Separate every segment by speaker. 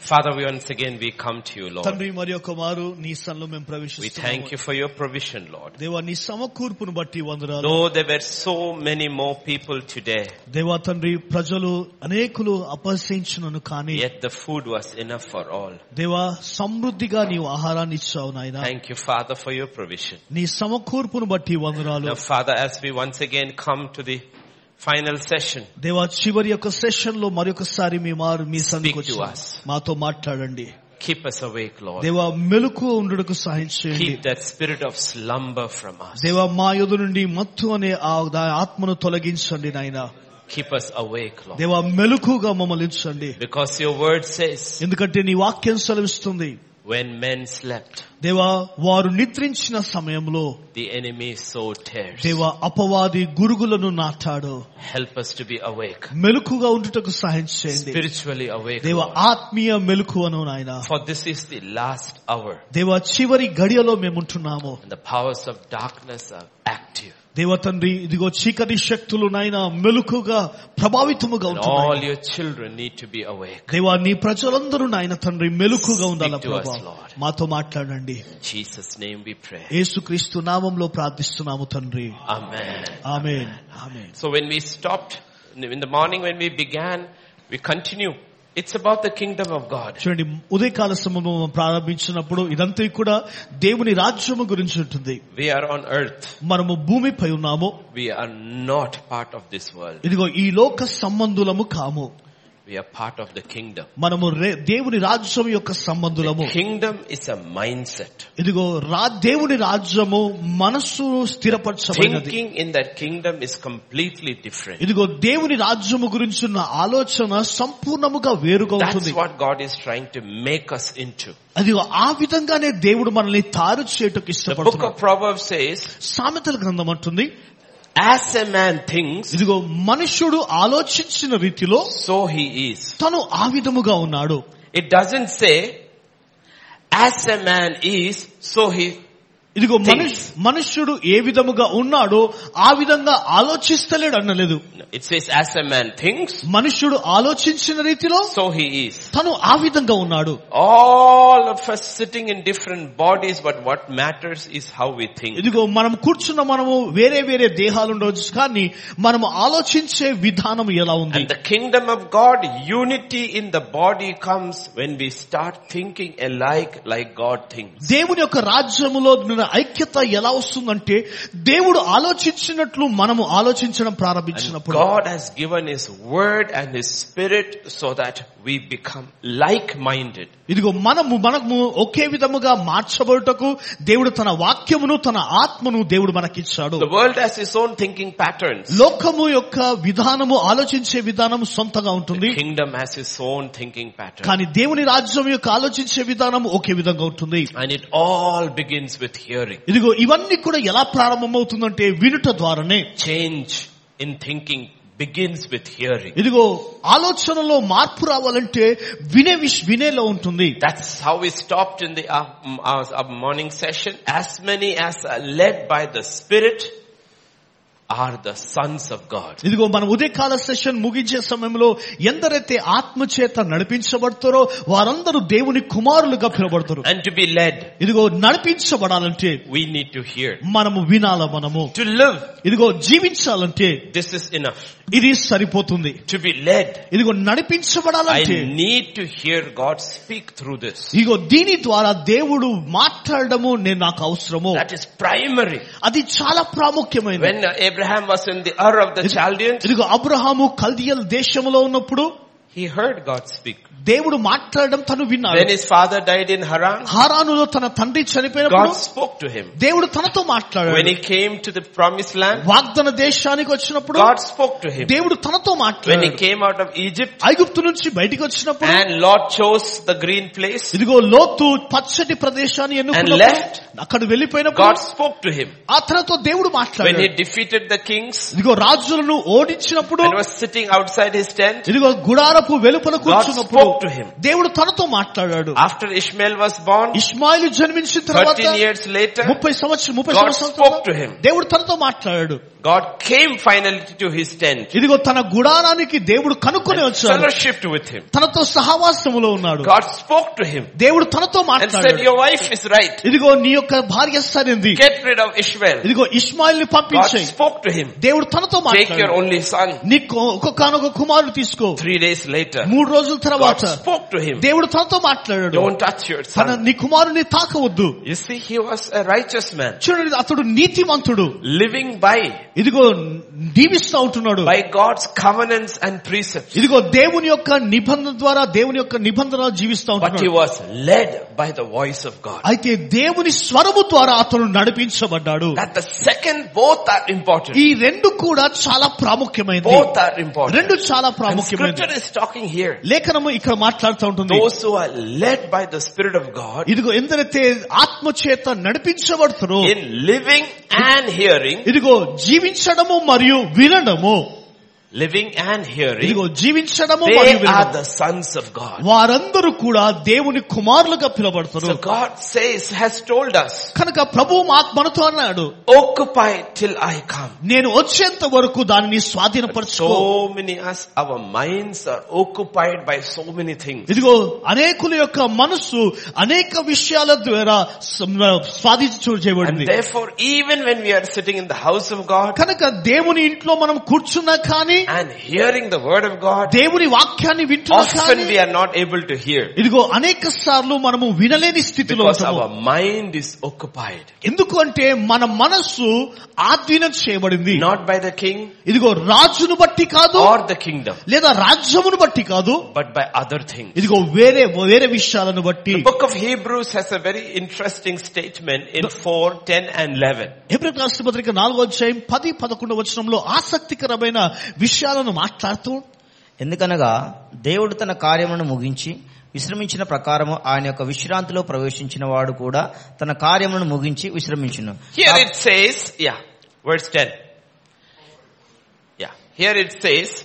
Speaker 1: Father, we once again we come to you, Lord.
Speaker 2: తండ్రి మరి ఒక మారు నీ సన్లో మేము
Speaker 1: We thank
Speaker 2: ప్రవేశిస్తున్నాము
Speaker 1: you for your provision, Lord.
Speaker 2: దేవా నీ సమకూర్పును బట్టి వందనాలు
Speaker 1: Though there were so many more people today,
Speaker 2: దేవా తండ్రి ప్రజలు అనేకులు అపహసించునను కానీ
Speaker 1: yet the food was enough for all.
Speaker 2: దేవా సమృద్ధిగా నీవు ఆహారాన్ని ఇచ్చావు నాయన
Speaker 1: Thank you, Father, for your provision.
Speaker 2: నీ సమకూర్పును బట్టి వందనాలు
Speaker 1: Now, Father, as we once again come to the final session,
Speaker 2: దేవా చివరి యొక్క సెషన్ లో మరొకసారి మీ మారు మీ
Speaker 1: Speak to
Speaker 2: సన్నిధికి
Speaker 1: us.
Speaker 2: మాతో మాట్లాడండి
Speaker 1: keep us awake, Lord.
Speaker 2: దేవా మెలకు ఉండుటకు సహాయం చేయండి
Speaker 1: Keep that spirit of slumber from us.
Speaker 2: దేవా మా యొద్ద నుండి మత్తు అనే ఆ దా- ఆత్మను తొలగించండి నాయన
Speaker 1: Keep us awake, Lord.
Speaker 2: దేవా మెలకుగా మమ్మల్ని ఉంచండి
Speaker 1: Because your word says,
Speaker 2: ఎందుకంటే నీ వాక్యం సెలవిస్తుంది
Speaker 1: when men slept,
Speaker 2: దేవా వారు నిద్రించిన సమయంలో
Speaker 1: the enemy sowed tares.
Speaker 2: దేవా అపవాది గురుగులను నాటాడు
Speaker 1: Help us to be awake,
Speaker 2: మెలకుగా ఉండుటకు సహాయం చేయండి
Speaker 1: spiritually awake.
Speaker 2: దేవ
Speaker 1: Lord.
Speaker 2: ఆత్మీయ మెలకువను నాయన
Speaker 1: For this is the last hour.
Speaker 2: దేవ చివరి గడియలో మేముంటున్నాము
Speaker 1: And the powers of darkness are active.
Speaker 2: దేవ తండ్రి ఇదిగో చీకటి శక్తులు నాయన మెలకుగా ప్రభావితముగా
Speaker 1: And all
Speaker 2: ఉంటున్నాయి
Speaker 1: your children need to be awake.
Speaker 2: దేవా నీ ప్రజలందరూ నాయన తండ్రి మెలకుగా ఉండాలి
Speaker 1: Speak to us,
Speaker 2: ప్రభా
Speaker 1: Lord.
Speaker 2: మాతో మాట్లాడండి
Speaker 1: In Jesus' name we pray.
Speaker 2: యేసుక్రీస్తు నామంలో ప్రార్థిస్తున్నాము తండ్రి
Speaker 1: Amen.
Speaker 2: ఆమె ఆమె
Speaker 1: So when we stopped, in the morning when we began, we continue. It's about the kingdom of God.
Speaker 2: చూడండి ఉదయకాల సమయంలో మనం ప్రారంభించినప్పుడు ఇదంతా కూడా దేవుని రాజ్యము గురించి ఉంటుంది
Speaker 1: We are on earth.
Speaker 2: మనము భూమిపై ఉన్నాము
Speaker 1: We are not part of this world.
Speaker 2: ఇదిగో ఈ లోక సంబంధులము కాము
Speaker 1: We are part of the kingdom.
Speaker 2: మనము రే- దేవుని రాజ్యం యొక్క సంబంధులము
Speaker 1: Kingdom is a mindset.
Speaker 2: ఇదిగో రా దేవుని రాజ్యము మనస్సు స్థిరపరచబడినది
Speaker 1: Thinking in that kingdom is completely different.
Speaker 2: ఇదిగో దేవుని రాజ్యము గురించి ఉన్న ఆలోచన సంపూర్ణముగా వేరుగా ఉంటుంది
Speaker 1: That's what God is trying to make us into.
Speaker 2: అదిగో ఆ విధంగానే దేవుడు మనల్ని తారు చేయటకు
Speaker 1: The book
Speaker 2: ఇష్టపడుతున్నాడు
Speaker 1: of Proverbs says,
Speaker 2: సామెతల గ్రంథం అంటుంది
Speaker 1: as a man thinks,
Speaker 2: ఇదిగో మనుష్యుడు ఆలోచించిన రీతిలో
Speaker 1: so he is.
Speaker 2: తను ఆ విధముగా ఉన్నాడు
Speaker 1: It doesn't say, as a man is, so he,
Speaker 2: ఇదిగో
Speaker 1: Thinks.
Speaker 2: మనుష్- మనుష్యుడు ఏ విధముగా ఉన్నాడో ఆ విధంగా ఆలోచిస్తలేడు అనలేదు
Speaker 1: No, it says as a man thinks,
Speaker 2: మనుష్యుడు ఆలోచించిన రీతిలో
Speaker 1: so he is.
Speaker 2: తను ఆ విధంగా ఉన్నాడు
Speaker 1: All of us sitting in different bodies, but what matters is how we think.
Speaker 2: ఇదిగో మనం కూర్చున్న మనము వేరే వేరే దేహాలు ఉండవచ్చు కానీ మనము ఆలోచించే విధానం ఎలా ఉంది
Speaker 1: And the kingdom of God, unity in the body comes when we start thinking alike like God thinks.
Speaker 2: దేవుని యొక్క రాజ్యములో ఉన్న ఐక్యత ఎలా వస్తుందంటే దేవుడు ఆలోచించినట్లు మనము ఆలోచించడం
Speaker 1: And
Speaker 2: ప్రారంభించినప్పుడు
Speaker 1: God has given His word and His spirit so that we become like-minded.
Speaker 2: ఇదిగో మనము మనము ఒకే విధముగా మార్చబడుటకు దేవుడు తన వాక్యమును తన ఆత్మను దేవుడు మనకిచ్చాడు
Speaker 1: The world has its own thinking patterns.
Speaker 2: లోకము యొక్క విధానము ఆలోచించే విధానం సొంతంగా ఉంటుంది
Speaker 1: The kingdom has its own thinking pattern.
Speaker 2: కానీ దేవుని రాజ్యం యొక్క ఆలోచించే విధానం ఒకే విధంగా ఉంటుంది
Speaker 1: And it all begins with hearing.
Speaker 2: ఇదిగో ఇవన్నీ కూడా ఎలా ప్రారంభమవుతుందంటే వినుట ద్వారానే
Speaker 1: Change in thinking begins with hearing.
Speaker 2: ఇదిగో ఆలోచనలో మార్పు రావాలంటే వినే విష్ వినేలో ఉంటుంది
Speaker 1: That's how we stopped in the uh, m- uh, uh, morning session. As many as are led by the Spirit are the sons of God.
Speaker 2: ఇదిగో మన ఉదయకాల session ముగించే సమయంలో ఎందరైతే ఆత్మచేత నడిపించబడతారో వారందరూ దేవుని కుమారులుగా పిలబడతారు
Speaker 1: And to be led,
Speaker 2: ఇదిగో నడిపించబడాలంటే
Speaker 1: we need to hear.
Speaker 2: మనము వినాల మనము
Speaker 1: To live,
Speaker 2: ఇదిగో జీవించాలంటే
Speaker 1: this is enough.
Speaker 2: ఇది సరిపోతుంది
Speaker 1: To be led,
Speaker 2: ఇదిగో
Speaker 1: I
Speaker 2: నడిపించబడాలంటే
Speaker 1: need to hear God speak through this.
Speaker 2: ఇదిగో దీని ద్వారా దేవుడు మాట్లాడము నేను నాకు అవసరము
Speaker 1: That is primary.
Speaker 2: అది చాలా ప్రాముఖ్యమైనది
Speaker 1: When uh, Abraham was in the Ur of the Chaldeans,
Speaker 2: ఇదిగో అబ్రహాము కల్దియల్ దేశంలో ఉన్నప్పుడు
Speaker 1: he heard God speak.
Speaker 2: దేవుడు మాట్లాడడం తను విన్నాడు
Speaker 1: When his father died in Haran,
Speaker 2: హారానులో తన తండ్రి చనిపోయినప్పుడు
Speaker 1: God spoke to him.
Speaker 2: దేవుడు తనతో
Speaker 1: When
Speaker 2: మాట్లాడాడు
Speaker 1: he came to the promised land,
Speaker 2: వాగ్దన దేశానికి వచ్చినప్పుడు
Speaker 1: God spoke to him.
Speaker 2: దేవుడు తనతో
Speaker 1: When he
Speaker 2: మాట్లాడాడు
Speaker 1: came out of Egypt
Speaker 2: ఐగుప్తు నుంచి బయటికి వచ్చినప్పుడు
Speaker 1: and Lot chose the green place,
Speaker 2: ఇదిగో లోతు పచ్చటి
Speaker 1: left.
Speaker 2: ప్రదేశాన్ని ఎన్నుకున్నప్పుడు అక్కడ
Speaker 1: God
Speaker 2: వెళ్ళిపోయినప్పుడు
Speaker 1: spoke to him.
Speaker 2: ఆ తనతో దేవుడు
Speaker 1: When he
Speaker 2: మాట్లాడాడు
Speaker 1: defeated the kings
Speaker 2: ఇదిగో రాజులను ఓడించినప్పుడు
Speaker 1: and was sitting outside his tent,
Speaker 2: ఇదిగో గుడారపు వెలుపల కూర్చున్నప్పుడు
Speaker 1: spoke to him.
Speaker 2: దేవుడు తనతో మాట్లాడాడు
Speaker 1: after Ishmael was born,
Speaker 2: Ismail జన్మించిన తర్వాత
Speaker 1: 13 years later,
Speaker 2: ముప్పై సంవత్సరం ముప్పై
Speaker 1: God
Speaker 2: సంవత్సరాల
Speaker 1: spoke to him.
Speaker 2: తర్వాత దేవుడు తనతో మాట్లాడాడు
Speaker 1: God came finally to his tent,
Speaker 2: ఇదిగో తన గుడారానికి దేవుడు కనుక్కొని వచ్చాడు
Speaker 1: fellowshiped with him.
Speaker 2: తనతో సహవాసములో ఉన్నాడు
Speaker 1: God spoke to him
Speaker 2: దేవుడు తనతో
Speaker 1: and said,
Speaker 2: మాట్లాడాడు
Speaker 1: your wife is right.
Speaker 2: ఇదిగో నీ యొక్క భార్య సరైంది
Speaker 1: Get rid of Ishmael.
Speaker 2: ఇదిగో ఇస్మాయిల్ ని
Speaker 1: God
Speaker 2: పంపించాయి
Speaker 1: spoke to him.
Speaker 2: దేవుడు తనతో
Speaker 1: Take your
Speaker 2: మాట్లాడాడు
Speaker 1: only son.
Speaker 2: నీ ఒక్కొక్కనొక కుమారుడు తీసుకో
Speaker 1: Three days later,
Speaker 2: మూడు రోజుల
Speaker 1: God
Speaker 2: తర్వాత
Speaker 1: spoke to him.
Speaker 2: దేవుడు తనతో మాట్లాడాడు
Speaker 1: Don't touch your
Speaker 2: తన
Speaker 1: son.
Speaker 2: నీ కుమారుని తాకవద్దు
Speaker 1: You see, he was a righteous man,
Speaker 2: చూడండి అతడు నీతిమంతుడు
Speaker 1: living by,
Speaker 2: ఇదిగో దీవిస్తా ఉంటున్నాడు
Speaker 1: by God's covenants and precepts.
Speaker 2: ఇదిగో దేవుని యొక్క నిబంధన ద్వారా దేవుని యొక్క నిబంధన జీవిస్తా
Speaker 1: But he
Speaker 2: ఉంటున్నాడు
Speaker 1: was led by the voice of God.
Speaker 2: అయితే దేవుని స్వరము ద్వారా అతను నడిపించబడ్డాడు
Speaker 1: That the second, both are important.
Speaker 2: ఈ రెండు కూడా చాలా ప్రాముఖ్యమైనది
Speaker 1: Both are important.
Speaker 2: రెండు చాలా
Speaker 1: And
Speaker 2: ప్రాముఖ్యమైనది
Speaker 1: scripture is talking here.
Speaker 2: లేఖనము ఇక్కడ మాట్లాడుతూ ఉంటుంది
Speaker 1: Those who are led by the Spirit of God
Speaker 2: ఇదిగో ఎందరైతే ఆత్మ చేత నడిపించబడుతురో
Speaker 1: in living and hearing,
Speaker 2: ఇదిగో జీవించడము మరియు వినడము
Speaker 1: living and hearing,
Speaker 2: ఇదిగో జీవించడము
Speaker 1: they
Speaker 2: మరియు
Speaker 1: are
Speaker 2: వినడము
Speaker 1: the sons of God.
Speaker 2: వారందరూ కూడా దేవుని కుమారులుగా
Speaker 1: So
Speaker 2: పిలబడతారు
Speaker 1: God says, has told us,
Speaker 2: కనుక ప్రభువు మా- మనతో అన్నాడు
Speaker 1: occupy till I come.
Speaker 2: నేను వచ్చేంత వరకు దానిని స్వాధీనపరచుకో
Speaker 1: So many us, our minds are occupied by so many things.
Speaker 2: ఇదిగో అనేకుల యొక్క మనస్సు అనేక విషయాల ద్వారా సం- స్వాధీనం
Speaker 1: And
Speaker 2: చేయబడింది
Speaker 1: therefore, even when we are sitting in the house of God
Speaker 2: కనుక దేవుని ఇంట్లో మనం కూర్చున్నా కానీ
Speaker 1: and hearing the word of God,
Speaker 2: దేవుని వాక్యాన్ని వింటున్నా
Speaker 1: often
Speaker 2: కానీ
Speaker 1: we are not able to hear
Speaker 2: ఇదిగో అనేక సార్లు మనము వినలేని స్థితిలో
Speaker 1: because
Speaker 2: ఉంటాము.
Speaker 1: our mind is occupied.
Speaker 2: ఎందుకు అంటే మన మనస్సు ఆధీనం చేయబడింది
Speaker 1: Not by the king
Speaker 2: ఇదిగో రాజును బట్టి కాదు
Speaker 1: or the kingdom,
Speaker 2: లేదా రాజ్యమును బట్టి కాదు
Speaker 1: but by other things.
Speaker 2: ఇదిగో వేరే వేరే విషయాలను బట్టి
Speaker 1: The book of Hebrews has a very interesting statement in 4, 10 and 11.
Speaker 2: హెబ్రిల్ రాష్ట్ర పత్రిక నాలుగో అధ్యాయం పది పదకొండు వచనంలో ఆసక్తికరమైన విషయాలను మాట్లాడుతూ
Speaker 3: ఎందుకనగా దేవుడు తన కార్యములను ముగించి విశ్రమించిన ప్రకారము ఆయన యొక్క విశ్రాంతిలో ప్రవేశించిన వాడు కూడా తన కార్యములను ముగించి విశ్రమించును
Speaker 1: Here it says, yeah, verse 10. Yeah, here it says,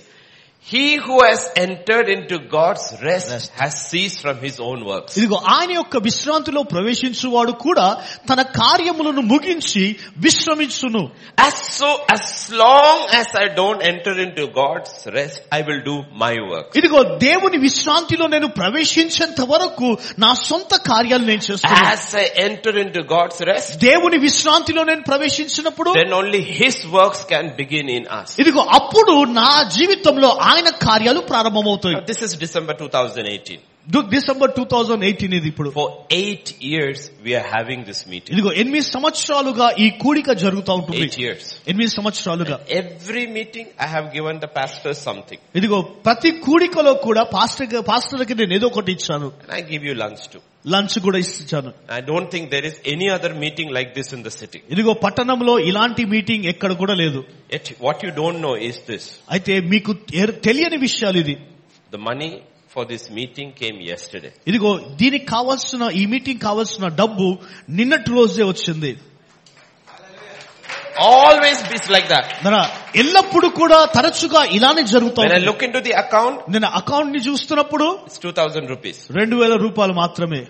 Speaker 1: he who has entered into God's rest,
Speaker 3: Rest.
Speaker 1: has ceased from his own works.
Speaker 2: ఇదిగో ఆయన యొక్క విశ్రాంతిలో ప్రవేశించువాడు కూడా తన కార్యములను ముగించి విశ్రమించును
Speaker 1: As so, as long as I don't enter into God's rest, I will do my work.
Speaker 2: ఇదిగో దేవుని విశ్రాంతిలో నేను ప్రవేశించేంత వరకు నా సొంత కార్యాలు నేను చేస్తాను
Speaker 1: As I enter into God's rest,
Speaker 2: దేవుని విశ్రాంతిలో నేను ప్రవేశించినప్పుడు
Speaker 1: then only his works can begin in us.
Speaker 2: ఇదిగో అప్పుడు నా జీవితంలో ఆయన కార్యాలు ప్రారంభమవుతాయి
Speaker 1: Now, this is December 2018.
Speaker 2: డు- డిసెంబర్ టూ థౌజండ్ ఎయిటీన్ ఇది ఇప్పుడు
Speaker 1: For eight years, we are having this meeting.
Speaker 2: ఇదిగో ఎనిమిది సంవత్సరాలుగా ఈ కూడిక జరుగుతూ ఉంటుంది
Speaker 1: Eight years.
Speaker 2: ఎనిమిది సంవత్సరాలుగా
Speaker 1: Every meeting, I have given the pastors something.
Speaker 2: ఇదిగో ప్రతి కూడికలో కూడా పాస్టర్ పాస్టర్కి నేను ఏదో ఒకటి ఇచ్చాను
Speaker 1: And I give you lunch too.
Speaker 2: Lunch కూడా ఇచ్చాను
Speaker 1: I don't think there is any other meeting like this in the city.
Speaker 2: ఇదిగో పట్టణంలో ఇలాంటి మీటింగ్ ఎక్కడ కూడా లేదు
Speaker 1: Yet what you don't know is this.
Speaker 2: అయితే మీకు ఎర్- తెలియని విషయాలు ఇది
Speaker 1: The money for this meeting came yesterday.
Speaker 2: ఇదిగో దీనికి కావాల్సిన ఈ మీటింగ్ కావాల్సిన డబ్బు నిన్నటి రోజే వచ్చింది
Speaker 1: Always be like that.
Speaker 2: మన ఎల్లప్పుడు కూడా తరచుగా ఇలానే జరుగుతా
Speaker 1: When I
Speaker 2: ఉంటుంది.
Speaker 1: look into the account,
Speaker 2: నేను అకౌంట్ ని చూస్తున్నప్పుడు
Speaker 1: it's 2000 rupees.
Speaker 2: రెండు వేల రూపాయలు మాత్రమే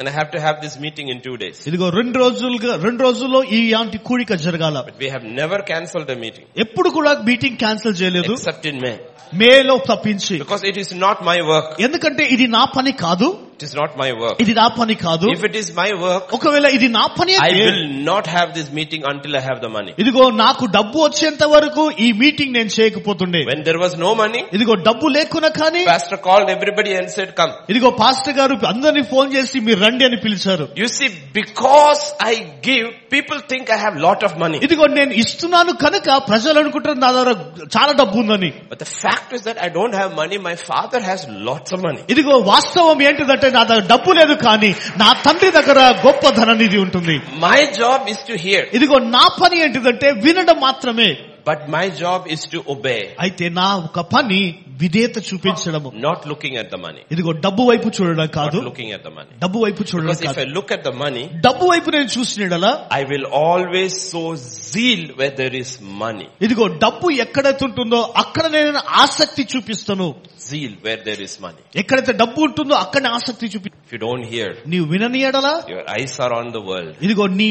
Speaker 1: And I have to have this meeting in two days.
Speaker 2: ఇదిగో రెండు రోజులుగా రెండు రోజుల్లో ఈ యాంటి కూడిక జరగాల
Speaker 1: But we have never cancelled the meeting.
Speaker 2: ఎప్పుడు కూడా మీటింగ్ క్యాన్సిల్ చేయలేదు
Speaker 1: Except in May.
Speaker 2: మేలో తప్పించి
Speaker 1: Because it is not my work.
Speaker 2: ఎందుకంటే ఇది నా పని కాదు
Speaker 1: It is not my work.
Speaker 2: ఇది నా పని కాదు
Speaker 1: If it is my work,
Speaker 2: ఒకవేళ ఇది నా పని
Speaker 1: I
Speaker 2: అయితే,
Speaker 1: will not have this meeting until I have the money.
Speaker 2: ఇదిగో నాకు డబ్బు వచ్చేంత వరకు ఈ మీటింగ్ నేను చేయకపోతుండే
Speaker 1: When there was no money,
Speaker 2: ఇదిగో డబ్బు లేకున్నా కానీ
Speaker 1: pastor called everybody and said, come.
Speaker 2: ఇదిగో పాస్టర్ గారు అందరినీ ఫోన్ చేసి మీరు రండి అని పిలిచారు
Speaker 1: You see, because I give, people think I have lot of money.
Speaker 2: ఇదిగో నేను ఇస్తున్నాను కనుక ప్రజలు అనుకుంటారు నా దగ్గర చాలా డబ్బు ఉందని
Speaker 1: But the fact is that I don't have money. My father has lots of money.
Speaker 2: ఇదిగో వాస్తవం ఏంటిదంటే నా దగ్గర డబ్బు లేదు కానీ నా తండ్రి దగ్గర గొప్ప ధననిధి ఉంటుంది
Speaker 1: My job is to hear,
Speaker 2: ఇదిగో నా పని ఏంటిదంటే వినడం మాత్రమే
Speaker 1: but my job is to obey.
Speaker 2: అయితే నా ఒక పని విధేయత చూపించడము
Speaker 1: not looking at the money.
Speaker 2: ఇదిగో డబ్బు వైపు చూడడం
Speaker 1: Not
Speaker 2: కాదు
Speaker 1: looking at the money.
Speaker 2: డబ్బు వైపు చూడడం
Speaker 1: Because if I
Speaker 2: కాదు
Speaker 1: look at the money,
Speaker 2: డబ్బు వైపు నేను చూసినలా
Speaker 1: I will always sow zeal where there is money.
Speaker 2: ఇదిగో డబ్బు ఎక్కడైతే ఉంటుందో అక్కడ నేను ఆసక్తి చూపిస్తాను
Speaker 1: Zeal where there is money.
Speaker 2: ఎక్కడైతే డబ్బు ఉంటుందో అక్కడ ఆసక్తి చూపి
Speaker 1: If you don't hear,
Speaker 2: నీవు వినని ఎడలా
Speaker 1: your eyes are on the world.
Speaker 2: ఇదిగో నీ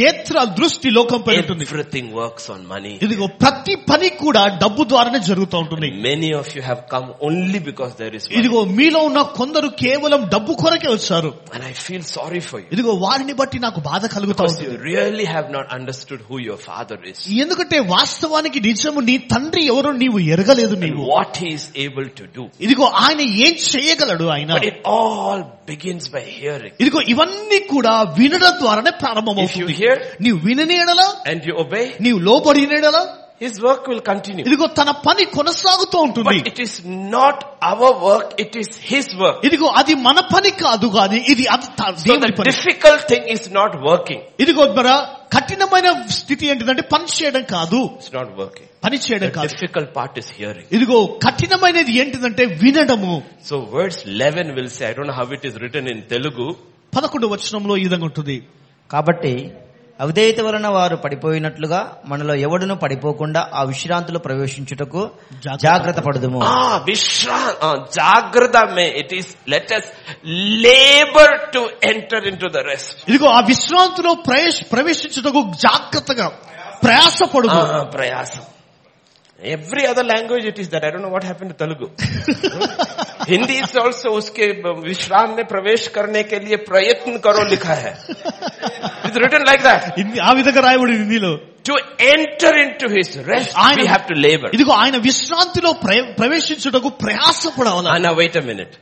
Speaker 2: నేత్ర దృష్టి లోకంపై ఉంటుంది
Speaker 1: Everything works on money.
Speaker 2: ఇదిగో ప్రతి పని కూడా డబ్బు ద్వారానే జరుగుతూ ఉంటుంది
Speaker 1: Many of you have come only because there is money.
Speaker 2: ఇదిగో మీలో ఉన్న కొందరు కేవలం డబ్బు కొరకే వచ్చారు
Speaker 1: And I feel sorry for you.
Speaker 2: ఇదిగో వారిని బట్టి నాకు బాధ కలుగుతా
Speaker 1: Because
Speaker 2: ఉంటుంది
Speaker 1: you really have not understood who your father is.
Speaker 2: ఎందుకంటే వాస్తవానికి నిజము నీ తండ్రి ఎవరో నీవు ఎరగలేదు
Speaker 1: And
Speaker 2: నీవు
Speaker 1: what he is able to do.
Speaker 2: ఇదిగో ఆయన ఏం చేయగలడు ఆయన
Speaker 1: But it all begins by hearing.
Speaker 2: ఇదిగో ఇవన్నీ కూడా వినడం ద్వారానే
Speaker 1: If you
Speaker 2: ప్రారంభమవుతుంది
Speaker 1: hear
Speaker 2: నీవు వినని ఎడలా
Speaker 1: and you obey,
Speaker 2: నీవు లోబడిన ఎడలా
Speaker 1: his work will continue.
Speaker 2: ఇదిగో తన పని కొనసాగుతూ ఉంటుంది
Speaker 1: But it is not our work, it is His work.
Speaker 2: ఇదిగో అది మన పని కాదు కాదు ఇది అది త-
Speaker 1: So the
Speaker 2: దేవుని పని
Speaker 1: difficult thing is not working.
Speaker 2: ఇదిగో మన కఠినమైన స్థితి ఏంటిదంటే పని చేయడం కాదు
Speaker 1: It's not working.
Speaker 2: పని
Speaker 1: The
Speaker 2: చేయడం కాదు
Speaker 1: difficult part is hearing.
Speaker 2: ఇదిగో కఠినమైనది ఏంటిదంటే వినడము
Speaker 1: So verse 11 will say, I don't know how it is written in Telugu,
Speaker 2: పదకొండు వచనంలో ఈ విధంగా ఉంటుంది
Speaker 3: కాబట్టి అవిధేయత వలన వారు పడిపోయినట్లుగా మనలో ఎవడును పడిపోకుండా ఆ విశ్రాంతిలో ప్రవేశించుటకు
Speaker 2: జాగ్రత్త
Speaker 3: జాగ్రత్త పడుదుము
Speaker 1: ah, Vishra, ah, Jagrata me, it is, let us labor to enter into the rest.
Speaker 2: ఇదిగో ఆ విశ్రాంతిలో ప్రవేశ ప్రవేశించుటకు జాగ్రత్తగా ప్రయాసపడు
Speaker 1: Ah, prayasam. Every other language it is that. I don't know what happened to Telugu. Hindi से also uh, उसके विश्राम में प्रवेश करने के लिए प्रयत्न करो लिखा है इट्स रिटन लाइक दैट
Speaker 2: ఇది- ఆ విధంగా రాయబడి హిందీలో
Speaker 1: to enter in to his rest
Speaker 2: I
Speaker 1: we
Speaker 2: know.
Speaker 1: Have to labour
Speaker 2: ఇదిగో ఆయన విశ్రాంతిలో ప్ర- ప్రవేశించుటకు ప్రయాసపడవల
Speaker 1: Anna, Ah, wait a minute.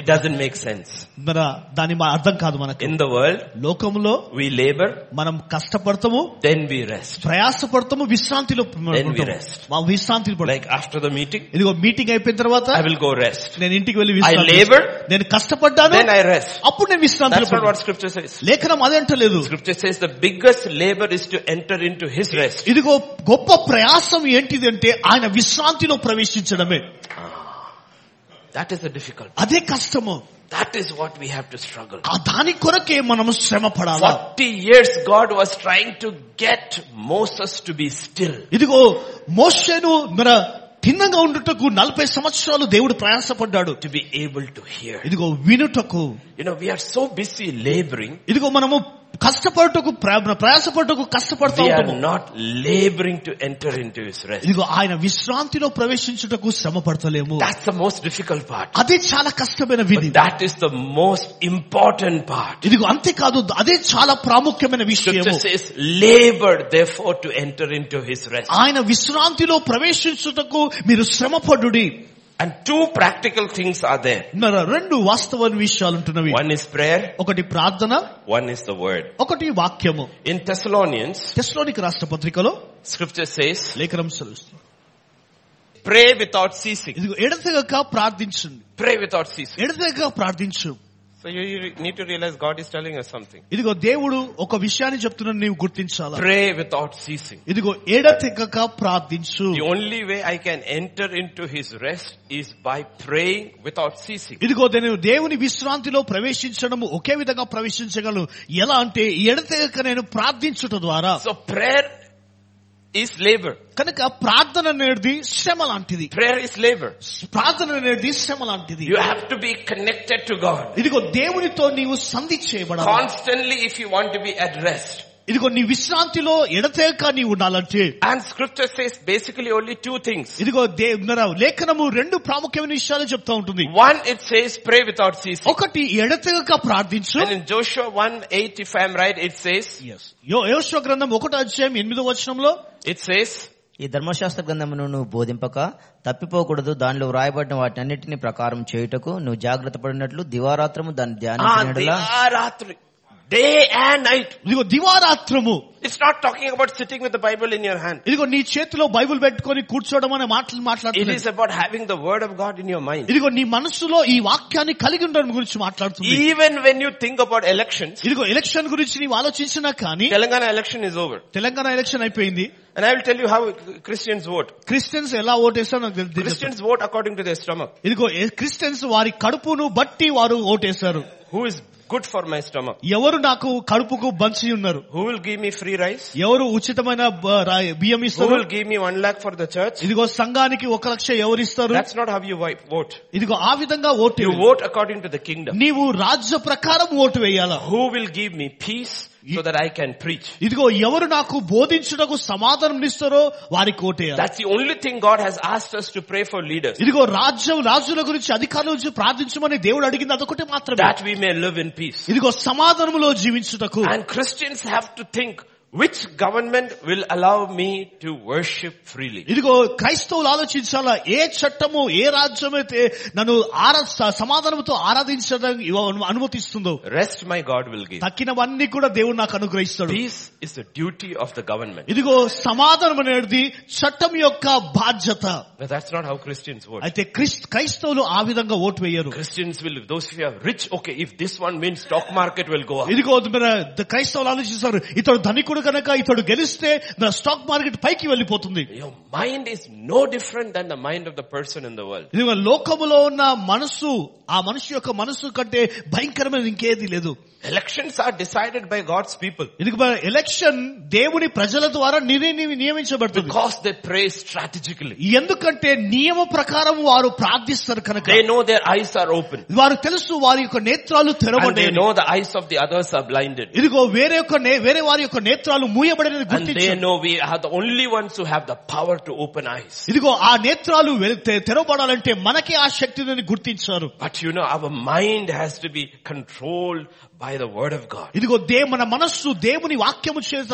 Speaker 1: It doesn't make sense.
Speaker 2: మన దాని మా అర్థం కాదు మనకి
Speaker 1: In the world,
Speaker 2: లోకంలో
Speaker 1: we labor,
Speaker 2: మనం కష్టపడతాము
Speaker 1: then we rest.
Speaker 2: ప్రయాసపడతాము విశ్రాంతిలో
Speaker 1: we
Speaker 2: ఉంటాము.
Speaker 1: rest.
Speaker 2: మా విశ్రాంతిని పడతాం
Speaker 1: Like after the meeting,
Speaker 2: ఇదిగో మీటింగ్ అయిపోయిన తర్వాత
Speaker 1: I will go rest.
Speaker 2: నేను ఇంటికి వెళ్ళి
Speaker 1: I
Speaker 2: విశ్రాంతి
Speaker 1: labor,
Speaker 2: తీసుకుంటాను. నేను కష్టపడ్డాను
Speaker 1: then I rest.
Speaker 2: అప్పుడు నేను విశ్రాంతిలో
Speaker 1: That's not
Speaker 2: పడ్డాను.
Speaker 1: what scripture says.
Speaker 2: లేఖనం అదే అంటలేదు
Speaker 1: Scripture says the biggest labor is to enter into his rest.
Speaker 2: ఇదిగో గొప్ప ప్రయాసం ఏంటిది అంటే ఆయన విశ్రాంతిలో ప్రవేశించడమే
Speaker 1: That is the difficult.
Speaker 2: అదే కష్టము
Speaker 1: That is what we have to struggle.
Speaker 2: ఆ దాని కొరకే మనము శ్రమ పడాలా
Speaker 1: 40 years God was trying to get Moses to be still.
Speaker 2: ఇదిగో మోషేను మన తిన్నంగా ఉండుటకు నలభై సంవత్సరాలు దేవుడు ప్రయాసపడ్డాడు
Speaker 1: To be able to hear.
Speaker 2: ఇదిగో వినుటకు
Speaker 1: You know, we are so busy laboring,
Speaker 2: ఇదిగో మనము కష్టపడుటకు ప్ర- ప్రయాసపడుటకు కష్టపడతా
Speaker 1: we
Speaker 2: ఉంటాము
Speaker 1: are not laboring to enter into his rest.
Speaker 2: ఇదిగో ఆయన విశ్రాంతిలో ప్రవేశించుటకు శ్రమ పడతలేము
Speaker 1: That's the most difficult part.
Speaker 2: అదే చాలా కష్టమైన విధి
Speaker 1: But that is the most important part.
Speaker 2: ఇదిగో అంతేకాదు అదే చాలా ప్రాముఖ్యమైన
Speaker 1: Scripture
Speaker 2: విషయము
Speaker 1: says, labor therefore to enter into his rest.
Speaker 2: ఆయన విశ్రాంతిలో ప్రవేశించుటకు మీరు శ్రమపడుడి
Speaker 1: And two practical things are there.
Speaker 2: మరి రెండు వాస్తవ విషయాలు ఉంటున్నవి
Speaker 1: One is prayer,
Speaker 2: ఒకటి ప్రార్థన
Speaker 1: one is the word.
Speaker 2: ఒకటి వాక్యము
Speaker 1: In Thessalonians,
Speaker 2: టెస్లోనిక రాష్ట్ర పత్రికలో
Speaker 1: scripture says,
Speaker 2: లేఖనం సెలవిస్తుంది.
Speaker 1: pray without ceasing.
Speaker 2: ఇదిగో ఎడతెగక ప్రార్థించండి
Speaker 1: Pray without ceasing.
Speaker 2: ఎడతెగక ప్రార్థించు
Speaker 1: So you, you need to realize God is telling us something.
Speaker 2: ఇదిగో దేవుడు ఒక విషయాన్ని చెప్తున్నాను నీవు గుర్తించాలా
Speaker 1: Pray without ceasing.
Speaker 2: ఇదిగో ఎడతెగక ప్రార్థించు
Speaker 1: The only way I can enter into His rest is by praying without ceasing.
Speaker 2: ఇదిగో నేను దేవుని విశ్రాంతిలో ప్రవేశించడం ఒకే విధంగా ప్రవేశించగలను ఎలా అంటే ఎడతెగక నేను ప్రార్థించుట ద్వారా
Speaker 1: So prayer is labor.
Speaker 2: కనుక ప్రార్థన అనేది శ్రమ లాంటిది
Speaker 1: Prayer is labor.
Speaker 2: ప్రార్థన అనేది శ్రమ లాంటిది
Speaker 1: You have to be connected to God.
Speaker 2: ఇదిగో దేవునితో నీవు సంధి చేయబడాలి
Speaker 1: Constantly if you want to be at rest.
Speaker 2: ఇదిగో నీ విశ్రాంతిలో ఎడతెగక నీవు ఉండాలంటే
Speaker 1: And scripture says basically only two things.
Speaker 2: ఇదిగో దే- మన లేఖనము రెండు ప్రాముఖ్యమైన విషయాలు చెప్తా ఉంటుంది
Speaker 1: One, it says pray without ceasing.
Speaker 2: ఒకటి ఎడతెగక ప్రార్థించు
Speaker 1: And in Joshua 1, 8, if I'm right, it says,
Speaker 2: యో- యోషువ గ్రంథం ఒకటో అధ్యాయం ఎనిమిదో వచనంలో
Speaker 1: it says,
Speaker 3: ఈ ధర్మశాస్త్ర గ్రంథమును నువ్వు బోధింపక తప్పిపోకూడదు దానిలో వ్రాయబడిన వాటన్నిటిని ప్రకారం చేయుటకు నువ్వు జాగ్రత్త పడినట్లు దివారాత్రము దాన్ని
Speaker 1: ah,
Speaker 3: ధ్యానించినట్లా
Speaker 1: Diyaratri. Day and night.
Speaker 2: ఇదిగో దివారాత్రము
Speaker 1: It's not talking about sitting with the Bible in your hand.
Speaker 2: ఇదిగో నీ చేతిలో బైబిల్ పెట్టుకొని కూర్చోవడం అనే మాటలు
Speaker 1: It
Speaker 2: మాట్లాడుతుంది
Speaker 1: is about having the word of God in your mind.
Speaker 2: ఇదిగో నీ మనసులో ఈ వాక్యాన్ని కలిగి ఉండడం గురించి మాట్లాడుతుంది
Speaker 1: Even when you think about elections,
Speaker 2: ఇదిగో ఎలక్షన్ గురించి నీవు ఆలోచించినా కానీ
Speaker 1: Telangana election is over.
Speaker 2: Telangana election అయిపోయింది
Speaker 1: And I will tell you how Christians vote.
Speaker 2: Christians ఎలా ఓటేస్తారో నాకు తెలి- తెలి-
Speaker 1: Christians vote according to their stomach.
Speaker 2: ఇదిగో ఏ- క్రిస్టియన్స్ వారి కడుపును బట్టి వారు ఓటేశారు
Speaker 1: Who is good for my stomach?
Speaker 2: ఎవరు నాకు కడుపుకు బంచి ఉన్నారు
Speaker 1: Who will give me free rice?
Speaker 2: ఎవరు ఉచితమైన బ- రా- బియ్యం
Speaker 1: Who
Speaker 2: ఇస్తారు
Speaker 1: will give me one lakh for the church?
Speaker 2: ఇదిగో సంఘానికి ఒక లక్ష ఎవరు ఇస్తారు
Speaker 1: That's not how you wi- vote.
Speaker 2: ఇదిగో ఆ విధంగా vote
Speaker 1: You vote according to the kingdom.
Speaker 2: నీవు రాజ్య ప్రకారం ఓటు వేయాలా
Speaker 1: Who will give me peace so that I can preach?
Speaker 2: ఇదిగో ఎవరు నాకు బోధించుటకు సమాధానం ఇస్తారో వారికి ఓటేయాలి
Speaker 1: That's the only thing God has asked us to pray for leaders.
Speaker 2: ఇదిగో రాజ్యం రాజుల గురించి అధికారుల గురించి ప్రార్థించమని దేవుడు అడిగింది అదొకటి మాత్రమే
Speaker 1: That we may live in peace.
Speaker 2: ఇదిగో సమాధానములో జీవించుటకు
Speaker 1: And Christians have to think which government will allow me to worship freely.
Speaker 2: ఇదిగో క్రైస్తవులు ఆలోచించాలా ఏ చట్టము ఏ రాజ్యం అయితే నన్ను ఆరా స- సమాధానంతో ఆరాధించడం ఇవ్వ- అనుమతిస్తుందో
Speaker 1: Rest my God will give.
Speaker 2: తక్కినవన్నీ కూడా దేవుడు నాకు అనుగ్రహిస్తాడు
Speaker 1: Peace is the duty of the government.
Speaker 2: ఇదిగో సమాధానం అనేది చట్టం యొక్క బాధ్యత
Speaker 1: But that's not how Christians vote.
Speaker 2: అయితే క్రిస్- క్రైస్తవులు ఆ విధంగా ఓటు వేయరు
Speaker 1: Christians will, those who are rich, okay, if this one wins, stock market will go up.
Speaker 2: ఇదిగో మన క్రైస్తవులు ఆలోచిస్తారు ఇతడు ధనికుడు కనుక ఇతడు గెలిస్తే నా స్టాక్ మార్కెట్ పైకి వెళ్ళిపోతుంది
Speaker 1: Your mind is no different than the mind of the person in the world.
Speaker 2: ఇదిగో లోకములో ఉన్న మనసు ఆ మనిషి యొక్క మనసు కంటే భయంకరమైన ఇంకేది లేదు
Speaker 1: Elections are decided by God's people
Speaker 2: ఇదిగో ఎలక్షన్ దేవుని ప్రజల ద్వారా నినే- నియమి- నియమించబడుతుంది
Speaker 1: because they pray strategically.
Speaker 2: ఎందుకంటే నియమ ప్రకారం వారు ప్రార్థిస్తారు కనుక
Speaker 1: They know their eyes are open.
Speaker 2: వారు తెలుసు వారి యొక్క నేత్రాలు
Speaker 1: And they
Speaker 2: తెరవబడే
Speaker 1: know the eyes of the others are blinded.
Speaker 2: ఇదిగో వేరే యొక్క నే- వేరే వారి యొక్క నేత్రాలు మూయబడినది
Speaker 1: And they
Speaker 2: గుర్తించారు
Speaker 1: know we are the only ones who have the power to open eyes.
Speaker 2: ఇదిగో ఆ నేత్రాలు వె- తె- తెరవబడాలంటే మనకే ఆ శక్తి ఉందని గుర్తించారు
Speaker 1: But you know, our mind has to be controlled by the word of God.
Speaker 2: ఇదిగో దే మన మనస్సు దేవుని వాక్యము చేత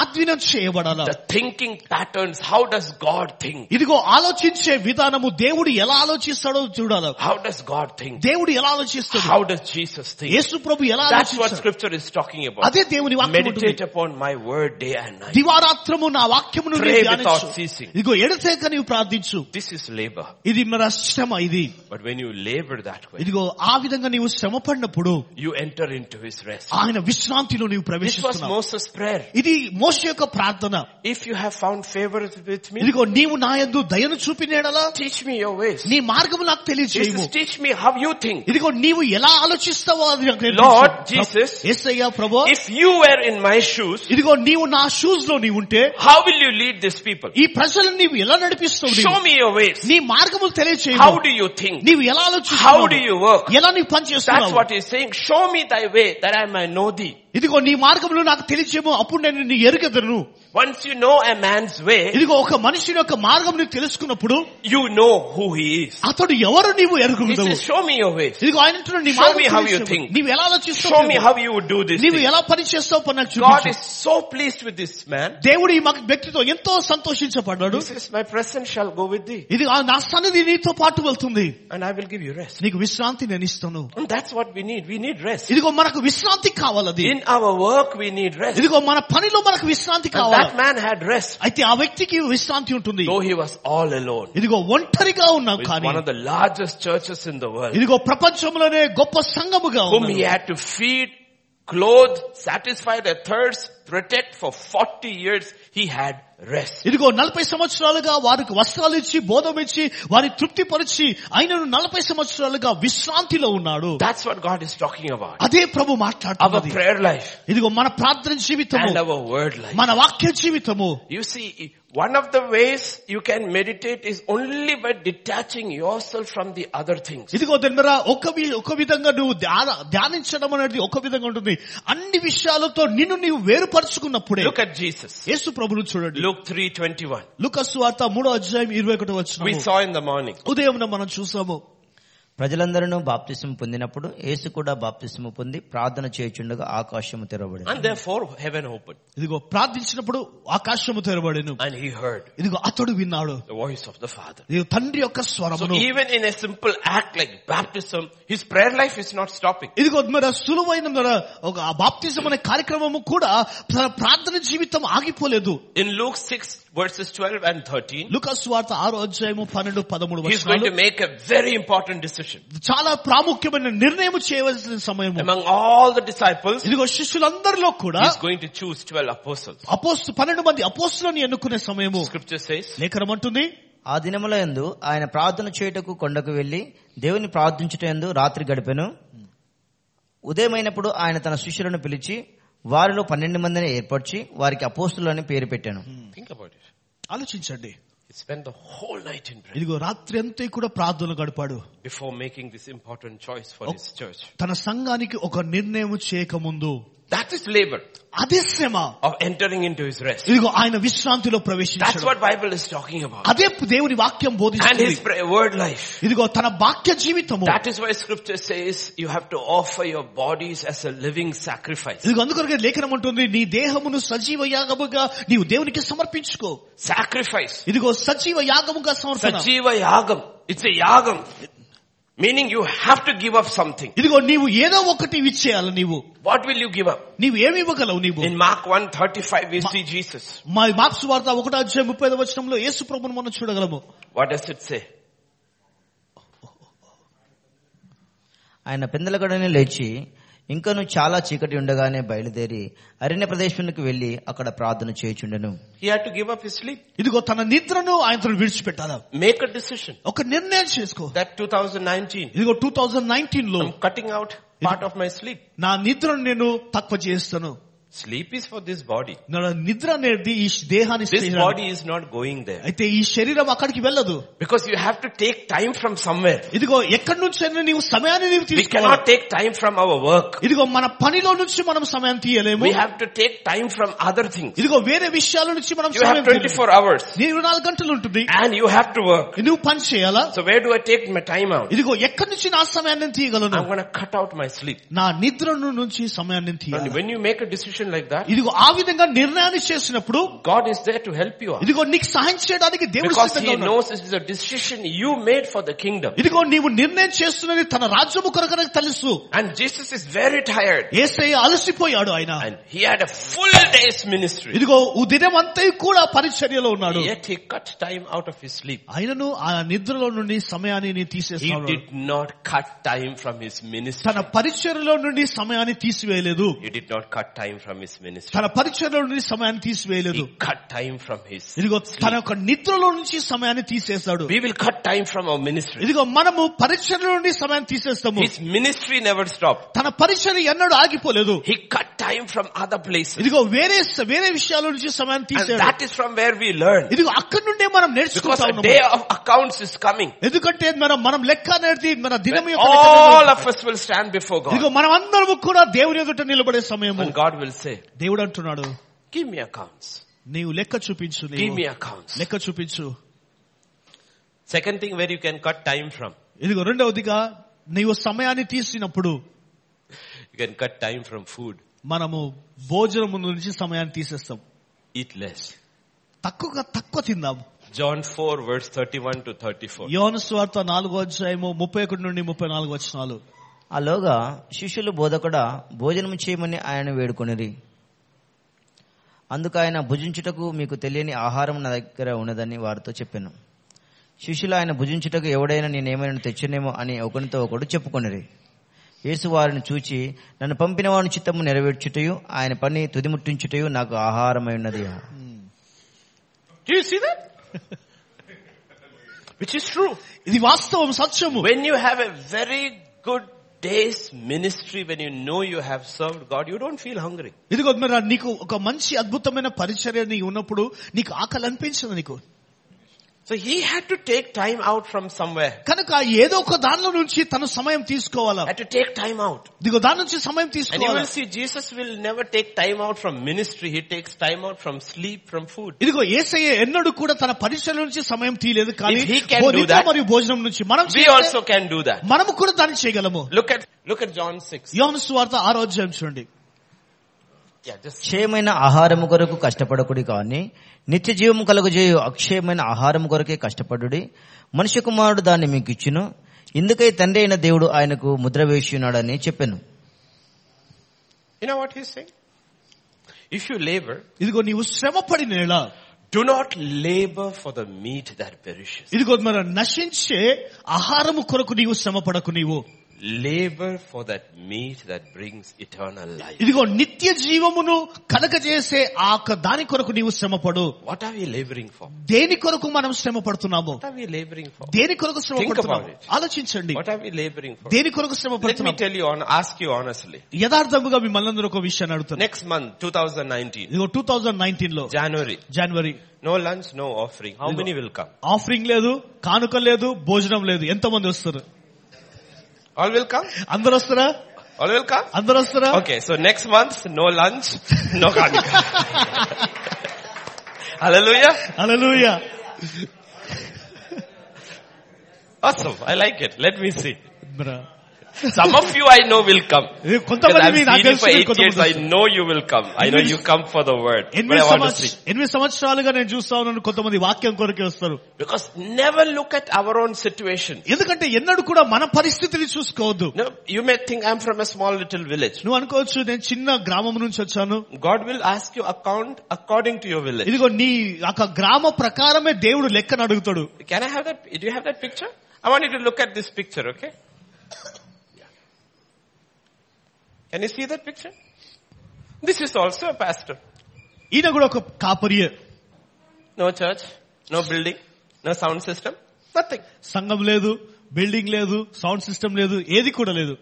Speaker 2: ఆధ్వీనం చేయబడాల
Speaker 1: The thinking patterns, how does God think?
Speaker 2: ఇదిగో ఆలోచించే విధానము దేవుడు ఎలా ఆలోచిస్తాడో చూడాల
Speaker 1: How does God think?
Speaker 2: దేవుడు ఎలా ఆలోచిస్తాడు
Speaker 1: How does Jesus think?
Speaker 2: యేసు ప్రభు ఎలా
Speaker 1: That's what
Speaker 2: ఆలోచిస్తాడు
Speaker 1: scripture is talking about.
Speaker 2: అదే దేవుని వాక్యం ఉంటుంది.
Speaker 1: Meditate upon my word day and night.
Speaker 2: దివారాత్రము నా వాక్యమును
Speaker 1: Pray
Speaker 2: ధ్యానించు
Speaker 1: without ceasing.
Speaker 2: ఇదిగో ఎడతేక నీవు ప్రార్థించు
Speaker 1: This is labor.
Speaker 2: ఇది మన శ్రమ ఇది
Speaker 1: But when you labor that way,
Speaker 2: ఇదిగో ఆ విధంగా నీవు శ్రమ పడినప్పుడు
Speaker 1: you enter into his rest.
Speaker 2: ఆయన విశ్రాంతిలో నీవు
Speaker 1: This was
Speaker 2: ప్రవేశిస్తున్నావు
Speaker 1: Moses' prayer.
Speaker 2: ఇది మోష యొక్క ప్రార్థన
Speaker 1: If you have found favor with me,
Speaker 2: ఇదిగో నీవు నా యందు దయను చూపినేడలా
Speaker 1: teach me your ways.
Speaker 2: నీ మార్గము నాకు తెలియజేయము
Speaker 1: Jesus, teach me how you think.
Speaker 2: ఇదిగో నీవు ఎలా ఆలోచిస్తావో అది నాకు నేర్పించు.
Speaker 1: Lord Jesus,
Speaker 2: Yesayya Prabhu
Speaker 1: If you were in my shoes,
Speaker 2: ఇదిగో నీవు నా షూస్ లో నీవు ఉంటే
Speaker 1: how will you lead these people?
Speaker 2: ఈ ప్రజలను నీవు ఎలా నడిపిస్తావు
Speaker 1: Show
Speaker 2: నీవు?
Speaker 1: me your ways.
Speaker 2: నీ మార్గములు తెలియచేయవు
Speaker 1: How do you think?
Speaker 2: నీవు ఎలా
Speaker 1: How do you
Speaker 2: ఆలోచిస్తావు
Speaker 1: work?
Speaker 2: ఎలా నీవు పని
Speaker 1: That's
Speaker 2: చేస్తున్నావు
Speaker 1: what he's saying. Show me thy way that I might know thee.
Speaker 2: ఇదిగో నీ మార్గంలో నాకు తెలియచేమో అప్పుడు నేను నీ ఎరుగెదను
Speaker 1: Once you know a man's way,
Speaker 2: ఇదిగో ఒక మనిషి యొక్క మార్గం నీవు తెలుసుకున్నప్పుడు
Speaker 1: you know who he is.
Speaker 2: అతడు ఎవరు నీవు
Speaker 1: He
Speaker 2: ఎరుగుదవు
Speaker 1: says, show me your ways.
Speaker 2: ఇదిగో ఆయన అంటున్నాడు, నీ
Speaker 1: Show
Speaker 2: మార్గం
Speaker 1: me how you
Speaker 2: తెలియచేయవు.
Speaker 1: think.
Speaker 2: నీవు ఎలా ఆలోచిస్తావు
Speaker 1: Show me how you would do this.
Speaker 2: నీవు
Speaker 1: thing.
Speaker 2: ఎలా పని చేస్తావు పని నాకు
Speaker 1: God is
Speaker 2: చూపించు
Speaker 1: so pleased with this man.
Speaker 2: దేవుడు ఈ మగ వ్యక్తితో ఎంతో సంతోషించబడ్డాడు
Speaker 1: He says, my presence shall go with thee
Speaker 2: ఇది ఆ నా సన్నిధి నీతో పాటు వెళ్తుంది
Speaker 1: and I will give you rest.
Speaker 2: నీకు విశ్రాంతి నేను ఇస్తాను
Speaker 1: And that's what we need. We need rest.
Speaker 2: ఇదిగో మనకు విశ్రాంతి కావాలది
Speaker 1: In our work, we need rest.
Speaker 2: ఇదిగో మన పనిలో మనకు విశ్రాంతి
Speaker 1: And
Speaker 2: కావాలి
Speaker 1: that man had rest.
Speaker 2: అయితే ఆ వ్యక్తికి విశ్రాంతి ఉంటుంది
Speaker 1: Though he was all alone.
Speaker 2: ఇదిగో ఒంటరిగా ఉన్నాం
Speaker 1: with
Speaker 2: కానీ
Speaker 1: one of the largest churches in the world,
Speaker 2: ఇదిగో ప్రపంచంలోనే గొప్ప సంఘముగా
Speaker 1: whom
Speaker 2: ఉన్నాడు.
Speaker 1: he had to feed, clothe, satisfy their thirst, protect for 40 years, he had rest.
Speaker 2: ఇదిగో నలభై సంవత్సరాలుగా వారికి వస్త్రాలు ఇచ్చి బోధం ఇచ్చి వారి తృప్తిపరిచి ఆయనను నలభై సంవత్సరాలుగా విశ్రాంతిలో ఉన్నాడు
Speaker 1: That's what God is talking about.
Speaker 2: అదే ప్రభు
Speaker 1: Our
Speaker 2: మాట్లాడుతున్నది
Speaker 1: prayer life
Speaker 2: ఇదిగో మన ప్రార్థన జీవితము
Speaker 1: and our word life.
Speaker 2: మన వాక్య జీవితము
Speaker 1: You see, one of the ways you can meditate is only by detaching yourself from the other things.
Speaker 2: ఇదిగో దగ్గర ఒక వి- ఒక విధంగా నువ్వు ధ్యాన- ధ్యానించడం అనేది ఒక విధంగా ఉంటుంది అన్ని విషయాలతో నిన్ను నీవు వేరుపరుచుకున్నప్పుడే
Speaker 1: Look at Jesus.
Speaker 2: యేసు ప్రభును చూడండి
Speaker 1: Luke 3.21.
Speaker 2: లుకస్ వార్త మూడో అధ్యాయం ఇరవై ఒకటి
Speaker 1: We
Speaker 2: వచ్చిన
Speaker 1: saw in the morning.
Speaker 2: ఉదయం మనం చూసాము
Speaker 3: ప్రజలందరూ బాప్తిస్మ పొందినప్పుడు యేసు కూడా బాప్తిస్మ పొంది ప్రార్థన చేయుచుండగా ఆకాశము తెరవబడింది
Speaker 1: And therefore heaven opened
Speaker 2: ఇదిగో ప్రార్థించినప్పుడు ఆకాశము తెరబడెను
Speaker 1: and he heard
Speaker 2: ఇదిగో అతడు విన్నాడు
Speaker 1: the voice of the Father.
Speaker 2: ఇది తండ్రి యొక్క
Speaker 1: So
Speaker 2: స్వరమును
Speaker 1: even in a simple act like baptism, his prayer life is not stopping.
Speaker 2: ఇదిగో మరి ఆ సులువైన మరి ఒక ఆ బాప్తిజం అనే కార్యక్రమము కూడా ప్ర- ప్రార్థన జీవితం ఆగిపోలేదు
Speaker 1: In Luke 6 verses 12 and 13,
Speaker 2: Lukas వార్త ఆరో అధ్యాయము పన్నెండు పదమూడు
Speaker 1: he's going
Speaker 2: వచనాలు
Speaker 1: to make a very important decision.
Speaker 2: చాలా ప్రాముఖ్యమైన నిర్ణయం చేయవలసిన సమయము
Speaker 1: Among all the disciples,
Speaker 2: ఇదిగో శిష్యులందరిలో కూడా
Speaker 1: he's going to choose 12 apostles.
Speaker 2: అపోస్తు పన్నెండు మంది అపోస్తులని ఎన్నుకునే సమయము
Speaker 1: Scripture says,
Speaker 2: లేఖనం అంటుంది
Speaker 3: ఆ దినములందు ఆయన ప్రార్థన చేయుటకు కొండకు వెళ్లి దేవుని ప్రార్థించుటందు రాత్రి గడిపెను ఉదయమైనప్పుడు ఆయన తన శిష్యులను పిలిచి వారిలో పన్నెండు మందిని ఏర్పరిచి వారికి అపోస్తులని పేరు పెట్టాను
Speaker 1: think about it.
Speaker 2: ఆలోచించండి
Speaker 1: He spent the whole night in prayer
Speaker 2: ఇదిగో రాత్రి అంతా కూడా ప్రార్థన గడిపాడు
Speaker 1: before making this important choice for
Speaker 2: Oh.
Speaker 1: his church.
Speaker 2: తన సంఘానికి ఒక నిర్ణయం చేయకముందు
Speaker 1: That is labor
Speaker 2: అదే శ్రమ
Speaker 1: of entering into his rest.
Speaker 2: ఇదిగో ఆయన విశ్రాంతిలో
Speaker 1: That's
Speaker 2: ప్రవేశించడం
Speaker 1: what Bible is talking about.
Speaker 2: అదే దేవుని వాక్యం
Speaker 1: And
Speaker 2: బోధిస్తుంది
Speaker 1: his prayer, word life.
Speaker 2: ఇదిగో తన వాక్య జీవితము
Speaker 1: That is why scripture says you have to offer your bodies as a living sacrifice.
Speaker 2: ఇదిగో అందుకొరకే లేఖనం ఉంటుంది నీ దేహమును సజీవ యాగముగా నీవు దేవునికి సమర్పించుకో
Speaker 1: Sacrifice.
Speaker 2: ఇదిగో సజీవ యాగముగా సమర్పణ
Speaker 1: Sajiva yagam. It's a yagam. Meaning you have to give up something.
Speaker 2: ఇదిగో నీవు ఏదో ఒకటి ఇచ్చేయాలి నీవు
Speaker 1: What will you give up?
Speaker 2: నీవు ఏమి ఇవ్వగలవు నీవు
Speaker 1: In Mark 1.35 we see Jesus.
Speaker 2: మా మార్క్స్ వార్త ఒకటో అధ్యాయం ముప్పై ఐదు వచనంలో యేసు ప్రభును మనం చూడగలము
Speaker 1: What does it say?
Speaker 3: ఆయన పెందలగడని లేచి ఇంకను చాలా చీకటి ఉండగానే బయలుదేరి అరణ్య ప్రదేశమునకు వెళ్లి అక్కడ ప్రార్థన చేయుచుండెను
Speaker 1: He had to give up his sleep.
Speaker 2: ఇదిగో తన నిద్రను ఆయనతో విడిచిపెట్టాలి
Speaker 1: Make a decision.
Speaker 2: ఒక నిర్ణయం చేసుకో
Speaker 1: That 2019,
Speaker 2: ఇదిగో టూ థౌజండ్ నైన్టీన్ లో
Speaker 1: I'm cutting out part of my sleep.
Speaker 2: నా నిద్రను నేను తక్కువ చేస్తాను
Speaker 1: Sleep is for this body.
Speaker 2: నా నిద్ర అనేది ఈ దేహాన్ని
Speaker 1: This
Speaker 2: శరీరాన్ని.
Speaker 1: body is not going there.
Speaker 2: అయితే ఈ శరీరం అక్కడికి వెళ్ళదు
Speaker 1: Because you have to take time from somewhere.
Speaker 2: ఇదిగో ఎక్కడి నుంచి అయినా నీవు సమయాన్ని నీవు
Speaker 1: We
Speaker 2: తీసుకోవాలి
Speaker 1: cannot take time from our work.
Speaker 2: ఇదిగో మన పనిలో నుంచి మనం సమయం తీయలేము
Speaker 1: We have to take time from other things.
Speaker 2: ఇదిగో వేరే విషయాల నుంచి మనం
Speaker 1: You
Speaker 2: సమయం
Speaker 1: have 24 hours
Speaker 2: నీవు నాలుగు గంటలు ఉంటుంది
Speaker 1: and you have to work.
Speaker 2: నువ్వు పని చేయాలా
Speaker 1: So where do I take my time out?
Speaker 2: ఇదిగో ఎక్కడి నుంచి నా సమయాన్ని నేను తీయగలను
Speaker 1: I'm going to cut out my sleep.
Speaker 2: నా నిద్ర నుంచి సమయాన్ని నేను
Speaker 1: And
Speaker 2: తీయాలి
Speaker 1: when you make a decision like that,
Speaker 2: ఇదిగో ఆ విధంగా నిర్ణయాన్ని చేసినప్పుడు
Speaker 1: God is there to help you out.
Speaker 2: ఇదిగో నీకు సహాయం చేయడానికి దేవుడు
Speaker 1: Because
Speaker 2: సిద్ధంగా
Speaker 1: He
Speaker 2: ఉన్నాడు.
Speaker 1: knows this is a decision you made for the kingdom.
Speaker 2: ఇదిగో నీవు నిర్ణయం చేస్తున్నది తన రాజ్యము కొరకు నాకు తెలుసు
Speaker 1: And Jesus is very tired.
Speaker 2: ఏసై అలసిపోయాడు ఆయన
Speaker 1: And He had a full day's ministry.
Speaker 2: ఇదిగో ఉదయం అంతా కూడా పరిచర్యలో ఉన్నాడు
Speaker 1: Yet He cut time out of His sleep.
Speaker 2: ఆయనను ఆ నిద్రలో నుండి సమయాన్ని నేను
Speaker 1: He
Speaker 2: తీసేస్తాను
Speaker 1: did not cut time from His ministry.
Speaker 2: తన పరిచర్యలో నుండి సమయాన్ని తీసివేయలేదు
Speaker 1: He did not cut time from His ministry.
Speaker 2: తన పరిచర్యలో నుండి సమయాన్ని తీసివేయలేదు
Speaker 1: He cut time from His.
Speaker 2: ఇదిగో తన యొక్క నిద్రలో నుంచి సమయాన్ని తీసేస్తాడు
Speaker 1: We will cut time from our ministry.
Speaker 2: ఇదిగో మనము పరిచర్యలో నుండి సమయాన్ని తీసేస్తాము
Speaker 1: His ministry never stopped.
Speaker 2: తన పరిచర్య ఎన్నడూ ఆగిపోలేదు
Speaker 1: He cut time from other places.
Speaker 2: ఇదిగో వేరే వేరే విషయాల నుంచి సమయాన్ని
Speaker 1: And
Speaker 2: తీసేది
Speaker 1: that is from where we learn.
Speaker 2: ఇదిగో అక్కడి నుండే మనం
Speaker 1: Because
Speaker 2: నేర్చుకుంటా
Speaker 1: a
Speaker 2: ఉన్నాము
Speaker 1: day of accounts is coming.
Speaker 2: ఎందుకంటే మనం మనం లెక్క అనేది మన దినం యొక్క లెక్క
Speaker 1: All
Speaker 2: అనేది.
Speaker 1: of us will stand before
Speaker 2: ఇదిగో
Speaker 1: God.
Speaker 2: మనం అందరము కూడా దేవుని ఎదుట నిలబడే సమయము
Speaker 1: And God will say,
Speaker 2: దేవుడు అంటున్నాడు
Speaker 1: give me accounts.
Speaker 2: నీవు లెక్క చూపించు
Speaker 1: Give
Speaker 2: నీవు
Speaker 1: me accounts.
Speaker 2: లెక్క చూపించు
Speaker 1: Second thing where you can cut time from.
Speaker 2: ఇదిగో రెండవదిగా నీవు సమయాన్ని తీసినప్పుడు
Speaker 1: You can cut time from food.
Speaker 2: మనము భోజనము నుంచి సమయాన్ని తీసేస్తాం
Speaker 1: Eat less.
Speaker 2: తక్కువగా తక్కువ తిందాం
Speaker 1: John 4 verse 31 to 34.
Speaker 2: యోన స్వార్థ నాలుగో అధ్యాయము ముప్పై ఒకటి నుండి ముప్పై నాలుగు వచనాలు
Speaker 3: అలాగా శిష్యులు బోధకుడ భోజనము చేయమని ఆయన వేడుకొనిరి అందుకు ఆయన భుజించుటకు మీకు తెలియని ఆహారం నా దగ్గర ఉన్నదని వారితో చెప్పాను శిష్యులు ఆయన భుజించుటకు ఎవడైనా నేనేమైనా తెచ్చనేమో అని ఒకనితో ఒకడు చెప్పుకొనిరి యేసు వారిని చూచి నన్ను పంపిన వాని చిత్తము నెరవేర్చుటయు ఆయన పని తుదిముట్టించుటయు నాకు ఆహారమై ఉన్నది
Speaker 1: Do you see that? Which is true.
Speaker 2: ఇది వాస్తవం సత్యము
Speaker 1: When you have a very good day's ministry, when you know you have served God, you don't feel hungry.
Speaker 2: ఇదిగో మరి నీకు ఒక మంచి అద్భుతమైన పరిచర్య నీ ఉన్నప్పుడు నీకు ఆకలి అనిపించదు నీకు
Speaker 1: So he had to take time out from somewhere.
Speaker 2: కనుక ఏదో ఒక దానిలో నుంచి తను సమయం తీసుకోవాలా
Speaker 1: Had to take time out.
Speaker 2: దిగో దాని నుంచి సమయం
Speaker 1: And you
Speaker 2: తీసుకోవాలి
Speaker 1: will see Jesus will never take time out from ministry. He takes time out from sleep, from food.
Speaker 2: ఇదిగో ఏసయ్య ఎన్నడూ కూడా తన పరిచయం నుంచి సమయం తీయలేదు కానీ
Speaker 1: If he can do
Speaker 2: బోధించ
Speaker 1: that,
Speaker 2: మరియు భోజనం నుంచి మనం
Speaker 1: We
Speaker 2: చేస్తే
Speaker 1: also can do that.
Speaker 2: మనము కూడా దాన్ని చేయగలము
Speaker 1: Look at, look at John 6.
Speaker 2: యోను సువార్త ఆరో అధ్యాయం చూడండి
Speaker 1: Yeah, just,
Speaker 3: అక్షయమైన ఆహారము కొరకు కష్టపడకుడి కానీ నిత్య జీవము కలుగజేయు అక్షయమైన ఆహారము కొరకే కష్టపడుడి మనిషి కుమారుడు దాన్ని మీకు ఇచ్చును ఇందుకై తండ్రి అయిన దేవుడు ఆయనకు ముద్ర వేసియున్నాడని చెప్పాను
Speaker 1: you know what he's saying? If you labor,
Speaker 2: ఇదిగో నీవు శ్రమ పడిన ఎడల,
Speaker 1: do not labor for the meat that perishes.
Speaker 2: ఇదిగో మన నశించే ఆహారము కొరకు నీవు శ్రమ పడకు నీవు
Speaker 1: Labor for that meat that brings eternal life.
Speaker 2: ఇదిగో నిత్య జీవమును కలగజేసే ఆ ఒక్క దాని కొరకు నీవు శ్రమపడు
Speaker 1: What are we laboring for?
Speaker 2: దేని కొరకు మనం శ్రమ పడుతున్నాము
Speaker 1: What are we laboring for?
Speaker 2: దేని కొరకు శ్రమ
Speaker 1: Think
Speaker 2: పడుతున్నాము
Speaker 1: about it.
Speaker 2: ఆలోచించండి
Speaker 1: What are we laboring for?
Speaker 2: దేని కొరకు శ్రమ
Speaker 1: Let me
Speaker 2: పడుతున్నాము
Speaker 1: tell you, on, ask you honestly.
Speaker 2: యథార్థముగా మిమ్మల్ని అందరూ ఒక విషయాన్ని అడుగుతున్నాను
Speaker 1: Next month, 2019,
Speaker 2: ఇదిగో టూ థౌజండ్ నైన్టీన్ లో
Speaker 1: January,
Speaker 2: జనవరి
Speaker 1: no lunch, no offering. How many will come?
Speaker 2: Offering లేదు కానుక లేదు భోజనం లేదు ఎంత మంది వస్తారు
Speaker 1: All will come?
Speaker 2: అందరు వస్తారా
Speaker 1: All will come?
Speaker 2: అందరు వస్తారా
Speaker 1: Okay, so next month, no lunch, no kanika. Hallelujah.
Speaker 2: అలలుయ
Speaker 1: Awesome. I like it. Let me see. Some of you I know will come. Because
Speaker 2: కొంతమంది
Speaker 1: I've
Speaker 2: నాకు
Speaker 1: seen you for
Speaker 2: తెలుసు
Speaker 1: eight years.
Speaker 2: కొంతమంది
Speaker 1: I know you will come. I know you come for the word. But
Speaker 2: ఎనిమిది
Speaker 1: I want to see.
Speaker 2: సంవత్స- ఎనిమిది సంవత్సరాలుగా నేను చూస్తా ఉన్నాను కొంతమంది వాక్యం కొరకే వస్తారు
Speaker 1: Because never look at our own situation.
Speaker 2: ఎందుకంటే ఎన్నడూ కూడా మన పరిస్థితిని చూసుకోవద్దు
Speaker 1: No, you may think I'm from a small little village.
Speaker 2: నువ్వు అనుకోవచ్చు నేను చిన్న గ్రామం నుంచి వచ్చాను
Speaker 1: God will ask you account according to your village.
Speaker 2: ఇదిగో నీ ఒక గ్రామ ప్రకారమే దేవుడు లెక్కను అడుగుతాడు
Speaker 1: Can I have that? Do you have that picture? I want you to look at this picture, okay? Yeah. Can you see that picture? This is also a pastor.
Speaker 2: ఈయన కూడా ఒక కాపరియే
Speaker 1: No church, no building, no sound system, nothing.
Speaker 2: సంఘం లేదు building లేదు sound system లేదు ఏది కూడా లేదు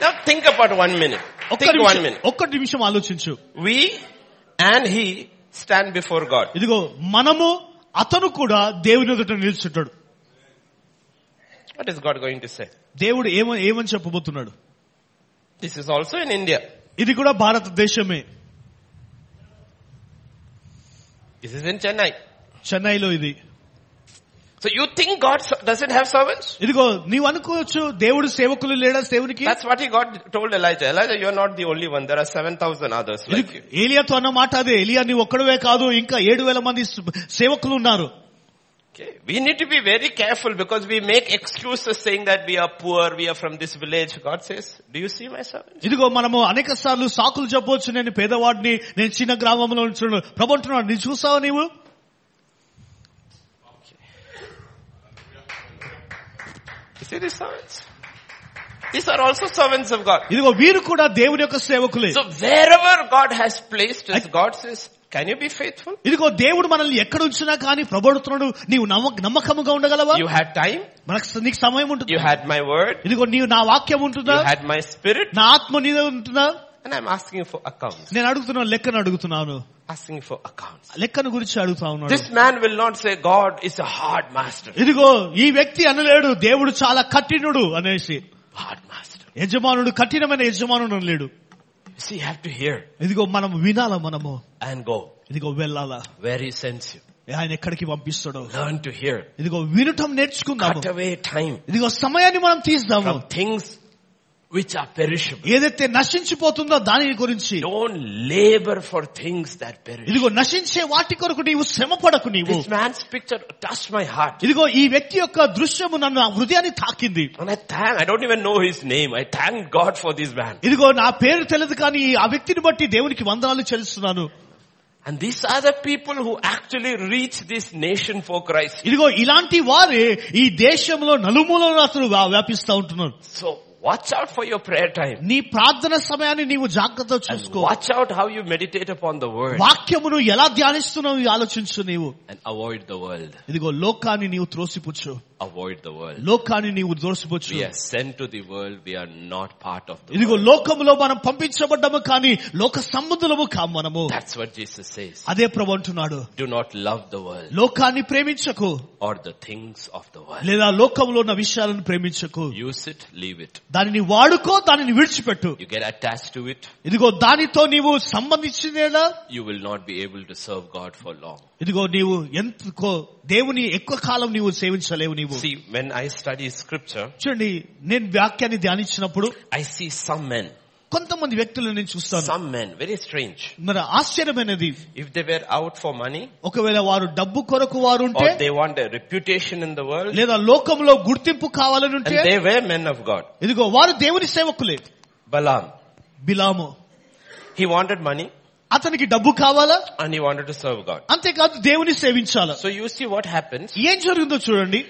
Speaker 1: Now think about one minute.
Speaker 2: ఒక్క
Speaker 1: Think one
Speaker 2: నిమిషం
Speaker 1: minute.
Speaker 2: ఒక్క నిమిషం ఆలోచించు
Speaker 1: We and he stand before God.
Speaker 2: ఇదిగో మనము అతను కూడా దేవుని ఎదుట నిలుచుంటాడు
Speaker 1: What is God going to say?
Speaker 2: దేవుడు ఏమ ఏమని చెప్పబోతున్నాడు
Speaker 1: This is also in India.
Speaker 2: ఇది కూడా భారతదేశమే
Speaker 1: This is in Chennai.
Speaker 2: చెన్నైలో ఇది
Speaker 1: So you think God doesn't have servants?
Speaker 2: ఇదిగో నీవు అనుకోవచ్చు దేవుడు సేవకులు లేడా దేవునికి
Speaker 1: That's what he got told Elijah. Elijah, you're not the only one. There are 7,000 others like you.
Speaker 2: ఏలియాతో అన్న మాట అదే ఏలియా నీవు ఒక్కడవే కాదు ఇంకా ఏడు వేల మంది సేవకులు ఉన్నారు
Speaker 1: Okay. We need to be very careful because we make excuses saying that we are poor, we are from this village. God says, do you see my servant?
Speaker 2: ఇదిగో మనము అనేక సార్లు సాకులు చెప్పవచ్చు నేను పేదవాడిని నేను చిన్న గ్రామంలో ఉంటున్నాను ప్రభు అంటున్నాడు నేను చూసావా నీవు
Speaker 1: You see these servants? These are also servants of God.
Speaker 2: ఇదిగో వీరు కూడా దేవుని యొక్క సేవకులే
Speaker 1: So wherever God has placed us, God says, can you be faithful?
Speaker 2: ఇదిగో దేవుడు మనల్ని ఎక్కడ ఉంచినా కానీ ప్రభుత్వడు నీవు నమ్మ- నమ్మకముగా ఉండగలవా
Speaker 1: You had time,
Speaker 2: మనకు స- నీకు సమయం ఉంటుంది
Speaker 1: you had my word,
Speaker 2: ఇదిగో నీవు నా వాక్యం ఉంటుందా
Speaker 1: you had my spirit,
Speaker 2: నా ఆత్మ నీదే ఉంటుందా
Speaker 1: and I'm asking for accounts.
Speaker 2: నేను అడుగుతున్నాను లెక్కను అడుగుతున్నాను
Speaker 1: Asking for accounts.
Speaker 2: లెక్కను గురించి అడుగుతా ఉన్నాడు
Speaker 1: This man will not say God is a hard master.
Speaker 2: ఇదిగో ఈ వ్యక్తి అనలేడు దేవుడు చాలా కఠినుడు అనేసి
Speaker 1: Hard master.
Speaker 2: యజమానుడు కఠినమైన యజమానుడు అనలేడు
Speaker 1: You see, you have to hear
Speaker 2: ఇదిగో మనం వినాలా మనము
Speaker 1: and go
Speaker 2: ఇదిగో వెళ్ళాలా
Speaker 1: where he sends you.
Speaker 2: ఆయన ఎక్కడికి పంపిస్తాడో
Speaker 1: Learn to hear.
Speaker 2: ఇదిగో వినటం నేర్చుకుందాము
Speaker 1: Cut away time
Speaker 2: ఇదిగో సమయాన్ని మనం తీస్తాము
Speaker 1: from things which are perishable.
Speaker 2: ఏదైతే నశించిపోతుందో దాని గురించి
Speaker 1: Don't labor for things that perish.
Speaker 2: ఇదిగో నశించే వాటి కొరకు నీవు శ్రమ పడకు నీవు
Speaker 1: This man's picture touched my heart.
Speaker 2: ఇదిగో ఈ వ్యక్తి యొక్క దృశ్యము నన్ను ఆ హృదయాన్ని తాకింది
Speaker 1: And I thank, I don't even know his name. I thank God for this man.
Speaker 2: ఇదిగో నా పేరు తెలియదు కానీ ఆ వ్యక్తిని బట్టి దేవునికి వందనాలు చెల్లిస్తున్నాను
Speaker 1: And these are the people who actually reach this nation for Christ.
Speaker 2: ఇదిగో ఇలాంటి వారే ఈ దేశంలో నలుమూలలో అతను వ్యా- వ్యాపిస్తా ఉంటున్నారు
Speaker 1: So Watch out for your prayer time.
Speaker 2: నీ ప్రార్థన సమయాన్ని నీవు జాగ్రత్త చూసుకో
Speaker 1: Watch out how you meditate upon the word
Speaker 2: వాక్యమును ఎలా ధ్యానిస్తున్నావు ఇవి ఆలోచించు నీవు
Speaker 1: and avoid the world.
Speaker 2: ఇదిగో లోకాన్ని నీవు త్రోసిపుచ్చు
Speaker 1: Avoid the world.
Speaker 2: లోకాన్ని నీవు త్రోసిపుచ్చు
Speaker 1: We are sent to the world. We are not part of the
Speaker 2: ఇదిగో
Speaker 1: world.
Speaker 2: లోకములో మనం పంపించబడ్డము కానీ లోక సంబంధులము కాం మనము
Speaker 1: That's what Jesus says.
Speaker 2: అదే ప్రభు అంటున్నాడు
Speaker 1: Do not love the world
Speaker 2: లోకాన్ని ప్రేమించకు
Speaker 1: or the things of the world.
Speaker 2: లేదా లోకంలో ఉన్న విషయాలను ప్రేమించకు
Speaker 1: Use it, leave it.
Speaker 2: దానిని వాడుకో దానిని విడిచిపెట్టు
Speaker 1: You get attached to it,
Speaker 2: ఇదిగో దానితో నీవు సంబంధించినేలా
Speaker 1: you will not be able to serve God for long.
Speaker 2: ఇదిగో నీవు ఎంతకో దేవుని ఎక్కువ కాలం నీవు సేవించలేవు నీవు
Speaker 1: See, when I study scripture,
Speaker 2: చూడండి నేను వాక్యాన్ని ధ్యానించినప్పుడు
Speaker 1: I see some men,
Speaker 2: కొంతమంది వ్యక్తులను నేను చూస్తాను
Speaker 1: some men, very strange.
Speaker 2: మరి ఆశ్చర్యమైనది
Speaker 1: If they were out for money
Speaker 2: ఒకవేళ వారు డబ్బు కొరకు వారు ఉంటే
Speaker 1: or they want a reputation in the world,
Speaker 2: లేదా లోకంలో గుర్తింపు కావాలని ఉంటే
Speaker 1: and they were men of God.
Speaker 2: ఇదిగో వారు దేవుని సేవకులే
Speaker 1: Balaam,
Speaker 2: Balaam
Speaker 1: he wanted money
Speaker 2: అతనికి డబ్బు కావాలా
Speaker 1: and he wanted to serve God.
Speaker 2: అంతేకాదు దేవుని సేవించాలా
Speaker 1: So you see what happens.
Speaker 2: ఏం జరుగుతుందో చూడండి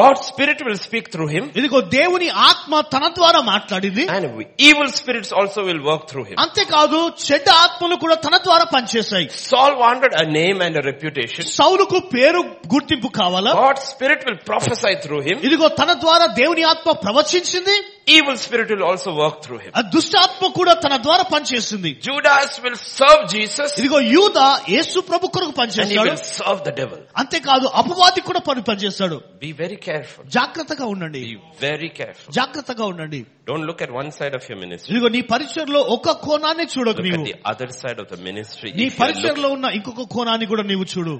Speaker 1: God's spirit will speak through him
Speaker 2: ఇదిగో దేవుని ఆత్మ తన ద్వారా మాట్లాడింది
Speaker 1: and evil spirits also will work through him.
Speaker 2: అంతేకాదు చెడ్డ ఆత్మలు కూడా తన ద్వారా పనిచేశాయి
Speaker 1: Saul wanted a name and a reputation.
Speaker 2: సౌలుకు పేరు గుర్తింపు కావాలా
Speaker 1: God's spirit will prophesy through him.
Speaker 2: ఇదిగో తన ద్వారా దేవుని ఆత్మ ప్రవచించింది
Speaker 1: Evil spirit will also work through him.
Speaker 2: ఆ దుష్టాత్మ కూడా తన ద్వారా పనిచేసింది
Speaker 1: Judas will serve Jesus
Speaker 2: ఇదిగో యూద యేసు ప్రభు కొరకు
Speaker 1: and he
Speaker 2: పనిచేస్తాడు
Speaker 1: will serve the devil.
Speaker 2: అంతేకాదు అపవాది కూడా పని పనిచేస్తాడు
Speaker 1: Be very careful.
Speaker 2: జాగ్రత్తగా ఉండండి
Speaker 1: Be very careful.
Speaker 2: జాగ్రత్తగా ఉండండి
Speaker 1: Don't look at one side of your ministry.
Speaker 2: ఇదిగో నీ పరిచయంలో ఒక కోణాన్ని చూడకు
Speaker 1: Look at
Speaker 2: నీవు
Speaker 1: the other side of the ministry. If you are
Speaker 2: నీ
Speaker 1: looking-
Speaker 2: పరిచయంలో ఉన్న ఇంకొక కోణాన్ని కూడా నీవు చూడు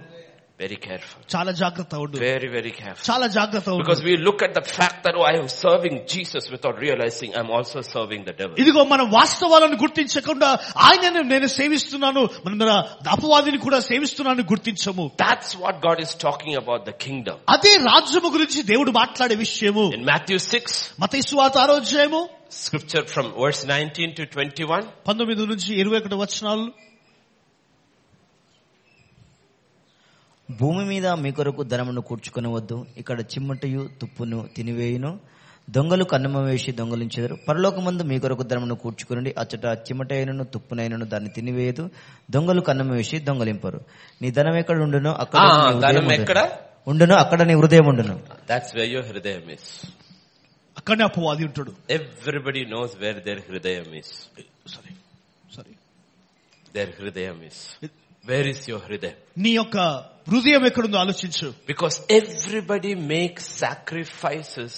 Speaker 1: Very careful.
Speaker 2: చాలా జాగ్రత్త ఉండు
Speaker 1: Very, very careful.
Speaker 2: చాలా జాగ్రత్త ఉండు
Speaker 1: Because we look at the fact that oh, I am serving Jesus without realizing I'm also serving the devil.
Speaker 2: ఇదిగో మనం వాస్తవాలను గుర్తించకుండా ఆయనను నేను సేవిస్తున్నాను మనం మన అపవాదిని కూడా సేవిస్తున్నాను గుర్తించము
Speaker 1: That's what God is talking about the kingdom.
Speaker 2: అదే రాజ్యము గురించి దేవుడు మాట్లాడే విషయము
Speaker 1: In Matthew 6,
Speaker 2: మతైస్వాత ఆరో అధ్యాయము
Speaker 1: scripture from verse 19 to 21,
Speaker 2: పంతొమ్మిది నుంచి ఇరవై ఒకటి వచనాలు
Speaker 3: భూమి మీద మీ కొరకు ధనమును కూర్చుకొనవద్దు ఇక్కడ చిమ్మటయు తుప్పును తినివేయును దొంగలు కన్నమ వేసి దొంగలించెదరు పరలోకమందు మీ కొరకు ధనమును కూర్చుకునండి అచ్చట చిమ్మటైనను తుప్పునైనను దాన్ని తినివేయదు దొంగలు కన్నమ వేసి దొంగలింపరు నీ ధనం ఎక్కడ ఉండునో అక్కడ
Speaker 1: ఆ,
Speaker 3: నీ హృదయం
Speaker 1: ధనం
Speaker 3: ఉండును.
Speaker 1: ఎక్కడ?
Speaker 3: ఉండునో అక్కడ నీ హృదయం ఉండును
Speaker 1: that's where your hridayam is.
Speaker 2: అక్కడనే అపవాది ఉంటాడు
Speaker 1: Everybody knows where their hridayam is.
Speaker 2: సరే సరే
Speaker 1: Their hridayam is. Where is your hridayam?
Speaker 2: నీ యొక్క హృదయం ఎక్కడుందో ఆలోచించు
Speaker 1: Because everybody makes sacrifices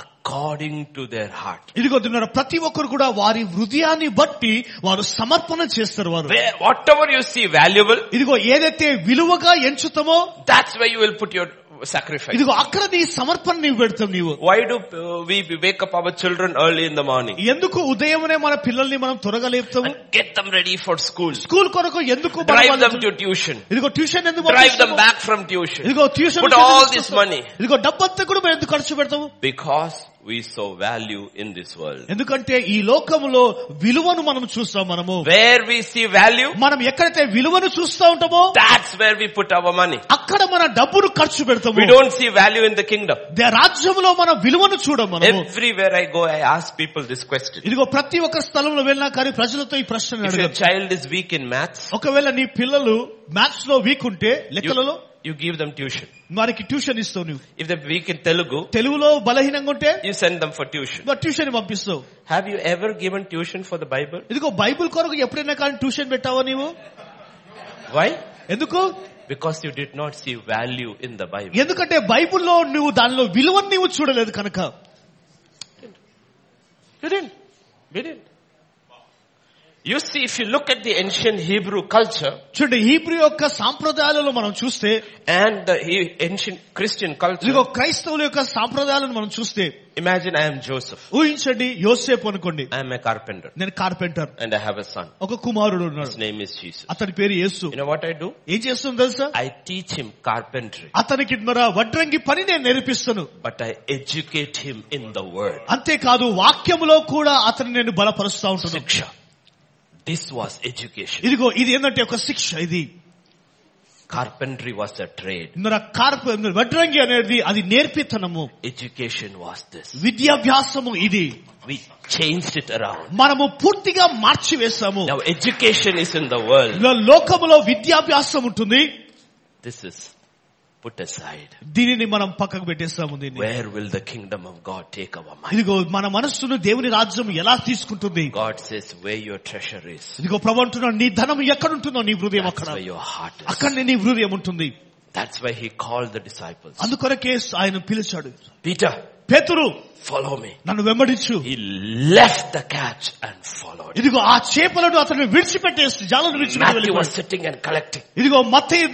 Speaker 1: according to their heart.
Speaker 2: ఇదిగో తిన్నారు ప్రతి ఒక్కరు కూడా వారి హృదయాన్ని బట్టి వారు సమర్పణ చేస్తారు వారు
Speaker 1: Where, whatever you see valuable,
Speaker 2: ఇదిగో ఏదైతే విలువగా ఎంచుతామో
Speaker 1: that's where you will put your sacrifice.
Speaker 2: ఇదిగో అక్కడ నీ సమర్పణ నీవు పెడతావు నీవు
Speaker 1: Why do uh, we wake up our children early in the morning
Speaker 2: ఎందుకు ఉదయమునే మన పిల్లల్ని మనం త్వరగా లేపుతాము
Speaker 1: and get them ready for school?
Speaker 2: School కొరకు ఎందుకు మనం
Speaker 1: Drive them
Speaker 2: వాళ్ళని-
Speaker 1: to tuition.
Speaker 2: ఇదిగో ట్యూషన్ ఎందుకు
Speaker 1: Drive them
Speaker 2: పంపిస్తాము?
Speaker 1: back from tuition.
Speaker 2: ఇదిగో ట్యూషన్
Speaker 1: Put
Speaker 2: నుంచి
Speaker 1: all
Speaker 2: ఎందుకు
Speaker 1: this
Speaker 2: వస్తాము?
Speaker 1: money.
Speaker 2: ఇదిగో డబ్బంతా కూడా మనం ఎందుకు ఖర్చు పెడతాము
Speaker 1: Because we saw value in this world.
Speaker 2: ఎందుకంటే ఈ లోకములో విలువను మనం చూస్తాం మనము
Speaker 1: Where we see value,
Speaker 2: మనం ఎక్కడైతే విలువను చూస్తా ఉంటామో
Speaker 1: that's where we put our money.
Speaker 2: అక్కడ మన డబ్బును ఖర్చు
Speaker 1: We
Speaker 2: పెడతాము
Speaker 1: don't see value in the kingdom.
Speaker 2: దే- రాజ్యంలో మన విలువను చూడం మనము
Speaker 1: Everywhere I go, I ask people this question.
Speaker 2: ఇదిగో ప్రతి ఒక్క స్థలంలో వెళ్ళినా కానీ ప్రజలతో ఈ ప్రశ్న
Speaker 1: If your
Speaker 2: అడగచ్చు
Speaker 1: child is weak in maths,
Speaker 2: ఒకవేళ నీ పిల్లలు మ్యాథ్స్ లో వీక్ ఉంటే
Speaker 1: you,
Speaker 2: లెక్కలలో
Speaker 1: you give them tuition.
Speaker 2: వారికి ట్యూషన్ ఇస్తావు నువ్వు
Speaker 1: If they're weak in Telugu,
Speaker 2: తెలుగులో బలహీనంగా ఉంటే
Speaker 1: you send them for tuition.
Speaker 2: ఇదిగో ట్యూషన్ పంపిస్తావు
Speaker 1: Have you ever given tuition for the Bible?
Speaker 2: ఇదిగో బైబిల్ కొరకు ఎప్పుడైనా కానీ ట్యూషన్ పెట్టావా నీవు
Speaker 1: Why?
Speaker 2: ఎందుకు
Speaker 1: Because you did not see value in the Bible.
Speaker 2: ఎందుకంటే బైబిల్లో నువ్వు దానిలో విలువను నీవు చూడలేదు కనుక
Speaker 1: You didn't. We didn't. You see, if you look at the ancient Hebrew culture
Speaker 2: చూడండి హీబ్రూ యొక్క సాంప్రదాయాలలో మనం చూస్తే
Speaker 1: and the he- ancient Christian
Speaker 2: ఇదిగో
Speaker 1: culture,
Speaker 2: క్రైస్తవుల యొక్క సాంప్రదాయాలను మనం చూస్తే
Speaker 1: imagine I am Joseph.
Speaker 2: ఊహించండి యోసేపు అనుకోండి
Speaker 1: I am a carpenter
Speaker 2: నేను carpenter
Speaker 1: and I have a son.
Speaker 2: ఒక కుమారుడు ఉన్నాడు
Speaker 1: His name is Jesus.
Speaker 2: అతని పేరు యేసు
Speaker 1: You know what I do?
Speaker 2: ఏం చేస్తుంది తెలుసా
Speaker 1: I teach him carpentry,
Speaker 2: అతనికి మన వడ్రంగి పని నేను నేర్పిస్తాను
Speaker 1: but I educate him in the word.
Speaker 2: అంతేకాదు వాక్యములో కూడా అతను నేను బలపరుస్తా ఉంటాను
Speaker 1: Shiksha. This was education.
Speaker 2: ఇదిగో ఇది ఏంటంటే ఒక శిక్ష ఇది
Speaker 1: Carpentry was a trade.
Speaker 2: Indra corp Indra ವಡ್ರಂಗಿ అనేది అది నేర్పితనము
Speaker 1: Education was this.
Speaker 2: విద్యాభ్యాసము ఇది
Speaker 1: We changed it around.
Speaker 2: మనము పూర్తిగా మార్చివేశాము
Speaker 1: Now education is in the world.
Speaker 2: ఇలా లోకములో విద్యాభ్యాసం ఉంటుంది
Speaker 1: This is put aside.
Speaker 2: దీనిని మనం పక్కకు పెట్టేస్తాము దీన్ని
Speaker 1: Where will the kingdom of God take our mind?
Speaker 2: ఇదిగో మన మనస్సును దేవుని రాజ్యం ఎలా తీసుకుంటుంది
Speaker 1: God says where your treasure is,
Speaker 2: ఇదిగో ప్రభు అంటున్నాడు నీ ధనం ఎక్కడుంటుందో నీ హృదయం
Speaker 1: that's
Speaker 2: అక్కడ
Speaker 1: where your heart is.
Speaker 2: అక్కడనే నీ హృదయం ఉంటుంది
Speaker 1: That's why he called the disciples.
Speaker 2: అందుకొరకే ఆయన పిలిచాడు
Speaker 1: Peter,
Speaker 2: పేతురు
Speaker 1: follow me.
Speaker 2: నన్ను వెంబడించు
Speaker 1: He left the catch and followed.
Speaker 2: ఇదిగో ఆ చేపలను అతను విడిచిపెట్టేసి జాలను విడిచిపెట్టి
Speaker 1: Matthew was
Speaker 2: వెళ్ళిపోయాడు.
Speaker 1: sitting and collecting.
Speaker 2: ఇదిగో మత్తయి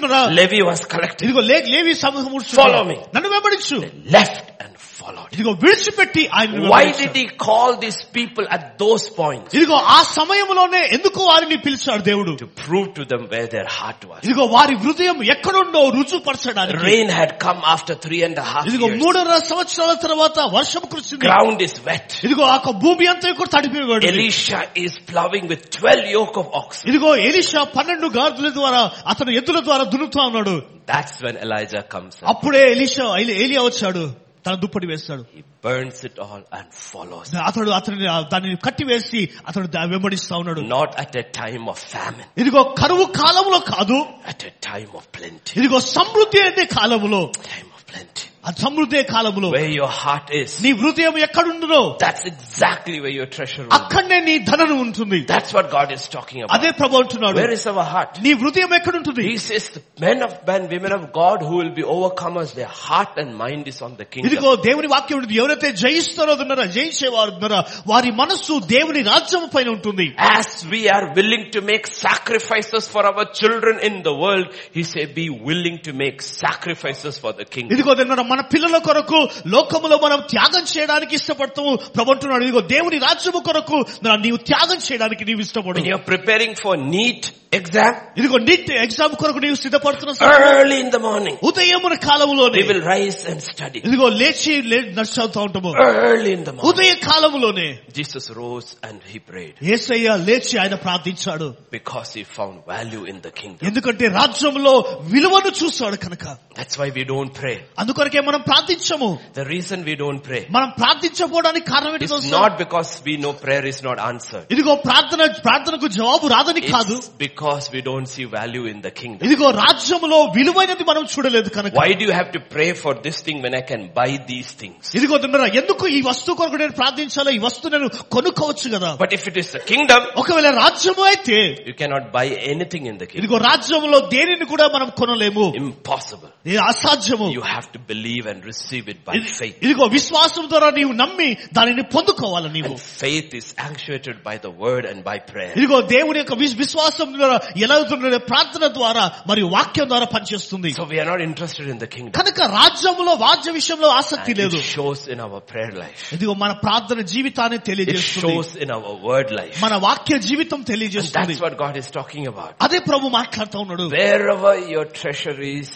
Speaker 1: Levi was collecting.
Speaker 2: ఇదిగో లే- లేవి సమూహము
Speaker 1: Follow me.
Speaker 2: నన్ను వెంబడించు
Speaker 1: Left and followed.
Speaker 2: ఇదిగో విడిచిపెట్టి ఆయన
Speaker 1: Why did he call these people at those points?
Speaker 2: ఇదిగో ఆ సమయంలోనే ఎందుకు వారిని పిలిచాడు దేవుడు
Speaker 1: To prove to them where their heart was.
Speaker 2: ఇదిగో వారి హృదయం ఎక్కడుందో రుజుపరచడానికి
Speaker 1: Rain had come after three and a half
Speaker 2: ఇదిగో
Speaker 1: years.
Speaker 2: మూడున్నర సంవత్సరాల తర్వాత వర్షం కురిసింది
Speaker 1: Ground is wet.
Speaker 2: ఇదిగో ఆ యొక్క భూమి అంతా కూడా తడిపివేయబడింది
Speaker 1: Elisha is plowing with 12 yoke of oxen.
Speaker 2: ఇదిగో ఎలిషా పన్నెండు గార్దుల ద్వారా అతను ఎద్దుల ద్వారా దున్నుతా ఉన్నాడు
Speaker 1: That's when Elijah comes up.
Speaker 2: అప్పుడే ఎలిషా ఎలి- ఏలియా వచ్చాడు తన దుప్పటి వేస్తాడు
Speaker 1: He burns it all and follows.
Speaker 2: అతడు అతని దానిని కట్టివేసి అతడు దా- వెంబడిస్తా ఉన్నాడు
Speaker 1: Not at a time of famine,
Speaker 2: ఇదిగో కరువు కాలంలో కాదు
Speaker 1: at a time of plenty.
Speaker 2: ఇదిగో సమృద్ధి అనే కాలంలో
Speaker 1: Time of plenty.
Speaker 2: ఆ సమృద్ధి కాలంలో
Speaker 1: Where your heart is,
Speaker 2: నీ హృదయం ఎక్కడుందో
Speaker 1: that's exactly where your treasure will be.
Speaker 2: అక్కడనే నీ ధనను ఉంటుంది
Speaker 1: That's what God is talking about.
Speaker 2: అదే ప్రభు అంటున్నాడు
Speaker 1: Where is our heart?
Speaker 2: నీ హృదయం ఎక్కడుంటుంది
Speaker 1: He says the men of men, women of God who will be overcomers, their heart and mind is on the
Speaker 2: ఇదిగో
Speaker 1: kingdom.
Speaker 2: దేవుని వాక్యం ఉంటుంది. ఎవరైతే జయిస్తారో ఉన్నారో జయించేవారు ఉన్నారో వారి మనస్సు దేవుని రాజ్యం పైన ఉంటుంది
Speaker 1: As we are willing to make sacrifices for our children in the world, he said be willing to make sacrifices for the kingdom.
Speaker 2: ఇదిగో తిన్నారా మన పిల్లల కొరకు లోకములో మనం త్యాగం చేయడానికి ఇష్టపడతాము ప్రభు అంటున్నాడు ఇదిగో దేవుని రాజ్యము కొరకు నా- నీవు త్యాగం చేయడానికి నీవు ఇష్టపడు
Speaker 1: When you're preparing for NEET exam,
Speaker 2: ఇదిగో నీట్ ఎగ్జామ్ కొరకు నీవు సిద్ధపడుతున్న సమయం-
Speaker 1: early in the morning,
Speaker 2: ఉదయమున కాలంలోనే
Speaker 1: we will rise and study.
Speaker 2: ఇదిగో లేచి నడుచుతా ఉంటాము
Speaker 1: Early in the morning,
Speaker 2: ఉదయ కాలంలోనే
Speaker 1: Jesus rose and he prayed
Speaker 2: ఏసయ్య లేచి ఆయన ప్రార్థించాడు
Speaker 1: because he found value in the kingdom.
Speaker 2: ఎందుకంటే రాజ్యంలో విలువను చూశాడు కనుక
Speaker 1: That's why we don't pray.
Speaker 2: అందుకొరకే మనం ప్రార్థించము
Speaker 1: The reason we don't pray
Speaker 2: మనం ప్రార్థించకపోవడానికి కారణం ఏంటి
Speaker 1: is
Speaker 2: తెలుసా?
Speaker 1: not because we know prayer is not answered.
Speaker 2: ఇదిగో ప్రార్థన ప్రార్థనకు జవాబు రాదని కాదు
Speaker 1: It's because we don't see value in the kingdom.
Speaker 2: ఇదిగో రాజ్యంలో విలువైనది మనం చూడలేదు కనుక
Speaker 1: Why do you have to pray for this thing when I can buy these things?
Speaker 2: ఇదిగో తిన్నారా ఎందుకు ఈ వస్తువు కొరకు నేను ప్రార్థించాలా ఈ వస్తువు నేను కొనుక్కోవచ్చు కదా
Speaker 1: But if it is the kingdom,
Speaker 2: ఒకవేళ రాజ్యము అయితే
Speaker 1: you cannot buy anything in the kingdom.
Speaker 2: ఇదిగో రాజ్యంలో దేనిని కూడా మనం కొనలేము
Speaker 1: Impossible.
Speaker 2: ఇది అసాధ్యము
Speaker 1: You have to believe and receive it by
Speaker 2: ఇది-
Speaker 1: faith.
Speaker 2: ఇదిగో విశ్వాసం ద్వారా నీవు నమ్మి దానిని పొందుకోవాలి నీవు
Speaker 1: And faith is actuated by the word and by prayer.
Speaker 2: ఇదిగో దేవుని యొక్క విశ్- విశ్వాసం ద్వారా ఎలా అవుతుందో ప్రార్థన ద్వారా మరియు వాక్యం ద్వారా పనిచేస్తుంది
Speaker 1: So we are not interested in the kingdom.
Speaker 2: కనుక రాజ్యంలో వాద్య విషయంలో ఆసక్తి
Speaker 1: And it
Speaker 2: లేదు
Speaker 1: shows in our prayer life.
Speaker 2: ఇదిగో మన ప్రార్థన జీవితాన్ని
Speaker 1: It
Speaker 2: తెలియజేస్తుంది
Speaker 1: shows in our word life.
Speaker 2: మన వాక్య జీవితం
Speaker 1: And
Speaker 2: తెలియజేస్తుంది
Speaker 1: that's what God is talking about.
Speaker 2: అదే ప్రభు మాట్లాడుతూ ఉన్నాడు
Speaker 1: Wherever your treasure is,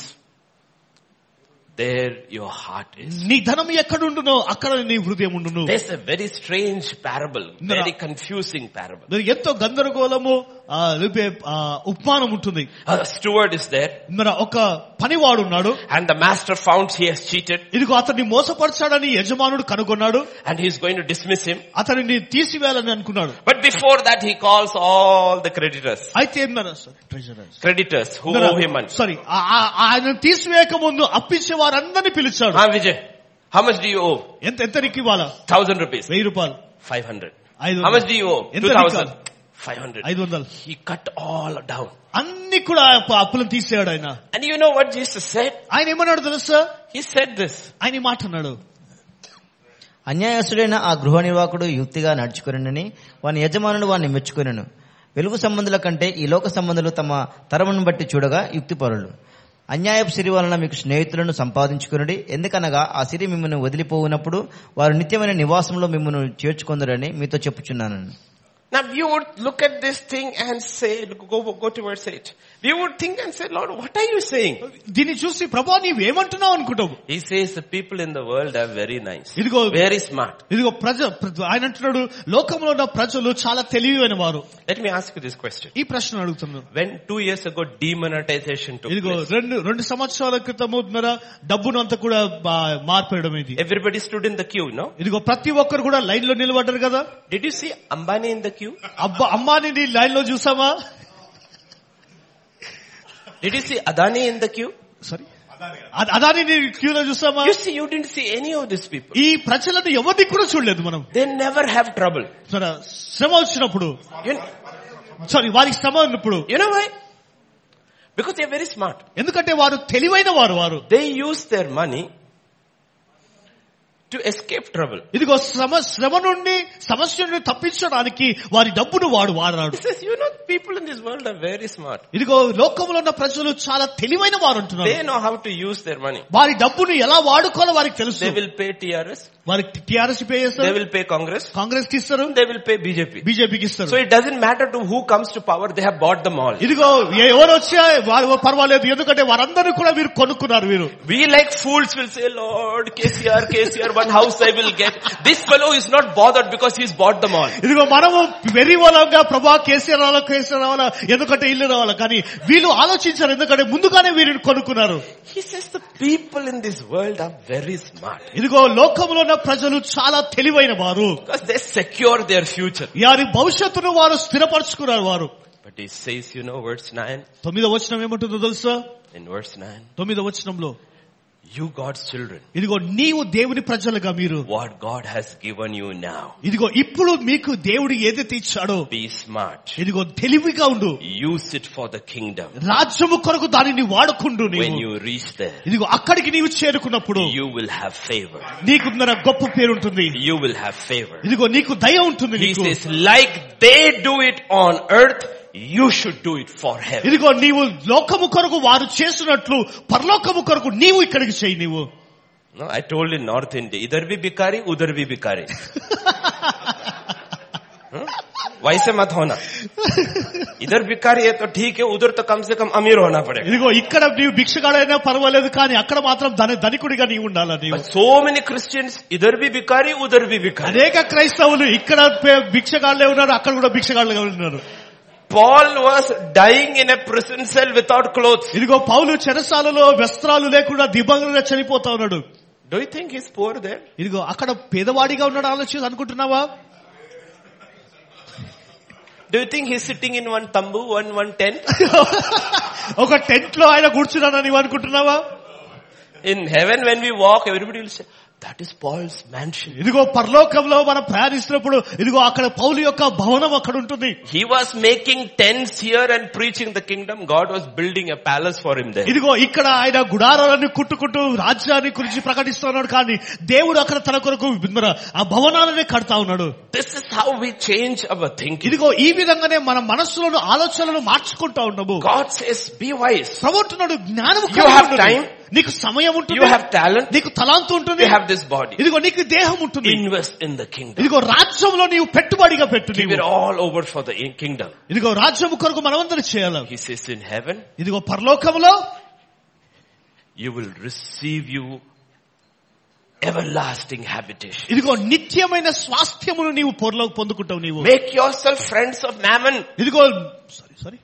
Speaker 1: there your heart is.
Speaker 2: నీ ధనం ఎక్కడుండునో అక్కడ నీ హృదయం ఉండును
Speaker 1: There's a very strange parable, very confusing parable.
Speaker 2: మరి ఎంతో గందరగోళము ఆ, రేపే- ఆ, ఉపమానం ఉంటుంది
Speaker 1: A steward is there
Speaker 2: మరి ఒక పనివాడు ఉన్నాడు
Speaker 1: and the master found he has cheated
Speaker 2: ఇదిగో అతన్ని మోసపరచాడని యజమానుడు కనుగొన్నాడు
Speaker 1: and he's going to dismiss him.
Speaker 2: అతనిని తీసివేయాలని అనుకున్నాడు
Speaker 1: But before that he calls all the creditors.
Speaker 2: అయితే ఏందన్నారు? Sorry, treasurer.
Speaker 1: Creditors who owe him money.
Speaker 2: Sorry ఆయన తీసివేయక ముందు అప్పించే వారందరినీ పిలిచాడు
Speaker 1: Ah, Vijay, how much do you owe?
Speaker 2: ఎంత ఎంత నీకు ఇవ్వాలా
Speaker 1: Thousand rupees.
Speaker 2: వెయ్యి రూపాయలు
Speaker 1: Five hundred.
Speaker 2: ఐదు
Speaker 1: How much do you owe?
Speaker 2: ఎంత
Speaker 1: Two thousand.
Speaker 2: నీకు?
Speaker 1: Five hundred.
Speaker 2: ఐదు వందలు
Speaker 1: He cut all down.
Speaker 2: అన్ని కూడా ఆ అప్పు- అప్పులను తీసేయాడు ఆయన
Speaker 1: And you know what Jesus said?
Speaker 2: ఆయన ఏమన్నాడు తెలుసా
Speaker 1: He said this.
Speaker 2: ఆయన ఈ మాట అన్నాడు
Speaker 3: అన్యాయస్తుడైన ఆ గృహ నిర్వాహకుడు యుక్తిగా నడుచుకునని వాని యజమానుడు వాని మెచ్చుకొనెను వెలుగు సంబంధుల కంటే ఈ లోక సంబంధులు తమ తరమును బట్టి చూడగా యుక్తిపరులు అన్యాయపు సిరి వలన మీకు స్నేహితులను సంపాదించుకునుడి ఎందుకనగా ఆ సిరి మిమ్మల్ని వదిలిపోవునప్పుడు వారు నిత్యమైన నివాసంలో మిమ్మల్ని చేర్చుకొందరని మీతో చెప్పుచున్నాను
Speaker 1: Now we would look at this thing and say, go, go towards it. We would think and say, Lord, what are you saying?
Speaker 2: దీన్ని చూసి ప్రభా నీవేమంటున్నావు అనుకుంటావు
Speaker 1: He says the people in the world are very nice.
Speaker 2: ఇదిగో
Speaker 1: Very smart.
Speaker 2: ఇదిగో ప్రజ ప్ర- ఆయన అంటున్నాడు లోకంలో ఉన్న ప్రజలు చాలా తెలివైన వారు
Speaker 1: Let me ask you this question.
Speaker 2: ఈ ప్రశ్న అడుగుతున్నాను
Speaker 1: When two years ago demonetization took
Speaker 2: ఇదిగో
Speaker 1: place,
Speaker 2: రెండు రెండు సంవత్సరాల క్రితము మేర డబ్బును అంతా కూడా బా- మార్పేయడం ఇది
Speaker 1: everybody stood in the queue, no?
Speaker 2: ఇదిగో ప్రతి ఒక్కరు కూడా లైన్ లో నిలబడ్డారు కదా
Speaker 1: Did you see Ambani in the queue?
Speaker 2: అబ్బా అమ్మాని లైన్ లో చూసామా
Speaker 1: Did you see Adani in the queue?
Speaker 2: Sorry Adani క్యూలో చూసామా
Speaker 1: You see, you didn't see any of these people.
Speaker 2: ఈ ప్రజలను ఎవరిని కూడా చూడలేదు మనం
Speaker 1: They never have trouble.
Speaker 2: సరే, శ్రమ వచ్చినప్పుడు
Speaker 1: You,
Speaker 2: సారీ వారికి శ్రమ ఉన్నప్పుడు
Speaker 1: you know why? Because they are very smart.
Speaker 2: ఎందుకంటే వారు తెలివైన వారు వారు
Speaker 1: They use their money to escape trouble.
Speaker 2: ఇదిగో శ్రమ శ్రమ నుండి సమస్య నుండి తప్పించడానికి వారి డబ్బును వాడు వాడరాడు
Speaker 1: He says, you know, people in this world are very smart.
Speaker 2: ఇదిగో లోకంలో ఉన్న ప్రజలు చాలా తెలివైన వారు అంటున్నారు
Speaker 1: They know how to use their money.
Speaker 2: వారి డబ్బును ఎలా వాడుకోవాలో వారికి తెలుసు
Speaker 1: They will pay TRS,
Speaker 2: వారికి టిఆర్ఎస్ పే
Speaker 1: they
Speaker 2: చేస్తారు
Speaker 1: will pay Congress,
Speaker 2: కాంగ్రెస్ కి ఇస్తారు
Speaker 1: they will pay BJP.
Speaker 2: బీజేపీకి
Speaker 1: So
Speaker 2: ఇస్తారు
Speaker 1: it doesn't matter to who comes to power, they have bought them all.
Speaker 2: ఇదిగో ఎ- ఎవరు వచ్చినా వారు పర్వాలేదు ఎందుకంటే వారందరూ కూడా వీరు కొనుక్కున్నారు వీరు
Speaker 1: We like fools will say, Lord, KCR, KCR, one house I will get. This fellow is not bothered because he's bought them all.
Speaker 2: ఇదిగో మనము వెర్రి వాళ్ళంగా ప్రభా కేసీఆర్ రావాలా కేసీఆర్ రావాలా ఎందుకంటే ఇల్లు రావాలా కానీ వీళ్ళు ఆలోచించారు ఎందుకంటే ముందుగానే వీరిని కొనుక్కున్నారు
Speaker 1: He says the people in this world are very smart
Speaker 2: ఇదిగో లోకంలో ఉన్న ప్రజలు చాలా తెలివైన వారు
Speaker 1: because they secure their future.
Speaker 2: వారి భవిష్యత్తును వారు స్థిరపరచుకున్నారు వారు
Speaker 1: But he says, you know, verse 9,
Speaker 2: తొమ్మిదో వచనం ఏమంటుందో తెలుసా
Speaker 1: in verse 9,
Speaker 2: తొమ్మిదో వచనంలో
Speaker 1: you God's children,
Speaker 2: ఇదిగో నీవు దేవుని ప్రజలుగా మీరు
Speaker 1: what God has given you now,
Speaker 2: ఇదిగో ఇప్పుడు మీకు దేవుడు ఏదైతే ఇచ్చాడో
Speaker 1: be smart.
Speaker 2: ఇదిగో తెలివిగా ఉండు
Speaker 1: Use it for the kingdom.
Speaker 2: రాజ్యము కొరకు దానిని వాడుకుండు
Speaker 1: When
Speaker 2: నీవు
Speaker 1: you reach there,
Speaker 2: ఇదిగో అక్కడికి నీవు చేరుకున్నప్పుడు
Speaker 1: you will have favor.
Speaker 2: నీకు మన గొప్ప పేరు ఉంటుంది
Speaker 1: You will have favor.
Speaker 2: ఇదిగో నీకు దయ ఉంటుంది
Speaker 1: He
Speaker 2: నీకు
Speaker 1: says, like they do it on earth, you should do it for heaven.
Speaker 2: ఇదిగో నీవు లోకము కొరకు వారు చేసినట్లు పరలోకము కొరకు నీవు ఇక్కడికి చేయి నీవు
Speaker 1: No, I told in North India, idhar bhi bikari, udhar bhi bikari. Hmm? वैसे मत होना इधर भिखारी है तो ठीक है उधर तो कम से कम अमीर होना पड़ेगा
Speaker 2: ఇదిగో ఇక్కడ నీవు భిక్షగాడైనా పర్వాలేదు కానీ అక్కడ మాత్రం ధన ధనికుడిగా నీవు ఉండాలా నీవు
Speaker 1: But so many Christians, इधर भी भिखारी, उधर भी भिखारी.
Speaker 2: అనేక క్రైస్తవులు ఇక్కడ పే- భిక్షగాళ్ళే ఉన్నారు అక్కడ కూడా భిక్షగాళ్ళుగా ఉన్నారు
Speaker 1: Paul was dying in a prison cell without clothes.
Speaker 2: ఇదిగో పౌలు చెరసాలలో వస్త్రాలు లేకుండా దిబంగా చనిపోతా ఉన్నాడు
Speaker 1: Do you think he's poor there?
Speaker 2: ఇదిగో అక్కడ పేదవాడిగా ఉన్నాడు ఆలోచించి అనుకుంటున్నావా
Speaker 1: Do you think he's sitting in one tambu, one one tent?
Speaker 2: ఒక టెంట్ లో ఆయన కూర్చున్నాడని నీవు అనుకుంటున్నావా
Speaker 1: In heaven, when we walk, everybody will say, that is Paul's mansion.
Speaker 2: ఇదిగో పరలోకంలో మనం ప్రయాణిస్తున్నప్పుడు ఇదిగో అక్కడ పౌలు యొక్క భవనం అక్కడ ఉంటుంది
Speaker 1: He was making tents here and preaching the kingdom. God was building a palace for him there.
Speaker 2: ఇదిగో ఇక్కడ ఆయన గుడారాలను కుట్టుకుంటూ రాజ్యాన్ని గురించి ప్రకటిస్తున్నాడు కానీ దేవుడు అక్కడ తన కొరకు మరి ఆ భవనాలనే కడతా ఉన్నాడు
Speaker 1: This is how we change our thinking.
Speaker 2: ఇదిగో ఈ విధంగానే మన మనస్సులను ఆలోచనలను మార్చుకుంటా ఉన్నాము
Speaker 1: God says, be wise.
Speaker 2: ప్రభుత్వనుడు జ్ఞానం
Speaker 1: You have time.
Speaker 2: నీకు సమయం
Speaker 1: You
Speaker 2: ఉంటుంది
Speaker 1: have talent.
Speaker 2: నీకు తలాంతు ఉంటుంది
Speaker 1: You have this body.
Speaker 2: ఇదిగో నీకు దేహం ఉంటుంది
Speaker 1: Invest in the kingdom.
Speaker 2: ఇదిగో రాజ్యంలో నీవు పెట్టుబడిగా పెట్టు
Speaker 1: Give it
Speaker 2: నీవు
Speaker 1: all over for the kingdom.
Speaker 2: ఇదిగో రాజ్యం కొరకు మనమందరం చేయాలి
Speaker 1: He says in heaven,
Speaker 2: ఇదిగో పరలోకంలో
Speaker 1: you will receive you everlasting habitation.
Speaker 2: ఇదిగో నిత్యమైన స్వాస్థ్యమును నీవు పొరలోకి పొందుకుంటావు నీవు
Speaker 1: Make yourself friends of mammon,
Speaker 2: ఇదిగో sorry sorry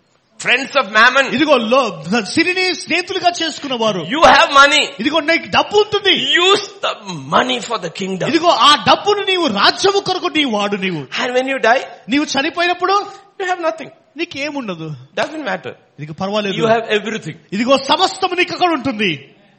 Speaker 1: friends of mammon.
Speaker 2: ఇదిగో లో సిరిని స్నేహితులుగా చేసుకున్న వారు
Speaker 1: You have money.
Speaker 2: ఇదిగో నీకు డబ్బు ఉంటుంది
Speaker 1: Use the money for the kingdom.
Speaker 2: ఇదిగో ఆ డబ్బును నీవు రాజ్యము కొరకు నీవు వాడు నీవు
Speaker 1: And when you die,
Speaker 2: నీవు చనిపోయినప్పుడు
Speaker 1: you have nothing.
Speaker 2: నీకేముండదు
Speaker 1: Doesn't matter.
Speaker 2: ఇదిగో పర్వాలేదు
Speaker 1: You have everything
Speaker 2: ఇదిగో సమస్తము నీకు అక్కడ ఉంటుంది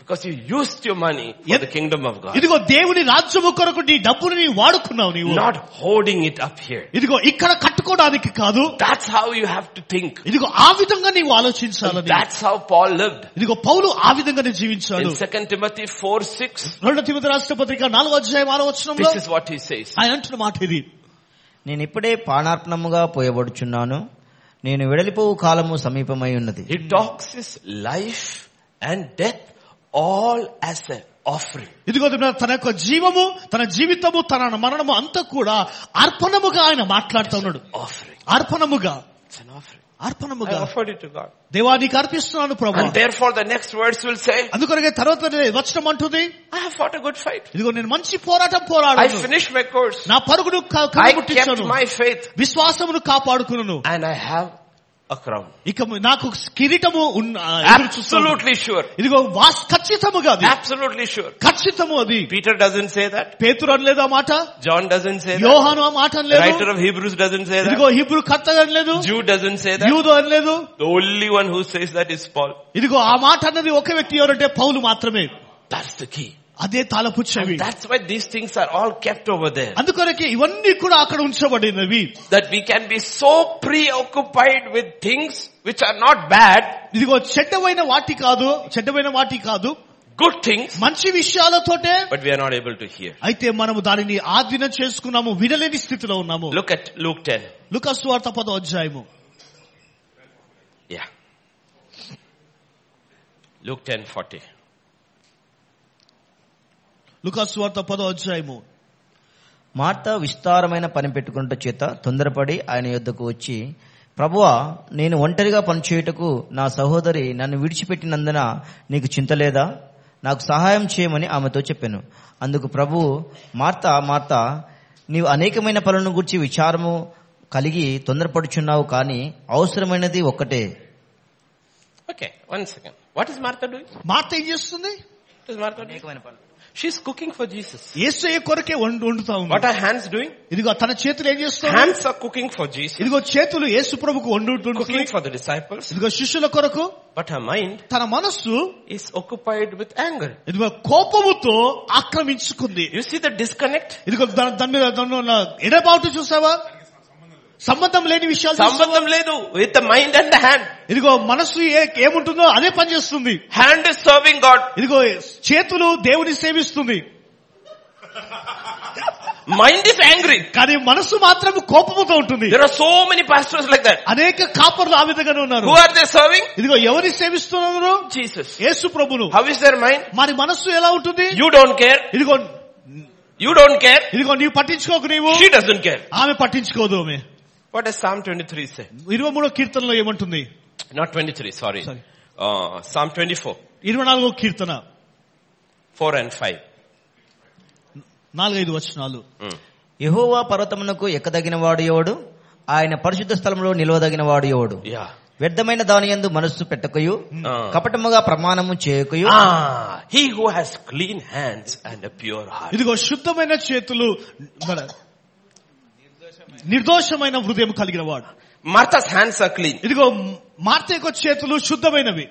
Speaker 1: because you used your money for
Speaker 2: Yet-
Speaker 1: the kingdom of God.
Speaker 2: ఇదిగో దేవుని రాజ్యము కొరకు నీ డబ్బును నీవు వాడుకున్నావు నీవు
Speaker 1: Not holding it up here.
Speaker 2: ఇదిగో ఇక్కడ కట్టుకోవడానికి కాదు
Speaker 1: That's how you have to think.
Speaker 2: ఇదిగో ఆ విధంగా నీవు ఆలోచించాలని
Speaker 1: That's how Paul lived.
Speaker 2: ఇదిగో పౌలు ఆ విధంగానే జీవించాడు
Speaker 1: In 2 Timothy 4, 6,
Speaker 2: రెండో తిమిత రాష్ట్ర పత్రిక నాలుగో అధ్యాయం ఆరో వచనంలో
Speaker 1: this is what he says.
Speaker 2: ఆయన అంటున్న మాట ఇది
Speaker 3: నేను ఇప్పుడే పానార్పణముగా పోయబడుచున్నాను నేను వెడలిపోవు కాలము సమీపమై ఉన్నది
Speaker 1: He talks his life and death all as an offering.
Speaker 2: ఇదిగో దేవుడా, తన యొక్క జీవము తన జీవితము తన మరణము అంతా కూడా అర్పణముగా ఆయన మాట్లాడుతూ ఉన్నాడు
Speaker 1: Offering.
Speaker 2: అర్పణముగా
Speaker 1: It's an offering. I
Speaker 2: అర్పణముగా
Speaker 1: offered it to Oh, God.
Speaker 2: దేవా నీకు అర్పిస్తున్నాను ప్రభు
Speaker 1: And therefore the next words will say,
Speaker 2: అందుకొరకే తర్వాత వచ్చడం అంటుంది
Speaker 1: I have fought a good fight.
Speaker 2: ఇదిగో నేను మంచి పోరాటం
Speaker 1: I
Speaker 2: పోరాడాను
Speaker 1: finished my course.
Speaker 2: నా పరుగును క-
Speaker 1: I
Speaker 2: కనిముట్టించాను
Speaker 1: kept my faith.
Speaker 2: విశ్వాసమును కాపాడుకును
Speaker 1: And I have a crown.
Speaker 2: ఇక నాకు కిరీటము ఉన్న ఎదురు చూస్తోంది.
Speaker 1: Absolutely sure.
Speaker 2: ఇదిగో వాస్ ఖచ్చితముగా అది
Speaker 1: Absolutely sure.
Speaker 2: ఖచ్చితము అది
Speaker 1: Peter doesn't say that.
Speaker 2: పేతురు అనలేదు ఆ మాట
Speaker 1: John doesn't say that.
Speaker 2: యోహాను ఆ మాట
Speaker 1: The
Speaker 2: అనలేదు
Speaker 1: writer of Hebrews doesn't say
Speaker 2: ఇదిగో
Speaker 1: that.
Speaker 2: హిబ్రూ కర్త అనలేదు
Speaker 1: Jew doesn't say that.
Speaker 2: యూదు అనలేదు
Speaker 1: The only one who says that is Paul.
Speaker 2: ఇదిగో ఆ మాట అన్నది ఒక వ్యక్తి ఎవరంటే పౌలు మాత్రమే
Speaker 1: That's the key.
Speaker 2: అదే తాలపు చెవి
Speaker 1: That's why these things are all kept over there.
Speaker 2: అందుకొరకే ఇవన్నీ కూడా అక్కడ ఉంచబడినవి
Speaker 1: That we can be so preoccupied with things which are not bad,
Speaker 2: ఇదిగో చెడ్డమైన వాటి కాదు చెడ్డమైన వాటి కాదు
Speaker 1: good things,
Speaker 2: మంచి విషయాలతోటే
Speaker 1: but we are not able to hear.
Speaker 2: అయితే మనము దానిని ఆధీనం చేసుకున్నాము వినలేని స్థితిలో ఉన్నాము
Speaker 1: Look at Luke 10.
Speaker 2: లుకస్ వార్త పదో అధ్యాయము
Speaker 1: Yeah. Luke 10, 40.
Speaker 2: లుకస్ వార్త పదో అధ్యాయము
Speaker 3: మార్త విస్తారమైన పని పెట్టుకున్నట చేత తొందరపడి ఆయన యొద్దకు వచ్చి ప్రభువా నేను ఒంటరిగా పనిచేయుటకు నా సహోదరి నన్ను విడిచిపెట్టినందున నీకు చింత లేదా నాకు సహాయం చేయమని ఆమెతో చెప్పాను అందుకు ప్రభువు మార్త మార్త నీవు అనేకమైన పనులను గురించి విచారము కలిగి తొందరపడుచున్నావు కానీ అవసరమైనది ఒక్కటే
Speaker 1: Okay, one second. What is Martha doing? What
Speaker 2: Martha ఏం చేస్తుంది
Speaker 1: is Martha doing? She's cooking for Jesus.
Speaker 2: ఏసయ్య కొరకే వండు వండుతా ఉంది
Speaker 1: What are hands doing?
Speaker 2: ఇదిగో తన చేతులు ఏం చేస్తుంది
Speaker 1: Hands are cooking for Jesus,
Speaker 2: ఇదిగో చేతులు యేసు ప్రభుకు వండుతుంది
Speaker 1: cooking for the disciples,
Speaker 2: ఇదిగో శిష్యుల కొరకు
Speaker 1: but her mind
Speaker 2: తన మనస్సు
Speaker 1: is occupied with anger.
Speaker 2: ఇదిగో కోపముతో ఆక్రమించుకుంది
Speaker 1: You see the disconnect?
Speaker 2: ఇదిగో దా- దాని మీద దాని ఉన్న ఎడబాటు చూసావా సంబంధం లేని విషయాలు చూసావా?
Speaker 1: సంబంధం లేదు with the mind and the hand.
Speaker 2: ఇదిగో మనస్సు ఏ- ఏముంటుందో అదే పనిచేస్తుంది
Speaker 1: Hand is serving God.
Speaker 2: ఇదిగో చేతులు దేవుని సేవిస్తుంది
Speaker 1: Mind is angry.
Speaker 2: కానీ మనస్సు మాత్రం కోపముతో ఉంటుంది
Speaker 1: There are so many pastors like that.
Speaker 2: అనేక కాపర్లు ఆ విధంగానే
Speaker 1: Who
Speaker 2: ఉన్నారు
Speaker 1: are they serving?
Speaker 2: ఇదిగో ఎవరిని సేవిస్తున్నారు
Speaker 1: Jesus.
Speaker 2: యేసు ప్రభును
Speaker 1: How is their mind?
Speaker 2: మరి మనస్సు ఎలా ఉంటుంది
Speaker 1: You don't care.
Speaker 2: ఇదిగో
Speaker 1: You don't care.
Speaker 2: ఇదిగో నీవు పట్టించుకోకు నీవు
Speaker 1: She doesn't care.
Speaker 2: ఆమె పట్టించుకోదు ఆమె
Speaker 1: What does Psalm 23 say?
Speaker 2: ఇరవై మూడో కీర్తనలో ఏమంటుంది
Speaker 1: Not 23, sorry.
Speaker 2: Sorry.
Speaker 1: Uh, Psalm 24,
Speaker 2: ఇరవై నాలుగో కీర్తన
Speaker 1: 4 and 5.
Speaker 2: నాలుగైదు వచనాలు
Speaker 1: Mm.
Speaker 3: యహోవా పర్వతమునకు ఎక్కదగిన వాడు ఎవడు ఆయన పరిశుద్ధ స్థలంలో నిలవదగిన వాడు ఎవడు
Speaker 1: Yeah.
Speaker 3: వ్యర్థమైన దాని యందు మనస్సు పెట్టకయు
Speaker 1: Mm.
Speaker 3: కపటముగా ప్రమాణము చేయకయు
Speaker 1: Ah, he who has clean hands and a pure heart.
Speaker 2: ఇదిగో శుద్ధమైన చేతులు మన- నిర్దోషమైన హృదయం కలిగిన వాడు
Speaker 1: Martha's hands are clean.
Speaker 2: ఇదిగో మార్త యొక్క చేతులు శుద్ధమైనవి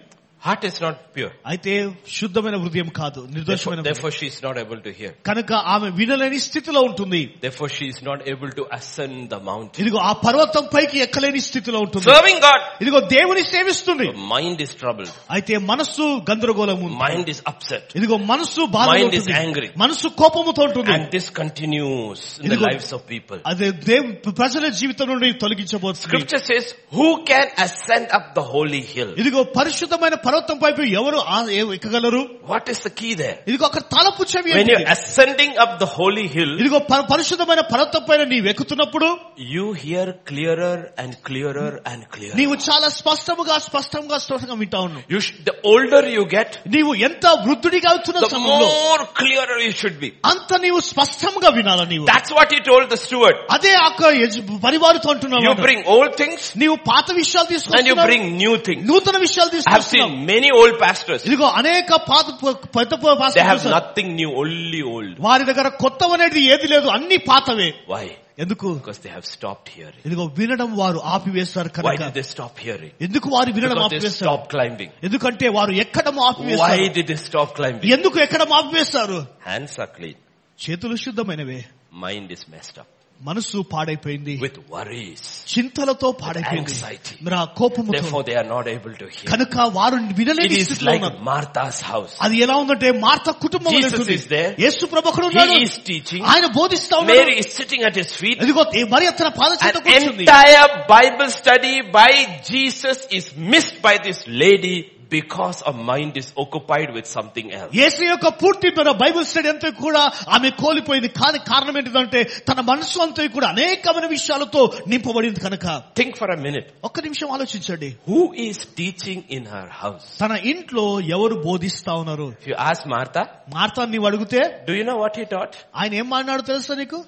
Speaker 1: Heart is not pure.
Speaker 2: అయితే శుద్ధమైన హృదయం కాదు
Speaker 1: Therefore,
Speaker 2: నిర్దోషమైన హృదయం.
Speaker 1: therefore she is not able to hear.
Speaker 2: కనుక ఆమె వినలేని స్థితిలో ఉంటుంది
Speaker 1: Therefore she is not able to ascend the mountain.
Speaker 2: ఇదిగో ఆ పర్వతం పైకి ఎక్కలేని స్థితిలో ఉంటుంది
Speaker 1: Serving God.
Speaker 2: ఇదిగో దేవుని సేవిస్తుంది
Speaker 1: The mind is troubled.
Speaker 2: అయితే మనస్సు గందరగోళం ఉంది
Speaker 1: Mind is upset.
Speaker 2: ఇదిగో మనస్సు బాధలో
Speaker 1: Mind is
Speaker 2: ఉంటుంది.
Speaker 1: angry.
Speaker 2: మనస్సు కోపముతో ఉంటుంది
Speaker 1: And this continues in the
Speaker 2: ఇదిగో-
Speaker 1: lives of people.
Speaker 2: అదే దేవ్ ప్రజల జీవితం నుండి తొలగించబోతుంది
Speaker 1: Scripture says, who can ascend up the holy hill?
Speaker 2: ఇదిగో పరిశుద్ధమైన పర్వతం పైపు ఎవరు ఆ- ఏ- ఎక్కగలరు
Speaker 1: What is the key there?
Speaker 2: ఇదిగో అక్కడ తలపు చెవి
Speaker 1: When
Speaker 2: ఏంటిది?
Speaker 1: you're ascending up the holy hill,
Speaker 2: ఇదిగో ప- పరిశుద్ధమైన పర్వతం పైన నీవు ఎక్కుతున్నప్పుడు
Speaker 1: you hear clearer and clearer and clearer.
Speaker 2: నీవు చాలా స్పష్టముగా స్పష్టంగా స్పష్టంగా వింటా ఉన్నావు
Speaker 1: You sh- the older you get,
Speaker 2: నీవు ఎంత వృద్ధుడిగా అవుతున్న
Speaker 1: the
Speaker 2: సమయంలో
Speaker 1: more clearer you should be.
Speaker 2: అంత నీవు స్పష్టంగా వినాల నీవు
Speaker 1: That's what he told the steward.
Speaker 2: అదే అక్క యజ- పరివారితో అంటున్నావు
Speaker 1: You bring old things
Speaker 2: నీవు పాత విషయాలు
Speaker 1: and you
Speaker 2: తీసుకొని
Speaker 1: bring new things.
Speaker 2: నూతన విషయాలు
Speaker 1: I have
Speaker 2: తీసుకొస్తున్నావు
Speaker 1: seen many old pastors.
Speaker 2: ఇదిగో అనేక పాత ప- పెద్ద ప-
Speaker 1: They
Speaker 2: పాస్టర్లు
Speaker 1: have
Speaker 2: చూశాను.
Speaker 1: nothing new, only old.
Speaker 2: వారి దగ్గర కొత్త అనేది ఏది లేదు అన్ని పాతవే
Speaker 1: Why?
Speaker 2: ఎందుకు
Speaker 1: Because they have stopped hearing.
Speaker 2: ఇదిగో వినడం వారు ఆపివేస్తారు
Speaker 1: Why
Speaker 2: కనుక
Speaker 1: did they stop hearing?
Speaker 2: ఎందుకు వారు వినడం
Speaker 1: Because they
Speaker 2: ఆపివేస్తారు
Speaker 1: stopped climbing.
Speaker 2: ఎందుకంటే వారు ఎక్కడం
Speaker 1: Why
Speaker 2: ఆపివేస్తారు
Speaker 1: did they stop climbing?
Speaker 2: ఎందుకు ఎక్కడం ఆపివేస్తారు
Speaker 1: Hands are clean.
Speaker 2: చేతులు శుద్ధమైనవే
Speaker 1: Mind is messed up
Speaker 2: మనస్సు పాడైపోయింది
Speaker 1: with worries.
Speaker 2: చింతలతో పాడైపోయింది
Speaker 1: anxiety.
Speaker 2: మరి ఆ కోపముతో
Speaker 1: Therefore they are not able to hear.
Speaker 2: కనుక వారు
Speaker 1: It
Speaker 2: వినలేని
Speaker 1: is
Speaker 2: స్థితిలో
Speaker 1: like
Speaker 2: ఉన్నారు
Speaker 1: Martha's house.
Speaker 2: అది ఎలా ఉందంటే మార్త కుటుంబం
Speaker 1: Jesus
Speaker 2: ఉంటుంది.
Speaker 1: is there.
Speaker 2: యేసు ప్రభకుడు ఉన్నాడు
Speaker 1: He is teaching.
Speaker 2: ఆయన బోధిస్తా ఉన్నాడు
Speaker 1: Mary is sitting at his feet.
Speaker 2: ఇదిగో ఏ- మరి అతని పాద చేత
Speaker 1: An
Speaker 2: కూర్చుంది
Speaker 1: entire Bible study by Jesus is missed by this lady because our mind is occupied with something else.
Speaker 2: యేసు యొక్క పూర్తి ద్వారా బైబిల్ స్టడీ అంతా కూడా ఆమె కోల్పోయింది కానీ కారణం ఏంటిదంటే తన మనసు అంతా కూడా అనేకమైన విషయాలతో నింపబడింది కనుక
Speaker 1: Think for a minute.
Speaker 2: ఒక్క నిమిషం ఆలోచించండి
Speaker 1: Who is teaching in her house?
Speaker 2: తన ఇంట్లో ఎవరు బోధిస్తా ఉన్నారు
Speaker 1: If you ask Martha,
Speaker 2: Martha నీవు అడిగితే
Speaker 1: do you know what he taught?
Speaker 2: ఆయన ఏం మాట్లాడు తెలుసా నీకు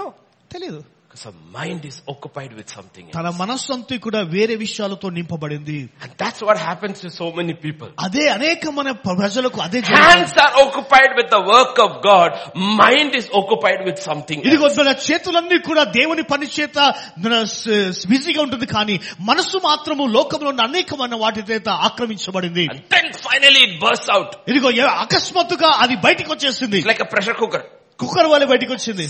Speaker 2: ఓ, తెలీదు
Speaker 1: Because her mind is occupied with something else.
Speaker 2: తన మనస్సు అంతా కూడా వేరే విషయాలతో నింపబడింది
Speaker 1: And that's what happens to so many people.
Speaker 2: అదే అనేక మన ప్రజలకు అదే జరుగుతుంది.
Speaker 1: Hands are occupied with the work of God. Mind is occupied with something
Speaker 2: ఇదిగో
Speaker 1: else.
Speaker 2: మన చేతులన్నీ కూడా దేవుని పని చేత మన స- బిజీగా ఉంటుంది కానీ మనసు మాత్రము లోకంలో ఉన్న అనేకమైన వాటి చేత ఆక్రమించబడింది
Speaker 1: And then finally it bursts out.
Speaker 2: ఇదిగో ఏ- అకస్మాత్తుగా అది బయటికి వచ్చేసింది
Speaker 1: It's like a pressure cooker.
Speaker 2: Cooker వాళ్ళ బయటికి వచ్చింది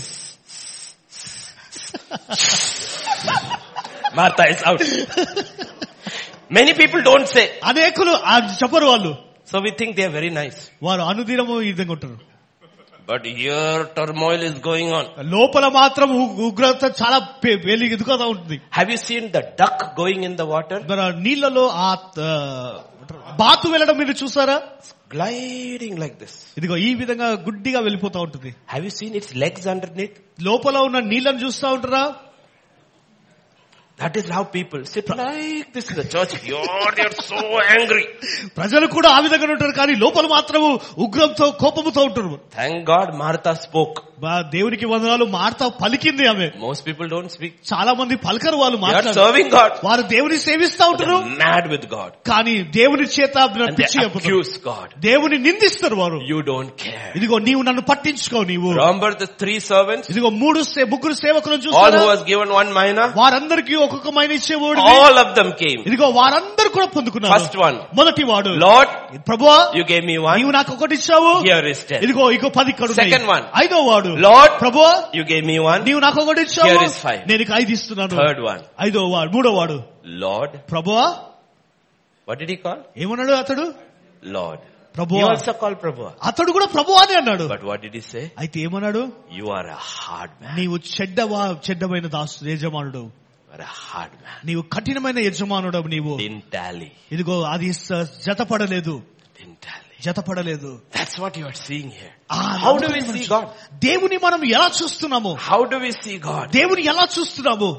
Speaker 1: Martha is out. Many people don't say.
Speaker 2: అనేకులు ఆ చెప్పరు వాళ్ళు
Speaker 1: So we think they are very nice.
Speaker 2: వారు అనుదినము ఈ విధంగా ఉంటారు
Speaker 1: But your turmoil is going on.
Speaker 2: లోపల మాత్రం ఉ- ఉగ్రత చాలా పే- వేలి ఎదుగుతా ఉంటుంది
Speaker 1: Have you seen the duck going in the water?
Speaker 2: మన నీళ్లలో ఆ ఆ, బాతు వెళ్ళడం మీరు చూసారా
Speaker 1: Gliding like this.
Speaker 2: ఇదిగో ఈ విధంగా గుడ్డిగా వెళ్ళిపోతా ఉంటుంది
Speaker 1: Have you seen its legs underneath?
Speaker 2: లోపల ఉన్న నీళ్లను చూస్తా ఉంటారా
Speaker 1: That is how people sit like this in the church. You're, they're so angry.
Speaker 2: ప్రజలు కూడా ఆ విధంగా ఉంటారు కానీ లోపల మాత్రము ఉగ్రంతో కోపముతో ఉంటారు
Speaker 1: Thank God Martha spoke.
Speaker 2: బా దేవునికి వందనాలు మార్తా పలికింది ఆమె
Speaker 1: Most people don't speak.
Speaker 2: చాలా మంది పలకరు వాళ్ళు
Speaker 1: They are
Speaker 2: మాట్లాడారు
Speaker 1: serving God.
Speaker 2: వారు దేవుని సేవిస్తా
Speaker 1: But
Speaker 2: ఉంటారు
Speaker 1: they're mad with God.
Speaker 2: కానీ దేవుని చేత
Speaker 1: And they
Speaker 2: పిచ్చి అయిపోతారు.
Speaker 1: accuse God.
Speaker 2: దేవుని నిందిస్తారు వారు
Speaker 1: You don't care.
Speaker 2: ఇదిగో నీవు నన్ను పట్టించుకో నీవు
Speaker 1: Remember the three servants?
Speaker 2: ఇదిగో మూడు సే- ముగ్గురు సేవకులను
Speaker 1: All
Speaker 2: చూస్తారా
Speaker 1: who was given one mina?
Speaker 2: వారందరికీ ఒక్కొక్క మైన ఇచ్చేవాడు
Speaker 1: All of them came.
Speaker 2: ఇదిగో వారందరూ కూడా పొందుకున్నారు
Speaker 1: First one.
Speaker 2: మొదటి వాడు
Speaker 1: Lord,
Speaker 2: ప్రభువా
Speaker 1: you gave me one.
Speaker 2: నీవు నాకు ఒకటి ఇచ్చావు
Speaker 1: Here is ten.
Speaker 2: ఇదిగో ఇగో పది ఇక్కడ ఉన్నాయి.
Speaker 1: Second one.
Speaker 2: ఐదో వాడు
Speaker 1: Lord,
Speaker 2: ప్రభువా
Speaker 1: You gave me one.
Speaker 2: నీవు నాకు ఒకటి ఇచ్చావు
Speaker 1: Here is five.
Speaker 2: నేను ఇక ఐదు ఇస్తున్నాను
Speaker 1: Third one.
Speaker 2: ఐదో వాడు మూడో వాడు
Speaker 1: Lord.
Speaker 2: ప్రభువా
Speaker 1: What did he call?
Speaker 2: ఏమన్నాడు అతడు
Speaker 1: Lord. He
Speaker 2: ప్రభువా
Speaker 1: also called Prabhu.
Speaker 2: అతడు కూడా ప్రభువా అని అన్నాడు
Speaker 1: But what did he say?
Speaker 2: అయితే ఏమన్నాడు
Speaker 1: You are a hard man.
Speaker 2: నీవు చెడ్డవా చెడ్డమైన దాసు యజమానుడు
Speaker 1: You are a hard man.
Speaker 2: నీవు కఠినమైన యజమానుడు నీవు
Speaker 1: Didn't tally.
Speaker 2: ఇదిగో అది స- జతపడలేదు
Speaker 1: Didn't tally.
Speaker 2: జతపడలేదు
Speaker 1: That's what you are seeing here.
Speaker 2: ఆ
Speaker 1: How do we see God?
Speaker 2: దేవుని మనం ఎలా చూస్తున్నాము
Speaker 1: How do we see God?
Speaker 2: దేవుని ఎలా చూస్తున్నాము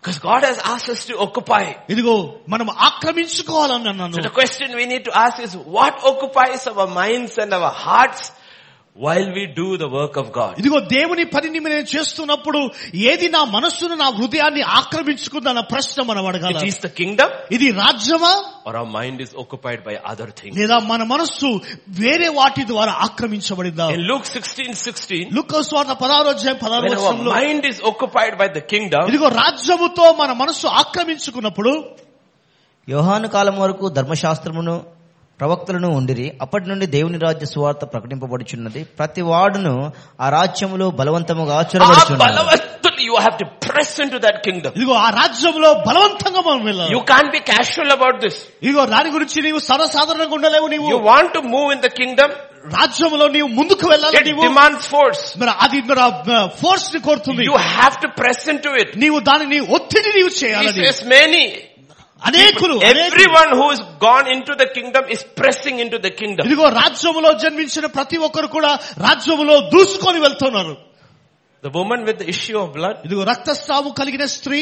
Speaker 1: Because God has asked us to occupy.
Speaker 2: ఇదిగో మనం ఆక్రమించుకోవాలని
Speaker 1: So the
Speaker 2: అన్నాను
Speaker 1: question we need to ask is what occupies our minds and our hearts while we do the work of God?
Speaker 2: ఇదిగో దేవుని పనిని నేను చేస్తున్నప్పుడు ఏది నా మనస్సును నా హృదయాన్ని ఆక్రమించుకుందన్న ప్రశ్న మనం
Speaker 1: It
Speaker 2: అడగాలి
Speaker 1: is the kingdom
Speaker 2: ఇది రాజ్యమా
Speaker 1: or our mind is occupied by other things.
Speaker 2: లేదా మన మనస్సు వేరే వాటి ద్వారా ఆక్రమించబడిందా
Speaker 1: In Luke 16, 16,
Speaker 2: లుక్కస్ వార్త పదహారు అధ్యాయం పదహారు
Speaker 1: when our
Speaker 2: వచనంలో
Speaker 1: mind is occupied by the kingdom,
Speaker 2: ఇదిగో రాజ్యముతో మన మనస్సు ఆక్రమించుకున్నప్పుడు
Speaker 3: యోహాను కాలం వరకు ధర్మశాస్త్రమును ప్రవక్తలను ఉండిరి అప్పటి నుండి దేవుని రాజ్య సువార్త ప్రకటింపబడుచున్నది ప్రతి వాడును ఆ రాజ్యములో బలవంతముగా
Speaker 1: Ah,
Speaker 3: చొరబడుచున్నారు
Speaker 1: Balavatul, you have to press into that kingdom.
Speaker 2: ఇదిగో ఆ రాజ్యంలో బలవంతంగా మనం వెళ్ళాలి
Speaker 1: You can't be casual about this.
Speaker 2: ఇదిగో దాని గురించి నీవు సర్వసాధారణంగా ఉండలేవు నీవు
Speaker 1: You want to move in the kingdom,
Speaker 2: రాజ్యంలో నీవు ముందుకు వెళ్ళాలి
Speaker 1: it
Speaker 2: నీవు
Speaker 1: demands force.
Speaker 2: మరి అది మరి ఫోర్స్ ని కోరుతుంది
Speaker 1: You have to press into it.
Speaker 2: నీవు దానిని ఒత్తిడి నీవు
Speaker 1: He
Speaker 2: చేయాలని
Speaker 1: says many.
Speaker 2: అనేకులు అనేకులు.
Speaker 1: Everyone who has gone into the kingdom is pressing into the kingdom.
Speaker 2: ఇదిగో రాజ్యములో జన్మించిన ప్రతి ఒక్కరు కూడా రాజ్యములో దూసుకొని వెళ్తున్నారు
Speaker 1: The woman with the issue of blood,
Speaker 2: ఇదిగో రక్తస్రావం కలిగిన స్త్రీ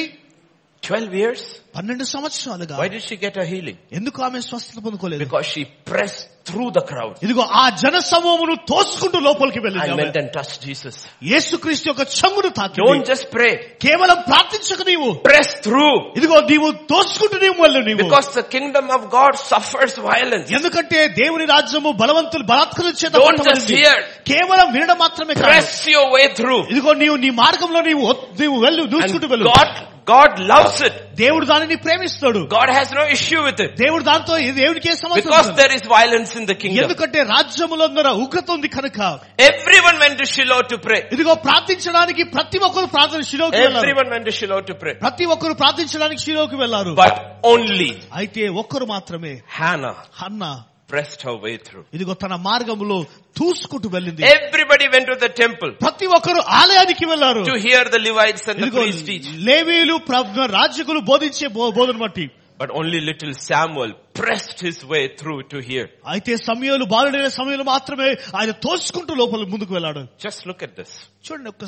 Speaker 1: 12 years,
Speaker 2: పన్నెండు సంవత్సరాలుగా
Speaker 1: why did she get her healing?
Speaker 2: ఎందుకు ఆమె స్వస్థత పొందుకోలేదు
Speaker 1: Because she pressed through the crowd
Speaker 2: ఇదిగో ఆ జన సమూహమును తోసుకుంటూ లోపలికి వెళ్ళింది
Speaker 1: and
Speaker 2: ఆమె.
Speaker 1: went and touched Jesus.
Speaker 2: యేసుక్రీస్తు యొక్క చంగును
Speaker 1: Don't
Speaker 2: తాకి
Speaker 1: just pray.
Speaker 2: కేవలం ప్రార్థించక నీవు
Speaker 1: Press through.
Speaker 2: ఇదిగో నీవు తోసుకుంటూ నీవు వెళ్ళు నీవు
Speaker 1: Because the kingdom of God suffers violence.
Speaker 2: ఎందుకంటే దేవుని రాజ్యము బలవంతులు బలాత్కరణ చేత
Speaker 1: Don't just
Speaker 2: పట్టబడింది.
Speaker 1: hear.
Speaker 2: కేవలం వినడం మాత్రమే కాదు
Speaker 1: Press your way through.
Speaker 2: ఇదిగో నీవు నీ మార్గంలో నీవు ఒత్- నీవు వెళ్ళు దూసుకుంటూ
Speaker 1: And
Speaker 2: వెళ్ళు
Speaker 1: God, God loves it.
Speaker 2: దేవుడు దానిని ప్రేమిస్తాడు
Speaker 1: God has no issue with it.
Speaker 2: దేవుడు దాంతో ఏ- దేవునికి ఏ సమస్య
Speaker 1: Because
Speaker 2: ఉండదు.
Speaker 1: there is violence in the kingdom.
Speaker 2: ఎందుకంటే రాజ్యములో ఉన్న ఉగ్రత ఉంది కనుక
Speaker 1: Everyone went to Shiloh to pray.
Speaker 2: ఇదిగో ప్రార్థించడానికి ప్రతి ఒక్కరు ప్రార్థన శిలోకి వెళ్ళారు
Speaker 1: Everyone went to Shiloh to pray.
Speaker 2: ప్రతి ఒక్కరు ప్రార్థించడానికి శిలోకి వెళ్ళారు
Speaker 1: But only
Speaker 2: అయితే ఒక్కరు మాత్రమే
Speaker 1: Hannah
Speaker 2: Hannah
Speaker 1: pressed her way through.
Speaker 2: ఇదిగో తన మార్గములో తూసుకుంటూ వెళ్ళింది
Speaker 1: Everybody went to the temple
Speaker 2: ప్రతి ఒక్కరు ఆలయానికి వెళ్ళారు
Speaker 1: to hear the Levites and the
Speaker 2: ఇదిగో
Speaker 1: priests teach.
Speaker 2: లేవీలు ప్రభు- రాజకులు బోధించే బో- బోధన బట్టి
Speaker 1: But only little Samuel pressed his way through to here.
Speaker 2: అయితే సమయంలో బాలుడైన సమయంలో మాత్రమే ఆయన తోసుకుంటూ లోపల ముందుకు వెళ్ళాడు
Speaker 1: Just look at this.
Speaker 2: చూడండి ఒక్క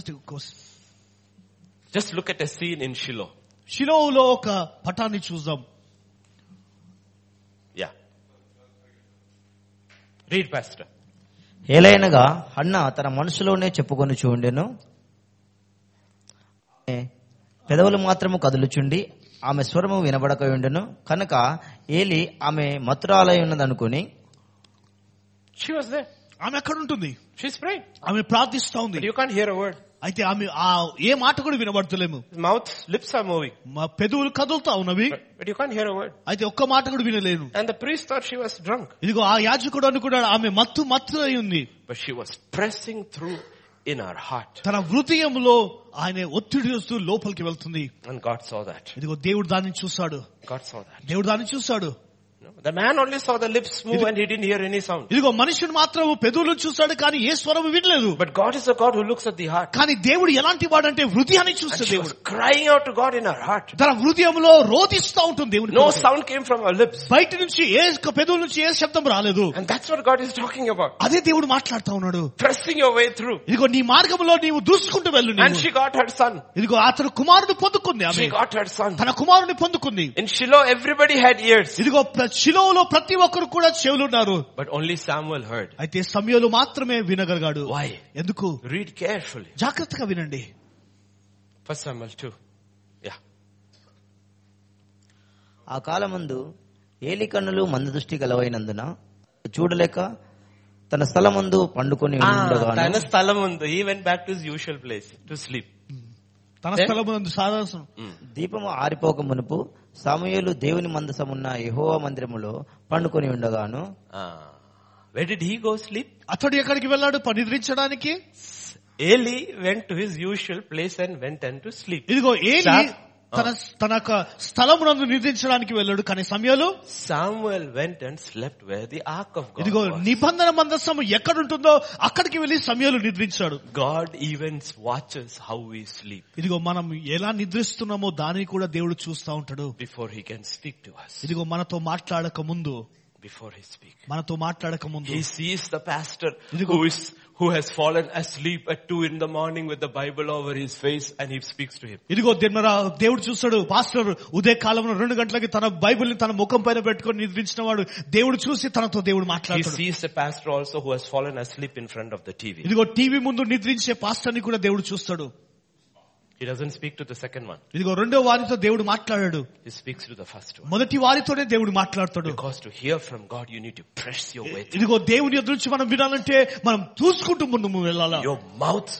Speaker 1: Just look at a scene in Shiloh.
Speaker 2: శిలోవులో ఒక పటాన్ని చూద్దాం
Speaker 1: Yeah. Read, Pastor.
Speaker 3: ఏలైనగా అన్న తన మనసులోనే చెప్పుకొని చూడెను పెదవులు మాత్రము కదులుచుండి ఆమె స్వరము వినబడక ఉండెను కనుక ఏలి ఆమె మతురాలై ఉన్నదనుకుని
Speaker 1: She was there.
Speaker 2: ఆమె అక్కడ ఉంటుంది
Speaker 1: She's praying.
Speaker 2: ఆమె ప్రార్థిస్తా ఉంది
Speaker 1: But you can't hear a word.
Speaker 2: అయితే ఆమె ఆ ఏ మాట కూడా వినబడతలేము
Speaker 1: His mouth, lips are moving.
Speaker 2: మా పెదవులు కదులుతా ఉన్నవి
Speaker 1: But, but you can't hear a word.
Speaker 2: అయితే ఒక్క మాట కూడా వినలేను
Speaker 1: And the priest thought she was drunk.
Speaker 2: ఇదిగో ఆ యాజకుడు అనుకున్నాడు ఆమె మత్తు మత్తు అయి ఉంది
Speaker 1: But she was pressing through in her heart.
Speaker 2: తన హృదయంలో ఆయన ఒత్తిడి వస్తూ లోపలికి వెళ్తుంది
Speaker 1: And God saw that.
Speaker 2: ఇదిగో దేవుడు దాన్ని చూశాడు
Speaker 1: God saw that.
Speaker 2: దేవుడు దాన్ని చూశాడు
Speaker 1: No, the man only saw the lips move and he didn't hear any sound.
Speaker 2: ఇదిగో మనుషుడు మాత్రం పెదవులు చూశాడు కానీ ఏ స్వరం వినలేదు
Speaker 1: But God is a God who looks at the heart.
Speaker 2: కానీ దేవుడు ఎలాంటి వాడంటే హృదయాన్ని
Speaker 1: And
Speaker 2: చూస్తే
Speaker 1: she was
Speaker 2: దేవుడు
Speaker 1: crying out to God in her heart.
Speaker 2: తన హృదయంలో రోధిస్తా ఉంటుంది దేవుడు
Speaker 1: No sound came from her lips.
Speaker 2: బయట నుంచి ఏ ఒక్క పెదవుల నుంచి ఏ శబ్దం రాలేదు
Speaker 1: And that's what God is talking about.
Speaker 2: అదే దేవుడు మాట్లాడుతా ఉన్నాడు
Speaker 1: Pressing your way through.
Speaker 2: ఇదిగో నీ మార్గంలో నీవు దూసుకుంటూ వెళ్ళు నీవు.
Speaker 1: And she got her son.
Speaker 2: ఇదిగో అతను కుమారుడు పొందుకుంది ఆమె
Speaker 1: She got her son.
Speaker 2: తన కుమారుని పొందుకుంది
Speaker 1: In Shiloh, everybody had ears.
Speaker 2: ఇదిగో శిలోలో ప్రతి ఒక్కరు కూడా చెవులున్నారు
Speaker 1: But only Samuel heard.
Speaker 2: అయితే సమయంలో మాత్రమే వినగలిగాడు
Speaker 1: Why?
Speaker 2: ఎందుకు
Speaker 1: Read carefully.
Speaker 2: జాగ్రత్తగా వినండి
Speaker 1: First Samuel 2. Yeah.
Speaker 3: ఆ కాలమందు ఏలి కన్నులు మంద దృష్టి గలవైనందున చూడలేక తన స్థలమందు పండుకొని
Speaker 1: Ah,
Speaker 3: ఉండగా
Speaker 1: తన స్థలం ఉంది. He went back to his usual place to sleep.
Speaker 2: తన
Speaker 1: Then-
Speaker 2: స్థలమునందు సాధారణ
Speaker 3: దీపము ఆరిపోక మునుపు సాముయేలు దేవుని మందసమున్న యెహోవా మందిరములో పండుకొని ఉండగాను
Speaker 1: Ah. Where did he go sleep?
Speaker 2: అతడు ఎక్కడికి వెళ్ళాడు పని నిద్రించడానికి
Speaker 1: Eli went to his usual place and went and to sleep.
Speaker 2: ఇదిగో ఏలి
Speaker 1: Sa-
Speaker 2: తన తన యొక్క స్థలమునందు నిద్రించడానికి వెళ్ళాడు కానీ సమయంలో
Speaker 1: Samuel went and slept where the ark of God
Speaker 2: ఇదిగో
Speaker 1: was.
Speaker 2: నిబంధన మందస్సము ఎక్కడుంటుందో అక్కడికి వెళ్లి సమయంలో నిద్రించాడు
Speaker 1: God even watches how we sleep
Speaker 2: ఇదిగో మనం ఎలా నిద్రిస్తున్నామో దాన్ని కూడా దేవుడు చూస్తా ఉంటాడు
Speaker 1: before he can speak to us,
Speaker 2: ఇదిగో మనతో మాట్లాడక ముందు
Speaker 1: before he speaks.
Speaker 2: మనతో మాట్లాడక ముందు
Speaker 1: He sees the pastor who is who has fallen asleep at two in the morning with the Bible over his face and he speaks to him.
Speaker 2: ఇదిగో దేవుడు దేవుడు చూస్తాడు పాస్టర్ ఉదయ కాలంలో రెండు గంటలకి తన బైబిల్ ని తన ముఖం పైన పెట్టుకొని నిద్రించిన వాడు దేవుడు చూసి తనతో దేవుడు
Speaker 1: He
Speaker 2: మాట్లాడుతాడు
Speaker 1: sees the pastor also who has fallen asleep in front of the TV.
Speaker 2: ఇదిగో టీవీ ముందు నిద్రించే పాస్టర్ ని కూడా దేవుడు చూస్తాడు
Speaker 1: He doesn't speak to the second one.
Speaker 2: ఇదిగో రెండో వారితో దేవుడు మాట్లాడాడు
Speaker 1: He speaks to the first one.
Speaker 2: మొదటి వారితోనే దేవుడు మాట్లాడతాడు
Speaker 1: Because to hear from God you need to press your way through.
Speaker 2: ఇదిగో దేవుని ఎదురు నుంచి మనం వినాలంటే మనం చూసుకుంటూ ముందు ముందు వెళ్ళాలా
Speaker 1: Your mouth,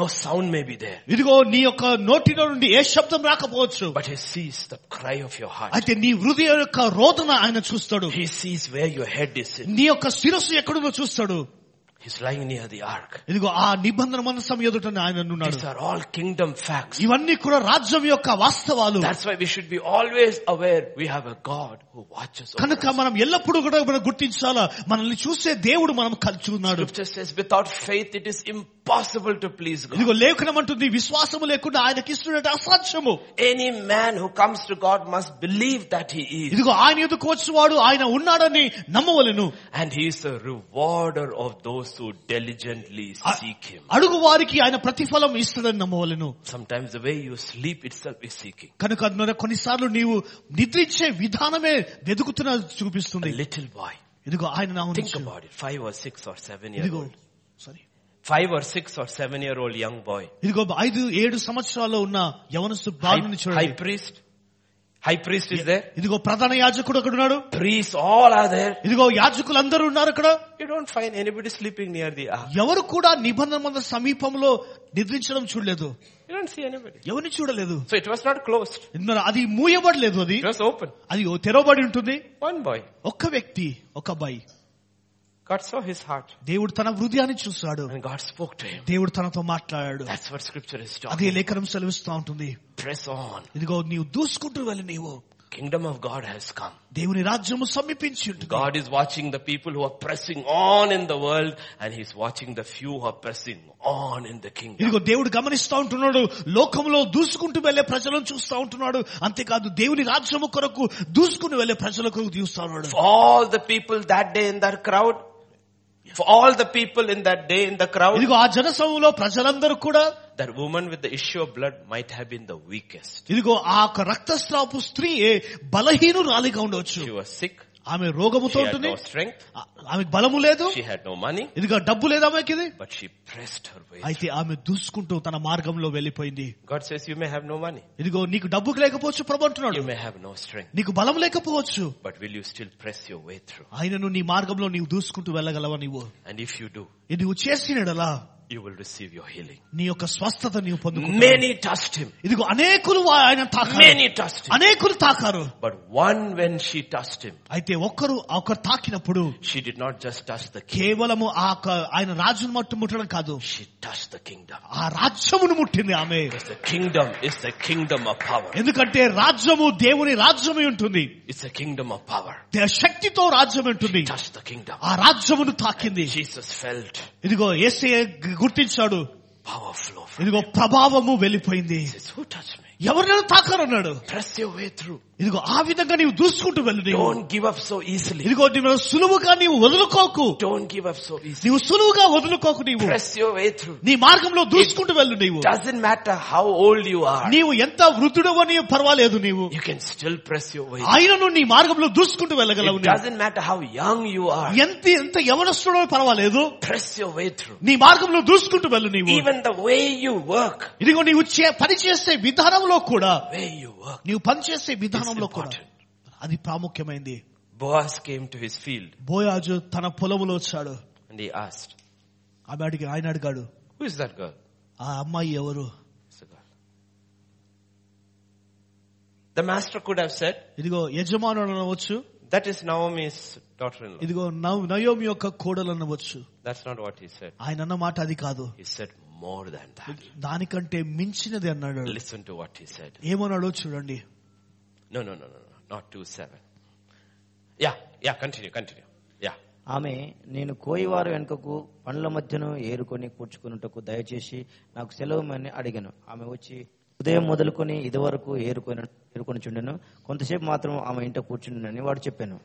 Speaker 1: no sound may be there,
Speaker 2: ఇదిగో నీ యొక్క నోటిలో నుండి ఏ శబ్దం రాకపోవచ్చు
Speaker 1: but he sees the cry of your heart.
Speaker 2: అయితే నీ హృదయం యొక్క రోదన ఆయన చూస్తాడు
Speaker 1: He sees where your head is in.
Speaker 2: నీ యొక్క శిరస్సు ఎక్కడుందో చూస్తాడు
Speaker 1: He's lying near the ark.
Speaker 2: ఇదిగో ఆ నిబంధన మనసం ఎదుట ఆయన ఉన్నాడు
Speaker 1: These are all kingdom facts.
Speaker 2: ఇవన్నీ కూడా రాజ్యం యొక్క వాస్తవాలు
Speaker 1: That's why we should be always aware we have a God who watches over
Speaker 2: కనుక
Speaker 1: us.
Speaker 2: మనం ఎల్లప్పుడూ కూడా మనం గుర్తించాలా మనల్ని చూసే దేవుడు మనం కలిసి ఉన్నాడు
Speaker 1: Scripture says without faith it is impossible to please God.
Speaker 2: ఇదిగో లేఖనం అంటుంది విశ్వాసము లేకుండా ఆయనకి ఇస్తున్నట్టు అసాధ్యము
Speaker 1: Any man who comes to God must believe that he is
Speaker 2: ఇదిగో ఆయన ఎదుకు వచ్చేవాడు ఆయన ఉన్నాడని నమ్మవలెను
Speaker 1: and he is a rewarder of those who diligently
Speaker 2: a-
Speaker 1: seek him.
Speaker 2: అడుగు వారికి ఆయన ప్రతిఫలం ఇస్తాడని నమ్మవలెను
Speaker 1: Sometimes the way you sleep itself is seeking.
Speaker 2: కనుక అందువల్ల కొన్నిసార్లు నీవు నిద్రించే విధానమే వెతుకుతున్న
Speaker 1: A
Speaker 2: చూపిస్తుంది
Speaker 1: little boy.
Speaker 2: ఇదిగో ఆయన నా
Speaker 1: Think
Speaker 2: ఉద్దేశం.
Speaker 1: about it. Five or six or seven year
Speaker 2: ఇదిగో
Speaker 1: old.
Speaker 2: Sorry
Speaker 1: Five or six or seven year old young boy.
Speaker 2: ఇదిగో ఐదు ఏడు సంవత్సరాల్లో ఉన్న యవనస్తు
Speaker 1: High,
Speaker 2: బాలుని
Speaker 1: high
Speaker 2: చూడండి
Speaker 1: priest. High priest is there.
Speaker 2: ఇదిగో ప్రధాన యాజకుడు అక్కడ ఉన్నాడు
Speaker 1: Priests all are there.
Speaker 2: ఇదిగో యాజకులు అందరూ ఉన్నారు అక్కడ
Speaker 1: You don't find anybody sleeping near the ark.
Speaker 2: ఎవరు కూడా నిబంధన మంద సమీపంలో నిద్రించడం చూడలేదు
Speaker 1: You don't see anybody.
Speaker 2: ఎవరిని చూడలేదు
Speaker 1: So it was not closed.
Speaker 2: ఎందుకంటే అది మూయబడలేదు అది
Speaker 1: It was open.
Speaker 2: అది తెరవబడి ఉంటుంది
Speaker 1: One boy.
Speaker 2: ఒక్క వ్యక్తి ఒక అబ్బాయి
Speaker 1: God saw his heart
Speaker 2: దేవుడు తన హృదయాన్ని చూశాడు
Speaker 1: and God spoke to him.
Speaker 2: దేవుడు తనతో మాట్లాడాడు
Speaker 1: That's what scripture is
Speaker 2: అదే
Speaker 1: talking.
Speaker 2: లేఖనం సెలవిస్తా ఉంటుంది
Speaker 1: Press on.
Speaker 2: ఇదిగో నీవు దూసుకుంటూ వెళ్ళి నీవు
Speaker 1: kingdom of God has come.
Speaker 2: దేవుని రాజ్యము సమీపించి ఉంటుంది
Speaker 1: God is watching the people who are pressing on in the world and he's watching the few who are pressing on in the kingdom.
Speaker 2: ఇదిగో దేవుడు గమనిస్తా ఉంటున్నాడు లోకంలో దూసుకుంటూ వెళ్లే ప్రజలను చూస్తా ఉంటున్నాడు అంతేకాదు దేవుని రాజ్యము కొరకు దూసుకుని వెళ్లే ప్రజల కొరకు చూస్తా ఉన్నాడు
Speaker 1: For all the people that day in that crowd, for all the people in that day in the crowd,
Speaker 2: ఇదిగో ఆ జన సమూహంలో ప్రజలందరూ కూడా
Speaker 1: that woman with the issue of blood might have been the weakest.
Speaker 2: ఇదిగో ఆ యొక్క రక్తస్రాపు స్త్రీ బలహీనురాలిగా ఉండవచ్చు
Speaker 1: She was sick.
Speaker 2: ఆమె రోగముతో
Speaker 1: She had
Speaker 2: ఉంటుంది
Speaker 1: no strength.
Speaker 2: ఆ- ఆమెకు బలము లేదు
Speaker 1: She had no money.
Speaker 2: ఇదిగో డబ్బు లేదు ఆమెకి
Speaker 1: But she pressed her way.
Speaker 2: అయితే ఆమె దూసుకుంటూ తన మార్గంలో వెళ్ళిపోయింది
Speaker 1: God says you may have no money.
Speaker 2: ఇదిగో నీకు డబ్బుకు లేకపోవచ్చు ప్రభు అంటున్నాడు
Speaker 1: You may have no strength.
Speaker 2: నీకు బలం లేకపోవచ్చు
Speaker 1: But will you still press your way through?
Speaker 2: ఆయనను నీ మార్గంలో నీవు దూసుకుంటూ వెళ్ళగలవా నీవు
Speaker 1: And if you do,
Speaker 2: ఇది నువ్వు చేసినడలా
Speaker 1: you will receive your healing.
Speaker 2: నీ యొక్క స్వస్థత నీవు పొందుకుంటావు
Speaker 1: Many touched him.
Speaker 2: ఇదిగో అనేకులు వా- ఆయన తాకారు
Speaker 1: Many touched him.
Speaker 2: అనేకులు తాకారు
Speaker 1: But one, when she touched him,
Speaker 2: అయితే ఒక్కరు ఒకరు తాకినప్పుడు
Speaker 1: she did not just touch the king,
Speaker 2: కేవలము ఆ యొక్క ఆయన రాజును మట్టు ముట్టడం కాదు
Speaker 1: she touched the kingdom.
Speaker 2: ఆ రాజ్యమును ముట్టింది ఆమె
Speaker 1: Because the kingdom is the kingdom of power.
Speaker 2: ఎందుకంటే రాజ్యము దేవుని రాజ్యమై ఉంటుంది
Speaker 1: It's the kingdom of power.
Speaker 2: దే- శక్తితో రాజ్యం ఉంటుంది
Speaker 1: Touch the kingdom.
Speaker 2: ఆ రాజ్యమును తాకింది
Speaker 1: Jesus felt
Speaker 2: ఇదిగో ఏసే గుర్తించాడు
Speaker 1: power flow from
Speaker 2: ఇదిగో ప్రభావము వెళ్ళిపోయింది
Speaker 1: He says, who touched me?
Speaker 2: ఎవరినైనా తాకారన్నాడు
Speaker 1: Press your way through.
Speaker 2: ఇదిగో ఆ విధంగా నీవు దూసుకుంటూ వెళ్ళు నీవు.
Speaker 1: Don't give up so easily.
Speaker 2: ఇదిగో నీవు సులువుగా నీవు వదులుకోకు
Speaker 1: Don't give up so easily.
Speaker 2: నీవు సులువుగా వదులుకోకు నీవు
Speaker 1: Press your way through.
Speaker 2: నీ మార్గంలో దూసుకుంటూ వెళ్ళు నీవు
Speaker 1: Doesn't matter how old you are.
Speaker 2: నీవు ఎంత వృద్ధుడవో నీ పర్వాలేదు నీవు
Speaker 1: You can still press your way.
Speaker 2: ఆయనను నీ మార్గంలో దూసుకుంటూ వెళ్ళగలవు
Speaker 1: It
Speaker 2: నీవు.
Speaker 1: doesn't matter how young you are.
Speaker 2: ఎంత ఎంత యవనస్తుడో పర్వాలేదు
Speaker 1: Press your way through.
Speaker 2: నీ మార్గంలో దూసుకుంటూ వెళ్ళు నీవు
Speaker 1: Even the way you work,
Speaker 2: ఇదిగో నీవు చే- పని చేసే విధానంలో కూడా
Speaker 1: way you work.
Speaker 2: నీవు పని చేసే విధానంలో కూడా
Speaker 1: important.
Speaker 2: అది ప్రాముఖ్యమైంది
Speaker 1: Boaz came to his field
Speaker 2: బోయాజు తన పొలములో వచ్చాడు
Speaker 1: and he asked,
Speaker 2: ఆమె అడిగి ఆయన అడిగాడు
Speaker 1: who is that girl?
Speaker 2: ఆ అమ్మాయి ఎవరు
Speaker 1: It's a girl. The master could have said,
Speaker 2: ఇదిగో యజమానులు అనవచ్చు
Speaker 1: that is Naomi's daughter-in-law.
Speaker 2: ఇదిగో నవ్- నయోమి యొక్క కోడలు అనవచ్చు
Speaker 1: That's not what he said.
Speaker 2: ఆయన అన్న మాట అది కాదు
Speaker 1: He said more than that.
Speaker 2: దానికంటే మించినది అన్నాడు
Speaker 1: Listen to what he said.
Speaker 2: ఏమన్నాడో చూడండి
Speaker 1: No, no, no, no, no, not 2-7. Yeah, yeah, continue, continue. Yeah.
Speaker 3: ఆమె నేను కోయివారు వెనుకకు పండ్ల మధ్యను ఏరుకొని కూర్చుకున్నట్టుకు దయచేసి నాకు సెలవుమని అడిగాను ఆమె వచ్చి ఉదయం మొదలుకొని ఇదివరకు ఏరుకొని ఏరుకొని చుండెను కొంతసేపు మాత్రం ఆమె ఇంట కూర్చుండెనని వాడు చెప్పాను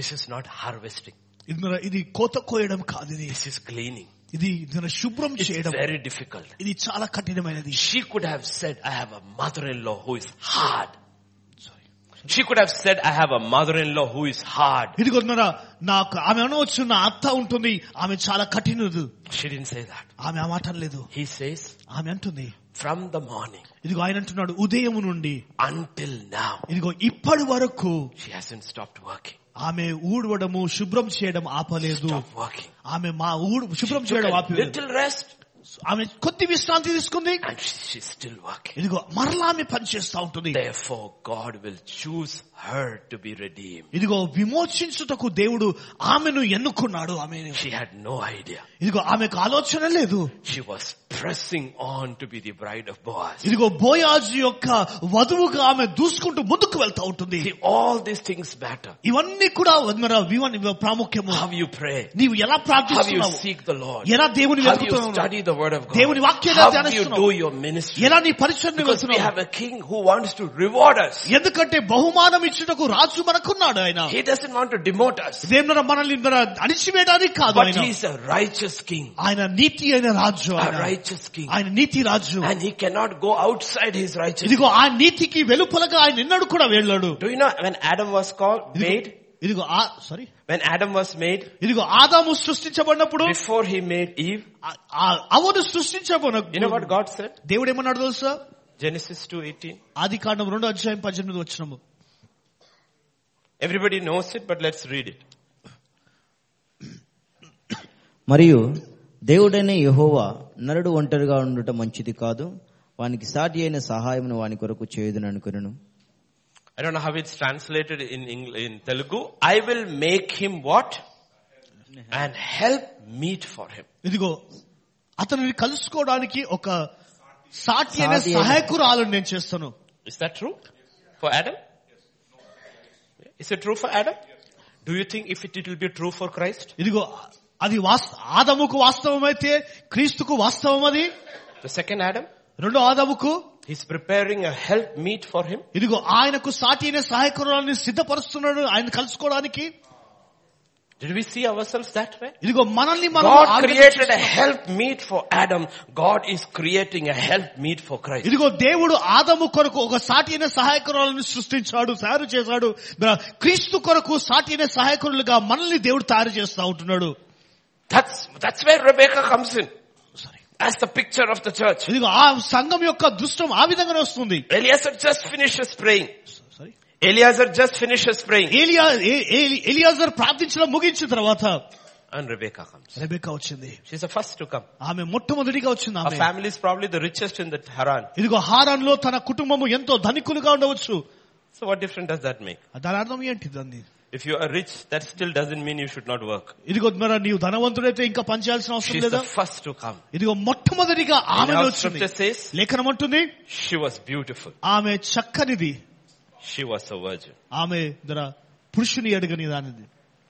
Speaker 1: This is not harvesting.
Speaker 2: ఇది మన- ఇది కోత కోయడం కాదు ఇది
Speaker 1: This is cleaning.
Speaker 2: ఇది మన శుభ్రం
Speaker 1: It's
Speaker 2: చేయడం
Speaker 1: very difficult.
Speaker 2: ఇది చాలా కఠినమైనది
Speaker 1: She could have said, I have a mother-in-law who is hard. She could have said, I have a mother-in-law who is hard.
Speaker 2: ఇదిగో మన నాకు ఆమె అనవచ్చు నా అత్త ఉంటుంది ఆమె చాలా కఠినదు
Speaker 1: She didn't say that.
Speaker 2: ఆమె ఆ మాట లేదు
Speaker 1: He says,
Speaker 2: ఆమె అంటుంది
Speaker 1: from the morning
Speaker 2: ఇదిగో ఆయన అంటున్నాడు ఉదయం నుండి
Speaker 1: until now,
Speaker 2: ఇదిగో ఇప్పటి వరకు
Speaker 1: she hasn't stopped working.
Speaker 2: ఆమె ఊడవడము శుభ్రం చేయడం ఆపలేదు
Speaker 1: Stop working.
Speaker 2: ఆమె మా ఊడు శుభ్రం
Speaker 1: Took
Speaker 2: చేయడం
Speaker 1: a
Speaker 2: ఆపలేదు
Speaker 1: little rest
Speaker 2: ఆమె కొద్ది విశ్రాంతి తీసుకుంది
Speaker 1: and she- she's still working.
Speaker 2: ఇదిగో మరలా ఆమె పనిచేస్తా ఉంటుంది
Speaker 1: Therefore, God will choose her to be redeemed.
Speaker 2: ఇదిగో విమోచించుటకు దేవుడు ఆమెను ఎన్నుకున్నాడు ఆమెను
Speaker 1: She had no idea.
Speaker 2: ఇదిగో ఆమెకు ఆలోచన లేదు
Speaker 1: She was pressing on to be the bride of Boaz.
Speaker 2: ఇదిగో బోయాజు యొక్క వధువుగా ఆమె దూసుకుంటూ ముందుకు వెళ్తా ఉంటుంది
Speaker 1: See, all these things matter.
Speaker 2: ఇవన్నీ కూడా మన వివ- ప్రాముఖ్యము
Speaker 1: How you pray.
Speaker 2: నీవు ఎలా
Speaker 1: How you
Speaker 2: ప్రార్థిస్తున్నావు
Speaker 1: seek the Lord.
Speaker 2: ఎలా దేవుని
Speaker 1: How you
Speaker 2: వెతుకుతున్నావు
Speaker 1: study the word of God.
Speaker 2: దేవుని వాక్యాన్ని
Speaker 1: How you
Speaker 2: ధ్యానిస్తున్నావు.
Speaker 1: do your ministry.
Speaker 2: ఎలా నీ పరిచయం
Speaker 1: Because we have a king who wants to reward us.
Speaker 2: ఎందుకంటే బహుమానం ఇచ్చుటకు రాజు మనకున్నాడు ఆయన
Speaker 1: He doesn't want to demote us.
Speaker 2: దేవుడు మనల్ని ఇందర అణిచివేయడానికి కాదు
Speaker 1: But
Speaker 2: ఆయన
Speaker 1: he's a righteous king.
Speaker 2: ఆయన నీతి అయిన రాజు
Speaker 1: A
Speaker 2: ఆయన
Speaker 1: righteous king.
Speaker 2: ఆయన నీతి రాజు
Speaker 1: And he cannot go outside his righteousness.
Speaker 2: ఇదిగో ఆ నీతికి వెలుపలగా ఆయన నిన్నడు కూడా వెళ్ళాడు
Speaker 1: Do you know when Adam was called, made?
Speaker 2: ఇదిగో ఆ sorry
Speaker 1: When Adam was made,
Speaker 2: ఇదిగో ఆదాము సృష్టించబడినప్పుడు
Speaker 1: before he made Eve,
Speaker 2: ఆ- ఆ- అవను సృష్టించబడ
Speaker 1: you know what God said?
Speaker 2: దేవుడు ఏమన్నాడు తెలుసా
Speaker 1: Genesis 2.18.
Speaker 2: ఆది కాండం రెండో అధ్యాయం పద్దెనిమిది వచ్చినము
Speaker 1: Everybody knows it, but let's read it.
Speaker 3: మరియు దేవుడైన యెహోవా నరుడు ఒంటరిగా ఉండటం మంచిది కాదు వానికి సాటి అయిన సహాయమును వాని కొరకు చేయదని అనుకున్నాను
Speaker 1: I don't know how it's translated in Engl- in Telugu. I will make him what? And help meet for him.
Speaker 2: ఇదిగో అతనిని కలుసుకోవడానికి ఒక సాటి అయిన
Speaker 3: సాటి అయిన-
Speaker 2: సహాయకురాలను నేను చేస్తాను
Speaker 1: Is that true? For Adam? Is it true for Adam? Do you think if it will be true for Christ?
Speaker 2: ఇదిగో అది వాస్త- ఆదముకు వాస్తవమైతే క్రీస్తుకు వాస్తవం అది
Speaker 1: The second Adam?
Speaker 2: రెండో ఆదముకు
Speaker 1: He's preparing a help meet for him.
Speaker 2: ఇదిగో ఆయనకు సాటి అయిన సహాయకురాలని సిద్ధపరుస్తున్నాడు ఆయన కలుసుకోవడానికి
Speaker 1: Did we see ourselves that way?
Speaker 2: ఇదిగో మనల్ని మనం ఆ
Speaker 1: God
Speaker 2: విధంగా
Speaker 1: created a
Speaker 2: చూస్తున్నాడు.
Speaker 1: help meet for Adam. God is creating a help meet for Christ.
Speaker 2: ఇదిగో దేవుడు ఆదము కొరకు ఒక సాటి అయిన సహాయకురాలను సృష్టించాడు తయారు చేశాడు మరి క్రీస్తు కొరకు సాటి అయిన సహాయకురులుగా మనల్ని దేవుడు తయారు చేస్తా ఉంటున్నాడు
Speaker 1: That's, that's where Rebecca comes in.
Speaker 2: Sorry.
Speaker 1: As the picture of the church.
Speaker 2: ఇదిగో ఆ సంఘం యొక్క దృష్టం ఆ విధంగానే వస్తుంది
Speaker 1: Eliezer just finishes praying.
Speaker 2: Sorry.
Speaker 1: Eliezer just finishes praying.
Speaker 2: ఏలియా ఏ- ఏ- ఎలియాజర్ ప్రార్థించడం ముగించిన తర్వాత
Speaker 1: And Rebecca comes.
Speaker 2: రెబెకా వచ్చింది
Speaker 1: She's the first to come.
Speaker 2: ఆమె మొట్టమొదటిగా వచ్చింది
Speaker 1: Her
Speaker 2: ఆమె
Speaker 1: family is probably the richest in the Haran.
Speaker 2: ఇదిగో హారాన్ లో తన కుటుంబము ఎంతో ధనికులుగా ఉండవచ్చు
Speaker 1: So what difference does that make?
Speaker 2: దాని అర్థం ఏంటి దాన్ని
Speaker 1: If you are rich, that still doesn't mean you should not work.
Speaker 2: ఇదిగో మరి నీవు ధనవంతుడైతే ఇంకా పనిచేయాల్సిన అవసరం
Speaker 1: She's
Speaker 2: లేదా
Speaker 1: the first to come.
Speaker 2: ఇదిగో మొట్టమొదటిగా ఆమె
Speaker 1: And our
Speaker 2: వచ్చింది
Speaker 1: scripture says,
Speaker 2: లేఖనం అంటుంది
Speaker 1: she was beautiful.
Speaker 2: ఆమె చక్కనిది
Speaker 1: She was a virgin.
Speaker 2: ఆమె ధర పురుషుని అడగని దానిది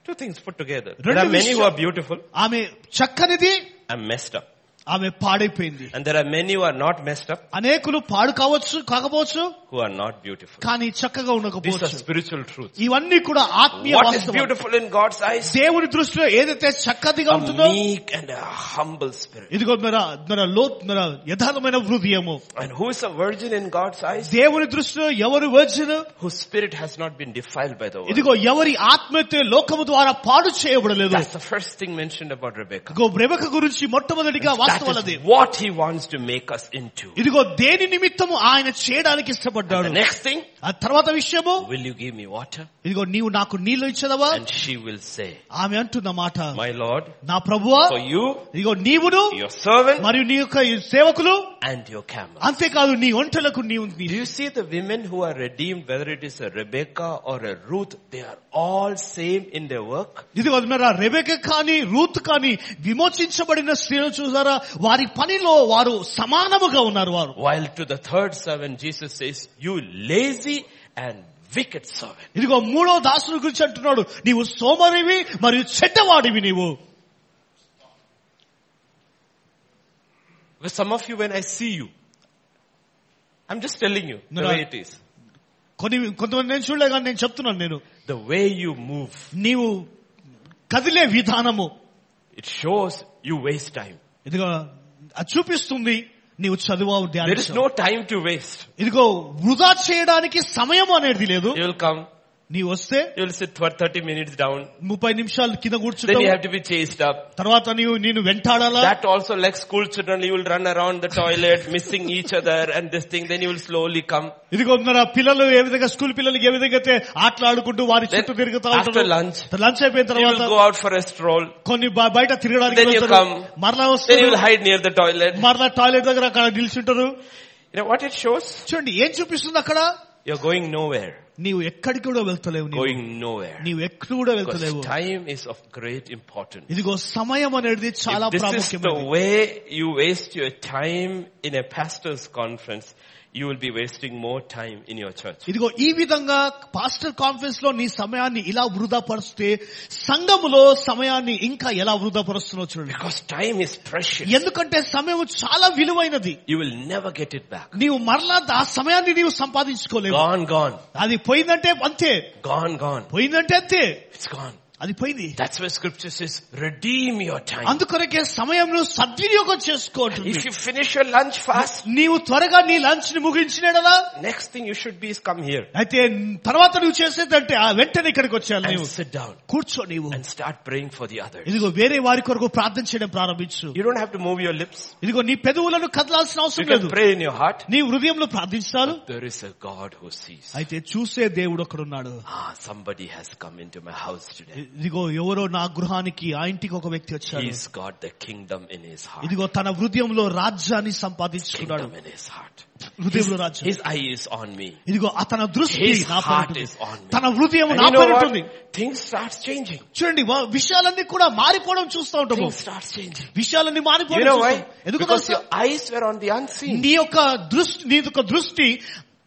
Speaker 1: Two things put together.
Speaker 2: Rendu
Speaker 1: There are many who
Speaker 2: vishayam-
Speaker 1: are beautiful
Speaker 2: ఆమె చక్కనిది
Speaker 1: and messed up.
Speaker 2: ఆమె పాడైపోయింది
Speaker 1: And there are many who are not messed up
Speaker 2: అనేకులు పాడు కావచ్చు కాకపోవచ్చు
Speaker 1: who are not beautiful.
Speaker 2: కానీ చక్కగా
Speaker 1: These are
Speaker 2: ఉండకపోవచ్చు
Speaker 1: spiritual truths.
Speaker 2: ఇవన్నీ కూడా ఆత్మీయ
Speaker 1: What is
Speaker 2: వాస్తవం.
Speaker 1: beautiful in God's eyes?
Speaker 2: దేవుని దృష్టిలో ఏదైతే చక్కదిగా
Speaker 1: A
Speaker 2: ఉంటుందో
Speaker 1: meek and a humble spirit.
Speaker 2: ఇదిగో మన మన లో మన యథార్థమైన హృదయము
Speaker 1: And who is a virgin in God's eyes?
Speaker 2: దేవుని దృష్టిలో ఎవరు వచ్చిన
Speaker 1: Whose spirit has not been defiled by the world.
Speaker 2: ఇదిగో ఎవరి ఆత్మీయతే లోకము ద్వారా పాడు చేయబడలేదు
Speaker 1: That's the first thing mentioned about Rebecca.
Speaker 2: ఇదిగో బ్రెవక గురించి మొట్టమొదటిగా
Speaker 1: That
Speaker 2: వాస్తవాలది
Speaker 1: is what he wants to make us into.
Speaker 2: ఇదిగో దేని నిమిత్తము ఆయన చేయడానికి
Speaker 1: The
Speaker 2: ఇష్టపడ్డాడు
Speaker 1: next thing,
Speaker 2: ఆ తర్వాత విషయము
Speaker 1: will you give me water?
Speaker 2: ఇదిగో నీవు నాకు నీళ్లు ఇచ్చదవా
Speaker 1: And she will say,
Speaker 2: ఆమె అంటున్న మాట
Speaker 1: my Lord,
Speaker 2: నా ప్రభువా
Speaker 1: for you,
Speaker 2: ఇదిగో నీవును
Speaker 1: your servant,
Speaker 2: మరియు నీ యొక్క ఈ సేవకులు
Speaker 1: and your camel.
Speaker 2: అంతేకాదు నీ ఒంటలకు నీవు
Speaker 1: Do you see the women who are redeemed, whether it is a Rebecca or a Ruth, they are all same in their work.
Speaker 2: ఇదిగో మరి ఆ రెబెక కానీ రూత్ కానీ విమోచించబడిన స్త్రీలు చూసారా వారి పనిలో వారు సమానముగా ఉన్నారు వారు
Speaker 1: While to the third servant, Jesus says, you lazy and wicked servant.
Speaker 2: ఇదిగో మూడో దాసుని గురించి అంటున్నాడు నీవు సోమరివి మరియు చెడ్డవాడివి నీవు
Speaker 1: Well, Some of you, when I see you, I'm just telling you the
Speaker 2: No, no.
Speaker 1: way it is.
Speaker 2: కొన్ని కొంతమంది నేను చూడలే కానీ నేను చెప్తున్నాను నేను
Speaker 1: The way you move,
Speaker 2: నీవు కదిలే విధానము
Speaker 1: it shows you waste time.
Speaker 2: ఇదిగో అది చూపిస్తుంది నీవు చదువు
Speaker 1: There is
Speaker 2: ధ్యానించు
Speaker 1: no time to waste.
Speaker 2: ఇదిగో వృధా చేయడానికి సమయం అనేది లేదు
Speaker 1: You will come,
Speaker 2: నీవు వస్తే
Speaker 1: you will sit for 30 minutes down,
Speaker 2: ముప్పై నిమిషాలు కింద
Speaker 1: then you
Speaker 2: కూర్చుంటావు
Speaker 1: have to be chased up.
Speaker 2: తర్వాత నీవు నేను వెంటాడాలా
Speaker 1: That also like school children, you will run around the toilet, missing each other and this thing, then you will slowly come.
Speaker 2: ఇదిగో ఉన్నారా పిల్లలు ఏ విధంగా స్కూల్ పిల్లలు ఏ విధంగా అయితే ఆటలాడుకుంటూ వారి
Speaker 1: Then
Speaker 2: చుట్టూ తిరుగుతా
Speaker 1: after
Speaker 2: ఉంటారు
Speaker 1: lunch,
Speaker 2: లంచ్ అయిపోయిన
Speaker 1: You will
Speaker 2: తర్వాత
Speaker 1: go out for a stroll.
Speaker 2: కొన్ని బ- బయట తిరగడానికి
Speaker 1: Then you
Speaker 2: వెళ్తారు.
Speaker 1: come.
Speaker 2: మరలా
Speaker 1: Then you
Speaker 2: వస్తారు
Speaker 1: will hide near the toilet.
Speaker 2: మరలా టాయిలెట్ దగ్గర అక్కడ నిల్చుంటారు
Speaker 1: You know what it shows?
Speaker 2: చూడండి ఏం చూపిస్తుంది అక్కడ
Speaker 1: You're going nowhere.
Speaker 2: నీవు ఎక్కడికి కూడా వెళ్తలేవు నీవు.
Speaker 1: Going nowhere.
Speaker 2: నీవు ఎక్కడ కూడా వెళ్తలేవు
Speaker 1: Because time is of great importance.
Speaker 2: ఇదిగో సమయం అనేది చాలా
Speaker 1: If this is the
Speaker 2: ప్రాముఖ్యమైనది
Speaker 1: way you waste your time in a pastor's conference, you will be wasting more time in your church.
Speaker 2: ఇదిగో ఈ విధంగా పాస్టర్ కాన్ఫరెన్స్ లో నీ సమయాన్ని ఇలా వృధా పరుస్తే సంఘములో సమయాన్ని ఇంకా ఎలా వృధా పరుస్తున్నా చూడండి
Speaker 1: Because time is precious.
Speaker 2: ఎందుకంటే సమయం చాలా విలువైనది
Speaker 1: You will never get it back.
Speaker 2: నీవు మరలా ఆ సమయాన్ని నీవు సంపాదించుకోలేవు
Speaker 1: Gone, gone.
Speaker 2: అది పోయిందంటే అంతే
Speaker 1: Gone, gone.
Speaker 2: పోయిందంటే అంతే
Speaker 1: It's gone.
Speaker 2: అది పోయింది
Speaker 1: That's why scripture says, redeem your time.
Speaker 2: అందుకొరకే సమయంలో సద్వినియోగం చేసుకోవటం
Speaker 1: If you finish your lunch fast,
Speaker 2: నీవు త్వరగా నీ లంచ్ ని ముగించినడలా
Speaker 1: next thing you should be is come here
Speaker 2: అయితే తర్వాత నువ్వు చేసేదంటే ఆ వెంటనే ఇక్కడికి వచ్చేయాలి
Speaker 1: and
Speaker 2: నీవు
Speaker 1: sit down
Speaker 2: కూర్చో నీవు
Speaker 1: and start praying for the others.
Speaker 2: ఇదిగో వేరే వారి కొరకు ప్రార్థన చేయడం ప్రారంభించు
Speaker 1: You don't have to move your lips.
Speaker 2: ఇదిగో నీ పెదవులను కదలాల్సిన
Speaker 1: You
Speaker 2: అవసరం లేదు
Speaker 1: can pray in your heart.
Speaker 2: నీ హృదయంలో ప్రార్థించాలు
Speaker 1: There is a God who sees.
Speaker 2: అయితే చూసే దేవుడు ఒకడున్నాడు
Speaker 1: Ah, somebody has come into my house today.
Speaker 2: ఇదిగో ఎవరో నా గృహానికి ఆ ఇంటికి ఒక వ్యక్తి వచ్చాడు
Speaker 1: He's got the kingdom in his heart.
Speaker 2: ఇదిగో తన హృదయంలో రాజ్యాన్ని సంపాదించుకున్నాడు
Speaker 1: Kingdom in his heart.
Speaker 2: హృదయంలో రాజ్యం
Speaker 1: His eye is on me.
Speaker 2: ఇదిగో అతని దృష్టి
Speaker 1: His
Speaker 2: నా పైన
Speaker 1: heart
Speaker 2: ఉంటుంది.
Speaker 1: is on me.
Speaker 2: తన హృదయం
Speaker 1: And
Speaker 2: నా
Speaker 1: you know
Speaker 2: పైన ఉంటుంది
Speaker 1: what? Things starts changing.
Speaker 2: చూడండి వా- విషయాలన్నీ కూడా మారిపోవడం చూస్తూ ఉంటాము
Speaker 1: Things starts changing.
Speaker 2: విషయాలన్నీ
Speaker 1: You
Speaker 2: మారిపోవడం
Speaker 1: know
Speaker 2: చూస్తాం.
Speaker 1: why?
Speaker 2: ఎందుకు
Speaker 1: Because
Speaker 2: తెలుసా?
Speaker 1: your eyes were on the unseen.
Speaker 2: నీ యొక్క దృష్టి నీ యొక్క దృష్టి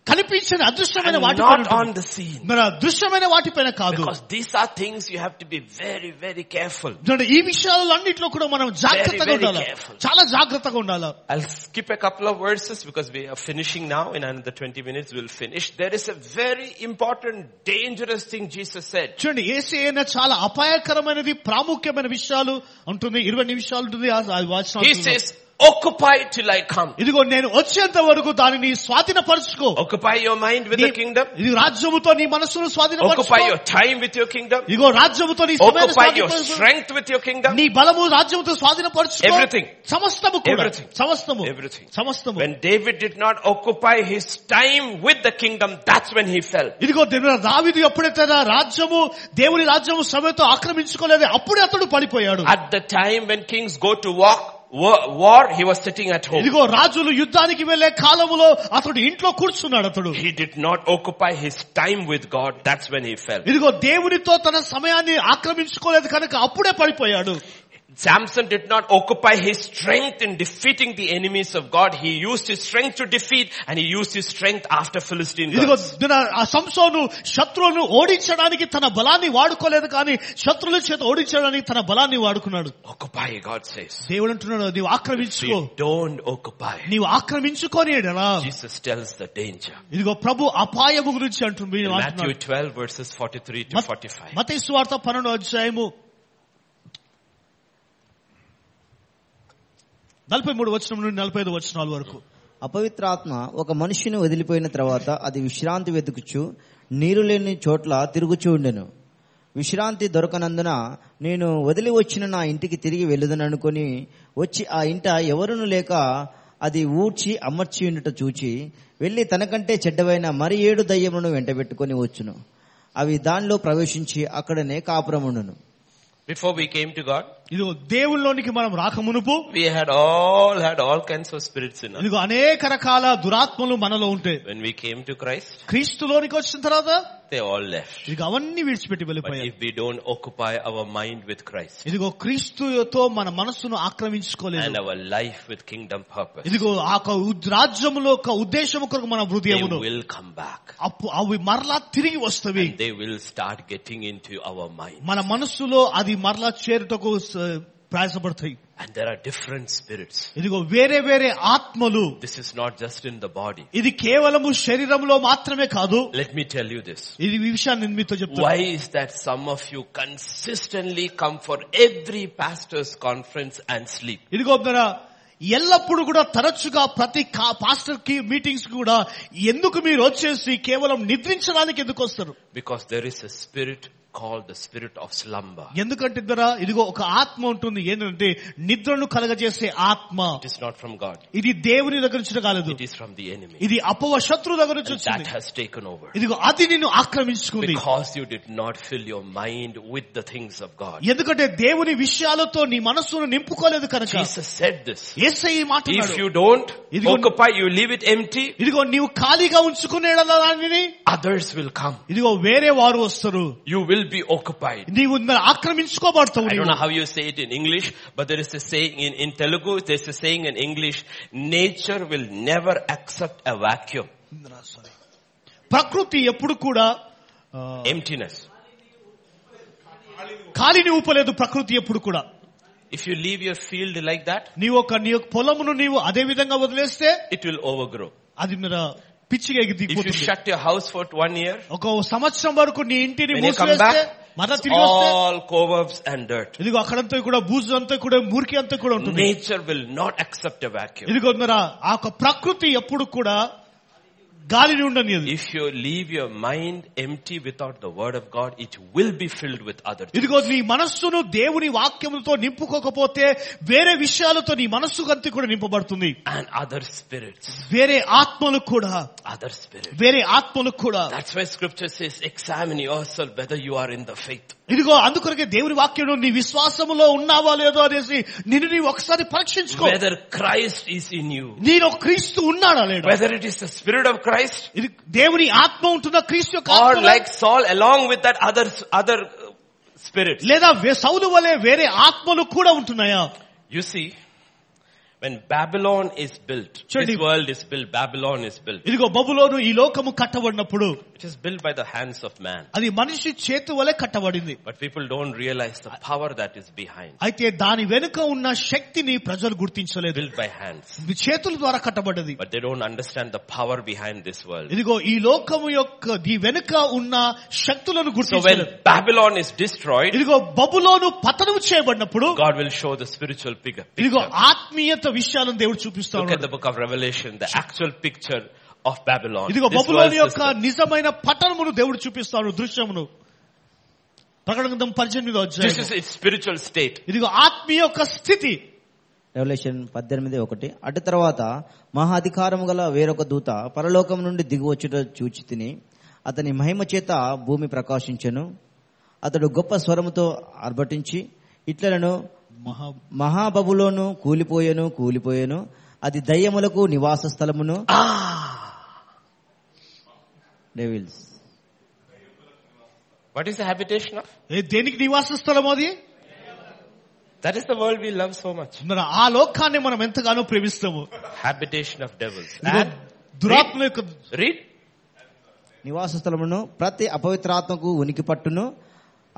Speaker 2: కనిపించని అదృశ్యమైన
Speaker 1: and
Speaker 2: వాటిపైన
Speaker 1: not
Speaker 2: ఉంటుంది.
Speaker 1: on the scene.
Speaker 2: మరి అదృశ్యమైన వాటిపైన కాదు
Speaker 1: Because these are things you have to be very, very careful.
Speaker 2: చూడండి, ఈ విషయాలన్నింటిలో కూడా మనం జాగ్రత్తగా
Speaker 1: Very, very
Speaker 2: ఉండాలి
Speaker 1: careful.
Speaker 2: చాలా జాగ్రత్తగా ఉండాలి
Speaker 1: I'll skip a couple of verses because we are finishing now. In another 20 minutes we'll finish. There is a very important, dangerous thing Jesus said.
Speaker 2: చూడండి ఏసీ అయినా చాలా అపాయకరమైనది ప్రాముఖ్యమైన విషయాలు ఉంటుంది ఇరవై నిమిషాలు ఉంటుంది ఆ- ఆ వాచనం
Speaker 1: He says, occupy till I come.
Speaker 2: ఇదిగో నేను వచ్చేంత వరకు దానిని స్వాధీనపరచుకో
Speaker 1: Occupy your mind with the
Speaker 2: నీ-
Speaker 1: kingdom.
Speaker 2: ఇది రాజ్యముతో నీ మనస్సును స్వాధీనపరచుకో
Speaker 1: Occupy your time with your kingdom.
Speaker 2: ఇదిగో రాజ్యముతో నీ సమయాన్ని
Speaker 1: Occupy your
Speaker 2: స్వాధీనపరచుకో.
Speaker 1: strength with your kingdom.
Speaker 2: నీ బలము రాజ్యముతో స్వాధీనపరచుకో
Speaker 1: Everything.
Speaker 2: సమస్తము కూడా
Speaker 1: Everything.
Speaker 2: సమస్తము
Speaker 1: Everything.
Speaker 2: సమస్తము
Speaker 1: When David did not occupy his time with the kingdom, that's when he fell.
Speaker 2: ఇదిగో దేవుడు దావిదు ఎప్పుడైతే నా రాజ్యము దేవుని రాజ్యము సమయంతో ఆక్రమించుకోలేదు అప్పుడే అతడు పడిపోయాడు
Speaker 1: At the time when kings go to walk, war, war, he was sitting at home.
Speaker 2: ఇదిగో రాజులు యుద్ధానికి వెళ్లే కాలములో అతడు ఇంట్లో కూర్చున్నాడు అతడు
Speaker 1: He did not occupy his time with God. That's when he fell.
Speaker 2: ఇదిగో దేవునితో తన సమయాన్ని ఆక్రమించుకోలేదు కనుక అప్పుడే పడిపోయాడు
Speaker 1: Samson did not occupy his strength in defeating the enemies of God. He used his strength to defeat and he used his strength after Philistine
Speaker 2: ఇదిగో
Speaker 1: gods.
Speaker 2: దిన- ఆ సంసోను శత్రువును ఓడించడానికి తన బలాన్ని వాడుకోలేదు కానీ శత్రువుల చేత ఓడించడానికి తన బలాన్ని వాడుకున్నాడు
Speaker 1: Occupy, God says.
Speaker 2: దేవుడు అంటున్నాడు నీవు
Speaker 1: So
Speaker 2: ఆక్రమించుకో
Speaker 1: you don't occupy.
Speaker 2: నీవు ఆక్రమించుకోని ఎడలా
Speaker 1: Jesus tells the danger.
Speaker 2: ఇదిగో ప్రభు అపాయము గురించి అంటుంది
Speaker 1: In Matthew 12 verses 43 to 45.
Speaker 2: మత వార్త పన్నెండు అధ్యాయము నలభై మూడు వచనం నుండి నలభై ఐదు వచనాల వరకు
Speaker 3: అపవిత్రాత్మ ఒక మనిషిని వదిలిపోయిన తర్వాత అది విశ్రాంతి వెతుకుచు నీరు లేని చోట్ల తిరుగుచూ ఉండెను విశ్రాంతి దొరకనందున నేను వదిలి వచ్చిన నా ఇంటికి తిరిగి వెళ్ళదననుకొని వచ్చి ఆ ఇంట ఎవరును లేక అది ఊడ్చి అమర్చి ఉండుట చూచి వెళ్ళి తనకంటే చెడ్డవైన మరి ఏడు దయ్యములను వెంటబెట్టుకొని వచ్చును అవి దానిలో ప్రవేశించి అక్కడనే కాపురముండును
Speaker 1: Before we came to God,
Speaker 2: ఇదిగో దేవుళ్ళలోనికి మనం రాకమునుపు
Speaker 1: we had all had all kinds of spirits in us.
Speaker 2: ఇదిగో అనేక రకాల దురాత్మలు మనలో ఉంటాయి
Speaker 1: When we came to Christ,
Speaker 2: క్రీస్తులోనికి వచ్చిన తర్వాత
Speaker 1: they all left.
Speaker 2: ఇదిగో అవన్నీ విడిచిపెట్టి
Speaker 1: But
Speaker 2: వెళ్ళిపోయాయి
Speaker 1: if we don't occupy our mind with Christ
Speaker 2: ఇదిగో క్రీస్తుతో మన మనస్సును
Speaker 1: and
Speaker 2: ఆక్రమించుకోలేదు
Speaker 1: our life with kingdom purpose,
Speaker 2: ఇదిగో ఆ ఒక ఉద్- రాజ్యములో ఒక ఉద్దేశము కొరకు మన
Speaker 1: they
Speaker 2: హృదయమును
Speaker 1: will come back.
Speaker 2: అప్పు అవి మరలా తిరిగి వస్తవి
Speaker 1: And they will start getting into our mind.
Speaker 2: మన మనస్సులో అది మరలా చేరుటకు స- ప్రయాసపడతాయి
Speaker 1: And there are different spirits.
Speaker 2: ఇదిగో వేరే వేరే ఆత్మలు
Speaker 1: This is not just in the body.
Speaker 2: ఇది కేవలము శరీరంలో మాత్రమే కాదు
Speaker 1: Let me tell you this.
Speaker 2: ఇది ఈ విషయాన్ని నేను మీతో చెప్తాను
Speaker 1: Why is that some of you consistently come for every pastor's conference and sleep?
Speaker 2: ఇదిగో మన ఎల్లప్పుడు కూడా తరచుగా ప్రతి పాస్టర్ కి మీటింగ్స్ కూడా ఎందుకు మీరు వచ్చేసి కేవలం నిద్రించడానికి ఎందుకు వస్తారు
Speaker 1: Because there is a spirit called the spirit of slumber.
Speaker 2: ఎందుకంటే ద్వారా ఇదిగో ఒక ఆత్మ ఉంటుంది ఏంటంటే నిద్రను కలగజేసే ఆత్మ
Speaker 1: It is not from God.
Speaker 2: ఇది దేవుని దగ్గర నుంచి కాలేదు
Speaker 1: It is from the enemy.
Speaker 2: ఇది అపవ శత్రు దగ్గర నుంచి
Speaker 1: And that
Speaker 2: వచ్చింది
Speaker 1: has taken over.
Speaker 2: ఇదిగో అది నిన్ను ఆక్రమించుకుంది
Speaker 1: Because you did not fill your mind with the things of God.
Speaker 2: ఎందుకంటే దేవుని విషయాలతో నీ మనస్సును నింపుకోలేదు కనుక
Speaker 1: Jesus said this.
Speaker 2: ఏసై ఈ మాట
Speaker 1: If
Speaker 2: అన్నాడు.
Speaker 1: you don't
Speaker 2: ఇదిగో-
Speaker 1: occupy, you leave it empty,
Speaker 2: ఇదిగో నీవు ఖాళీగా ఉంచుకునే దానిని
Speaker 1: others will come.
Speaker 2: ఇదిగో వేరే వారు వస్తారు
Speaker 1: You will be occupied.
Speaker 2: నీవు నా- ఆక్రమించుకోబడతావు
Speaker 1: I
Speaker 2: నీవు.
Speaker 1: don't know how you say it in English, but there is a saying in, in Telugu, there's a saying in English, nature will never accept a vacuum.
Speaker 2: ప్రకృతి ఎప్పుడు కూడా ఆ,
Speaker 1: Uh. Emptiness.
Speaker 2: ఖాళీని ఊపలేదు ప్రకృతి ఎప్పుడు కూడా
Speaker 1: If you leave your field like that,
Speaker 2: నీవు ఒక నీ యొక్క పొలమును నీవు అదే విధంగా వదిలేస్తే
Speaker 1: it will overgrow.
Speaker 2: అది మీరు పిచ్చిగా ఎగిరి
Speaker 1: If you
Speaker 2: దిగిపోతుంది
Speaker 1: shut your house for one year,
Speaker 2: ఒక సంవత్సరం వరకు నీ ఇంటిని
Speaker 1: when you come
Speaker 2: మూసివేస్తే
Speaker 1: back, oh.
Speaker 2: మరలా
Speaker 1: it's
Speaker 2: తిరిగి వస్తే
Speaker 1: all cobwebs and dirt.
Speaker 2: ఇదిగో అక్కడంతా కూడా బూజు అంతా కూడా మురికి అంతా కూడా ఉంటుంది
Speaker 1: Nature will not accept a vacuum.
Speaker 2: ఇదిగో మరా ఆ యొక్క ప్రకృతి ఎప్పుడు కూడా గాలిని ఉండనియదు
Speaker 1: If you leave your mind empty without the word of God, it will be filled with other things.
Speaker 2: ఇదిగో నీ మనస్సును దేవుని వాక్యములతో నింపుకోకపోతే వేరే విషయాలతో నీ మనస్సు అంతా కూడా నింపబడుతుంది
Speaker 1: And other spirits.
Speaker 2: వేరే ఆత్మలు కూడా
Speaker 1: Other spirits.
Speaker 2: వేరే ఆత్మలు కూడా
Speaker 1: That's why scripture says, examine yourself whether you are in the faith.
Speaker 2: ఇదిగో అందుకొరకే దేవుని వాక్యంలో నీ విశ్వాసములో ఉన్నావా లేదో అనేసి నిన్ను నీవు ఒకసారి పరీక్షించుకో
Speaker 1: Whether Christ is in you.
Speaker 2: నేను క్రీస్తు ఉన్నాడా లేడు
Speaker 1: Whether it is the spirit of Christ
Speaker 2: ఇది దేవుని ఆత్మ ఉంటున్న క్రీస్తు యొక్క
Speaker 1: or
Speaker 2: ఆత్మ
Speaker 1: like Saul along with that other, other uh, spirits.
Speaker 2: లేదా వే- సౌలు వలె వేరే ఆత్మలు కూడా ఉంటున్నాయా
Speaker 1: You see, When Babylon is built,
Speaker 2: చూడండి.
Speaker 1: this world is built, Babylon is built.
Speaker 2: ఇదిగో బబులోను ఈ లోకము కట్టబడినప్పుడు
Speaker 1: It is built by the hands of man.
Speaker 2: అది మనిషి చేతి వలె కట్టబడింది
Speaker 1: But people don't realize the power that is behind.
Speaker 2: అయితే దాని వెనుక ఉన్న శక్తిని ప్రజలు గుర్తించలేదు
Speaker 1: Built by hands.
Speaker 2: ఇది చేతుల ద్వారా కట్టబడ్డది
Speaker 1: But they don't understand the power behind this world.
Speaker 2: ఇదిగో ఈ లోకము యొక్క ఈ వెనుక ఉన్న శక్తులను
Speaker 1: So when
Speaker 2: గుర్తించలేదు
Speaker 1: Babylon is destroyed,
Speaker 2: ఇదిగో బబులోను పతనం చేయబడినప్పుడు
Speaker 1: God will show the spiritual figure.
Speaker 2: ఇదిగో ఆత్మీయత విషయాలను దేవుడు చూపిస్తా
Speaker 1: Look at
Speaker 2: ఉన్నాడు
Speaker 1: the book of Revelation, the actual picture of Babylon.
Speaker 2: ఇదిగో
Speaker 1: This
Speaker 2: బబులోని
Speaker 1: world
Speaker 2: యొక్క
Speaker 1: system.
Speaker 2: నిజమైన పతనమును దేవుడు చూపిస్తాడు దృశ్యమును ప్రకటన గ్రంథం పద్దెనిమిదో
Speaker 1: This
Speaker 2: అధ్యాయం
Speaker 1: is its spiritual state.
Speaker 2: ఇదిగో ఆత్మీయ యొక్క స్థితి
Speaker 3: రెవల్యూషన్ పద్దెనిమిది ఒకటి అటు తర్వాత మహా అధికారము గల వేరొక దూత పరలోకం నుండి దిగి వచ్చుట చూచి తిని అతని మహిమ చేత భూమి ప్రకాశించెను అతడు గొప్ప స్వరముతో ఆర్భటించి ఇట్లను
Speaker 2: మహా
Speaker 3: మహాబబులోను కూలిపోయెను కూలిపోయెను అది దయ్యములకు నివాస స్థలమును devils
Speaker 1: What is the habitation of?
Speaker 2: ఏ, దేనికి నివాస స్థలం అది
Speaker 1: That is the world we love so much.
Speaker 2: మన ఆ లోకాన్ని మనం ఎంతగానో ప్రేమిస్తాము
Speaker 1: Habitation of devils.
Speaker 2: ఇదిగో
Speaker 1: And
Speaker 2: దురాత్మ యొక్క
Speaker 1: read.
Speaker 3: నివాస స్థలమును ప్రతి అపవిత్రాత్మకు ఉనికి పట్టును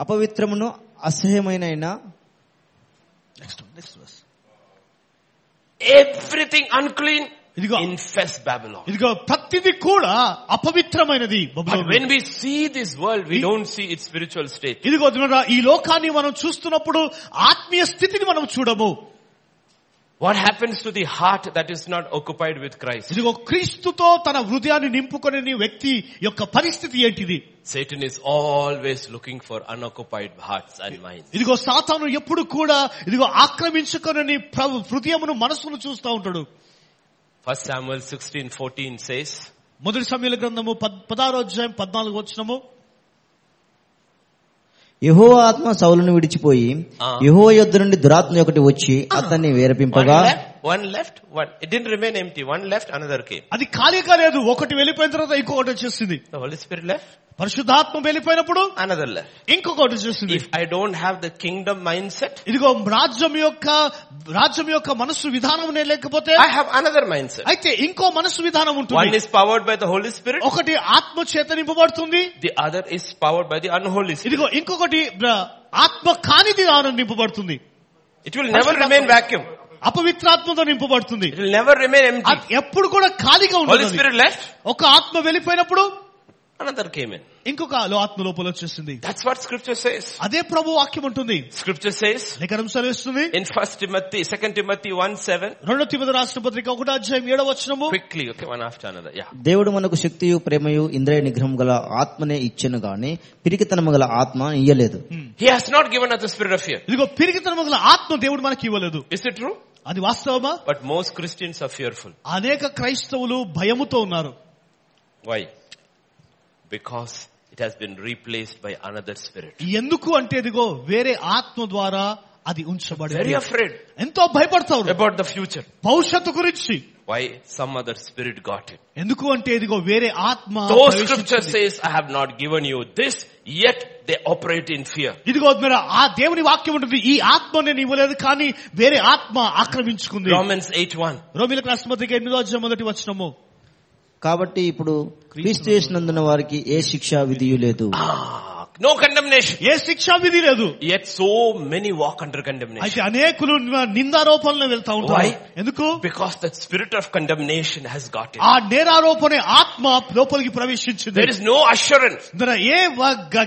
Speaker 3: అపవిత్రమును అసహ్యమైన
Speaker 1: Everything unclean
Speaker 2: ఇదిగో
Speaker 1: infests Babylon.
Speaker 2: ఇదిగో ప్రతిది కూడా అపవిత్రమైనది
Speaker 1: But
Speaker 2: Babylon.
Speaker 1: when we see this world, we don't see its spiritual state.
Speaker 2: ఇదిగో చూడరా, ఈ లోకాన్ని మనం చూస్తున్నప్పుడు ఆత్మీయ స్థితిని మనం చూడము
Speaker 1: What happens to the heart that is not occupied with Christ?
Speaker 2: ఇదిగో క్రీస్తుతో తన హృదయాన్ని నింపుకునే వ్యక్తి యొక్క పరిస్థితి ఏంటిది
Speaker 1: Satan is always looking for unoccupied hearts and minds.
Speaker 2: ఇదిగో సాతాను ఎప్పుడు కూడా ఇదిగో ఆక్రమించుకునని ప్రభు హృదయమును మనసును చూస్తూ ఉంటాడు
Speaker 1: First Samuel sixteen fourteen says,
Speaker 2: మొదటి సమయాల గ్రంథము పద్- పదహారో అధ్యాయం పద్నాలుగు వచ్చినము
Speaker 3: యహో ఆత్మ సౌలును విడిచిపోయి
Speaker 1: ఆ.
Speaker 3: యహో యొద్ద నుండి దురాత్మ ఒకటి వచ్చి అతన్ని
Speaker 1: One
Speaker 3: వేరపింపగా
Speaker 1: left, one left, one. It didn't remain empty. One left, another came.
Speaker 2: అది ఖాళీ కాలేదు ఒకటి వెళ్ళిపోయిన తర్వాత ఇంకొకటి వచ్చేసింది
Speaker 1: The Holy Spirit left,
Speaker 2: పరిశుద్ధాత్మ వెళ్ళిపోయినప్పుడు
Speaker 1: another left.
Speaker 2: ఇంకొకటి వచ్చేసింది
Speaker 1: If I don't have the kingdom mindset,
Speaker 2: ఇదిగో రాజ్యం యొక్క రాజ్యం యొక్క మనసు విధానం నేను లేకపోతే
Speaker 1: I have another mindset.
Speaker 2: అయితే ఇంకో మనసు విధానం
Speaker 1: One
Speaker 2: ఉంటుంది
Speaker 1: is powered by the Holy Spirit,
Speaker 2: ఒకటి ఆత్మ చేత నింపబడుతుంది
Speaker 1: the other is powered by the unholy Spirit.
Speaker 2: ఇదిగో ఇంకొకటి బ్ర- ఆత్మ కానిది Anam నింపబడుతుంది
Speaker 1: It will never remain vacuum.
Speaker 2: అపవిత్రాత్మతో నింపబడుతుంది
Speaker 1: It will never remain empty.
Speaker 2: అది ఎప్పుడు కూడా ఖాళీగా
Speaker 1: Holy
Speaker 2: ఉంటుంది
Speaker 1: Spirit left,
Speaker 2: ఒక ఆత్మ వెళ్ళిపోయినప్పుడు
Speaker 1: another came in.
Speaker 2: ఇంకొక ఆత్మ లోపల వచ్చేసింది
Speaker 1: That's what scripture says.
Speaker 2: అదే ప్రభు వాక్యం ఉంటుంది
Speaker 1: Scripture says
Speaker 2: లేఖనం సెలవిస్తుంది
Speaker 1: in first Timothy, second Timothy 1 7,
Speaker 2: రెండో తిమ్మది రాష్ట్ర పత్రిక ఒకటో అధ్యాయం ఏడో వచనము
Speaker 1: quickly, okay, one after another. Yeah.
Speaker 3: దేవుడు మనకు శక్తియు ప్రేమయు ఇంద్రియ నిగ్రహం గల ఆత్మనే ఇచ్చెను గాని పిరికితనము గల ఆత్మ ఇయ్యలేదు
Speaker 1: He has not given us the spirit of fear.
Speaker 2: ఇదిగో పెరిగితనముల ఆత్మ దేవుడు మనకి ఇవ్వలేదు
Speaker 1: Is it true?
Speaker 2: అది వాస్తవమా
Speaker 1: But most Christians are fearful.
Speaker 2: అనేక క్రైస్తవులు భయముతో ఉన్నారు
Speaker 1: Why? Because it has been replaced by another spirit.
Speaker 2: ఎందుకు అంటే ఇదిగో వేరే ఆత్మ ద్వారా అది
Speaker 1: Very
Speaker 2: ఉంచబడి
Speaker 1: afraid
Speaker 2: ఎంతో భయపడతారు
Speaker 1: about the future.
Speaker 2: భవిష్యత్తు గురించి
Speaker 1: Why? Some other spirit got it.
Speaker 2: ఎందుకు అంటే ఇదిగో వేరే ఆత్మ
Speaker 1: Though scripture
Speaker 2: ప్రవేశించింది.
Speaker 1: says, I have not given you this, yet they operate in fear.
Speaker 2: ఇదిగో మీరు ఆ దేవుని వాక్యం ఉంటుంది ఈ ఆత్మ నేను ఇవ్వలేదు కానీ వేరే ఆత్మ ఆక్రమించుకుంది
Speaker 1: Romans 8 1.
Speaker 2: రోమిలకు రాష్ట్రపతికి ఎనిమిదో అధ్యాయం మొదటి వచ్చినము
Speaker 3: కాబట్టి ఇప్పుడు క్రీస్తు చేసినందున వారికి ఏ శిక్ష విధియు లేదు
Speaker 1: Ah, no condemnation.
Speaker 2: ఏ శిక్షా విధి లేదు
Speaker 1: Yet so many walk under condemnation.
Speaker 2: అయితే అనేకులు నిందారోపణలు వెళ్తా ఉంటారు
Speaker 1: Why?
Speaker 2: ఎందుకు
Speaker 1: Because that spirit of condemnation has got it.
Speaker 2: ఆ నేరారోపణ ఆత్మ లోపలికి ప్రవేశించింది
Speaker 1: There is no assurance
Speaker 2: ఇందులో ఏ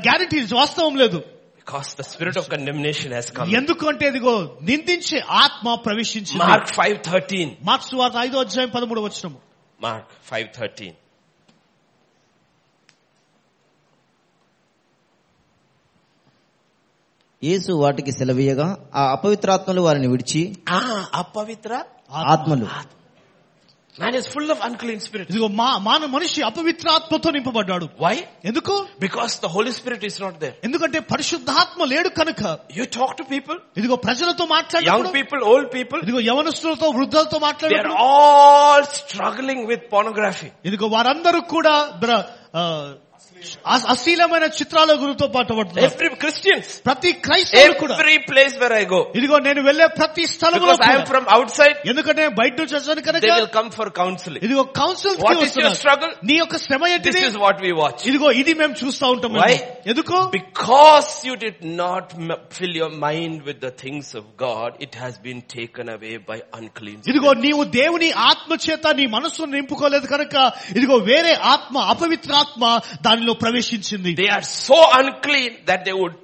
Speaker 2: గ్యారంటీ వాస్తవం లేదు
Speaker 1: because the spirit of condemnation has come. in.
Speaker 2: ఎందుకు అంటే ఇదిగో నిందించే ఆత్మ ప్రవేశించింది
Speaker 1: Mark 5.13.
Speaker 2: మార్క్స్ వార్త ఐదో అధ్యాయం పదమూడు వచ్చినము
Speaker 1: Mark 5.13.
Speaker 3: యేసు వాటికి సెలవీయగా ఆ అపవిత్రాత్మలు వారిని విడిచి
Speaker 1: Ah, apavitra.
Speaker 3: ఆత్మలు
Speaker 1: Man is full of unclean spirit.
Speaker 2: ఇదిగో మా మాన మనిషి అపవిత్ర ఆత్మతో నింపబడ్డాడు
Speaker 1: Why?
Speaker 2: ఎందుకు
Speaker 1: Because the Holy Spirit is not there.
Speaker 2: ఎందుకంటే పరిశుద్ధాత్మ లేడు కనుక
Speaker 1: You talk to people,
Speaker 2: ఇదిగో ప్రజలతో
Speaker 1: young
Speaker 2: మాట్లాడినప్పుడు
Speaker 1: people, old people,
Speaker 2: ఇదిగో యవనస్తులతో వృద్ధులతో
Speaker 1: they are
Speaker 2: మాట్లాడినప్పుడు
Speaker 1: all struggling with pornography.
Speaker 2: ఇదిగో వారందరూ కూడా బ్ర- ఆ, అ- అశ్లీలమైన చిత్రాల గురితో పాటు పడుతున్నారు
Speaker 1: Every Christians,
Speaker 2: ప్రతి క్రైస్తవుడు కూడా
Speaker 1: every place where I go,
Speaker 2: ఇదిగో నేను వెళ్లే ప్రతి స్థలంలో
Speaker 1: because I am
Speaker 2: కూడా.
Speaker 1: from outside,
Speaker 2: ఎందుకంటే నేను బయట నుంచి వచ్చాను
Speaker 1: they
Speaker 2: కనుక
Speaker 1: will come for counseling.
Speaker 2: ఇదిగో council
Speaker 1: What is your struggle?
Speaker 2: నీ యొక్క శ్రమ
Speaker 1: This
Speaker 2: ఏంటిది
Speaker 1: is what we watch.
Speaker 2: ఇదిగో ఇది మేము చూస్తా ఉంటాం
Speaker 1: Why?
Speaker 2: ఎందుకు
Speaker 1: Because you did not m- fill your mind with the things of God, it has been taken away by unclean. spirit.
Speaker 2: ఇదిగో నీవు దేవుని ఆత్మ చేత నీ మనస్సును నింపుకోలేదు కనుక ఇదిగో వేరే ఆత్మ అపవిత్రాత్మ దానిలో ప్రవేశించింది
Speaker 1: They are so unclean that they would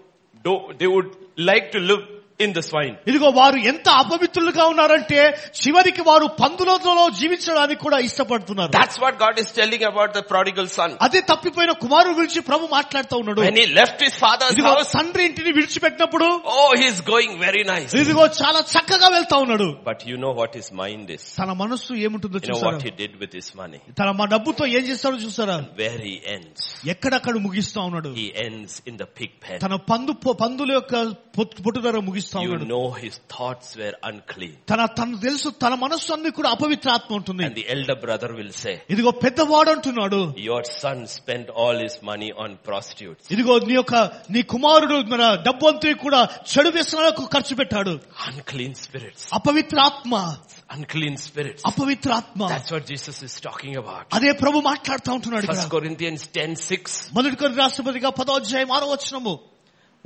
Speaker 1: do, they would like to live in the swine.
Speaker 2: ఇదిగో వారు ఎంత అపవిత్రులుగా ఉన్నారంటే చివరికి వారు పందులలో జీవించడానికి కూడా ఇష్టపడుతున్నారు
Speaker 1: That's what God is telling about the prodigal son.
Speaker 2: అదే తప్పిపోయిన కుమారుడు గురించి ప్రభు మాట్లాడుతూ ఉన్నాడు
Speaker 1: When he left his father's
Speaker 2: ఇదిగో
Speaker 1: house,
Speaker 2: తండ్రి ఇంటిని విడిచిపెట్టినప్పుడు
Speaker 1: oh, he's going very nice.
Speaker 2: ఇదిగో చాలా చక్కగా వెళ్తా ఉన్నాడు
Speaker 1: But you know what his mind is.
Speaker 2: తన మనస్సు ఏముంటుందో
Speaker 1: You know
Speaker 2: చూసారా
Speaker 1: what he did with his money.
Speaker 2: తన మా డబ్బుతో ఏం చేస్తాడో చూసారా
Speaker 1: Where he ends.
Speaker 2: ఎక్కడక్కడ ముగిస్తా ఉన్నాడు
Speaker 1: He ends in the pig pen.
Speaker 2: తన పందు పొ- పందుల యొక్క పొట్టు- పొట్టుదర ముగిస్తా
Speaker 1: You
Speaker 2: ఉన్నాడు
Speaker 1: know his thoughts were unclean.
Speaker 2: తన తను తెలుసు తన మనస్సు అన్ని కూడా అపవిత్ర ఆత్మ ఉంటుంది
Speaker 1: And the elder brother will say,
Speaker 2: ఇదిగో పెద్దవాడు అంటున్నాడు
Speaker 1: your son spent all his money on prostitutes.
Speaker 2: ఇదిగో నీ యొక్క నీ కుమారుడు మన డబ్బు అంతా కూడా చెడు వ్యసనాలకు ఖర్చు పెట్టాడు
Speaker 1: Unclean spirits.
Speaker 2: అపవిత్ర ఆత్మ
Speaker 1: Unclean spirits.
Speaker 2: అపవిత్ర ఆత్మ
Speaker 1: That's what Jesus is talking about.
Speaker 2: అదే ప్రభు మాట్లాడుతా ఉంటున్నాడు ఇక్కడ.
Speaker 1: First Corinthians ten six.
Speaker 2: మొదటి కొన్ని రాష్ట్రపతిగా పదో అధ్యాయం ఆరో వచ్చినము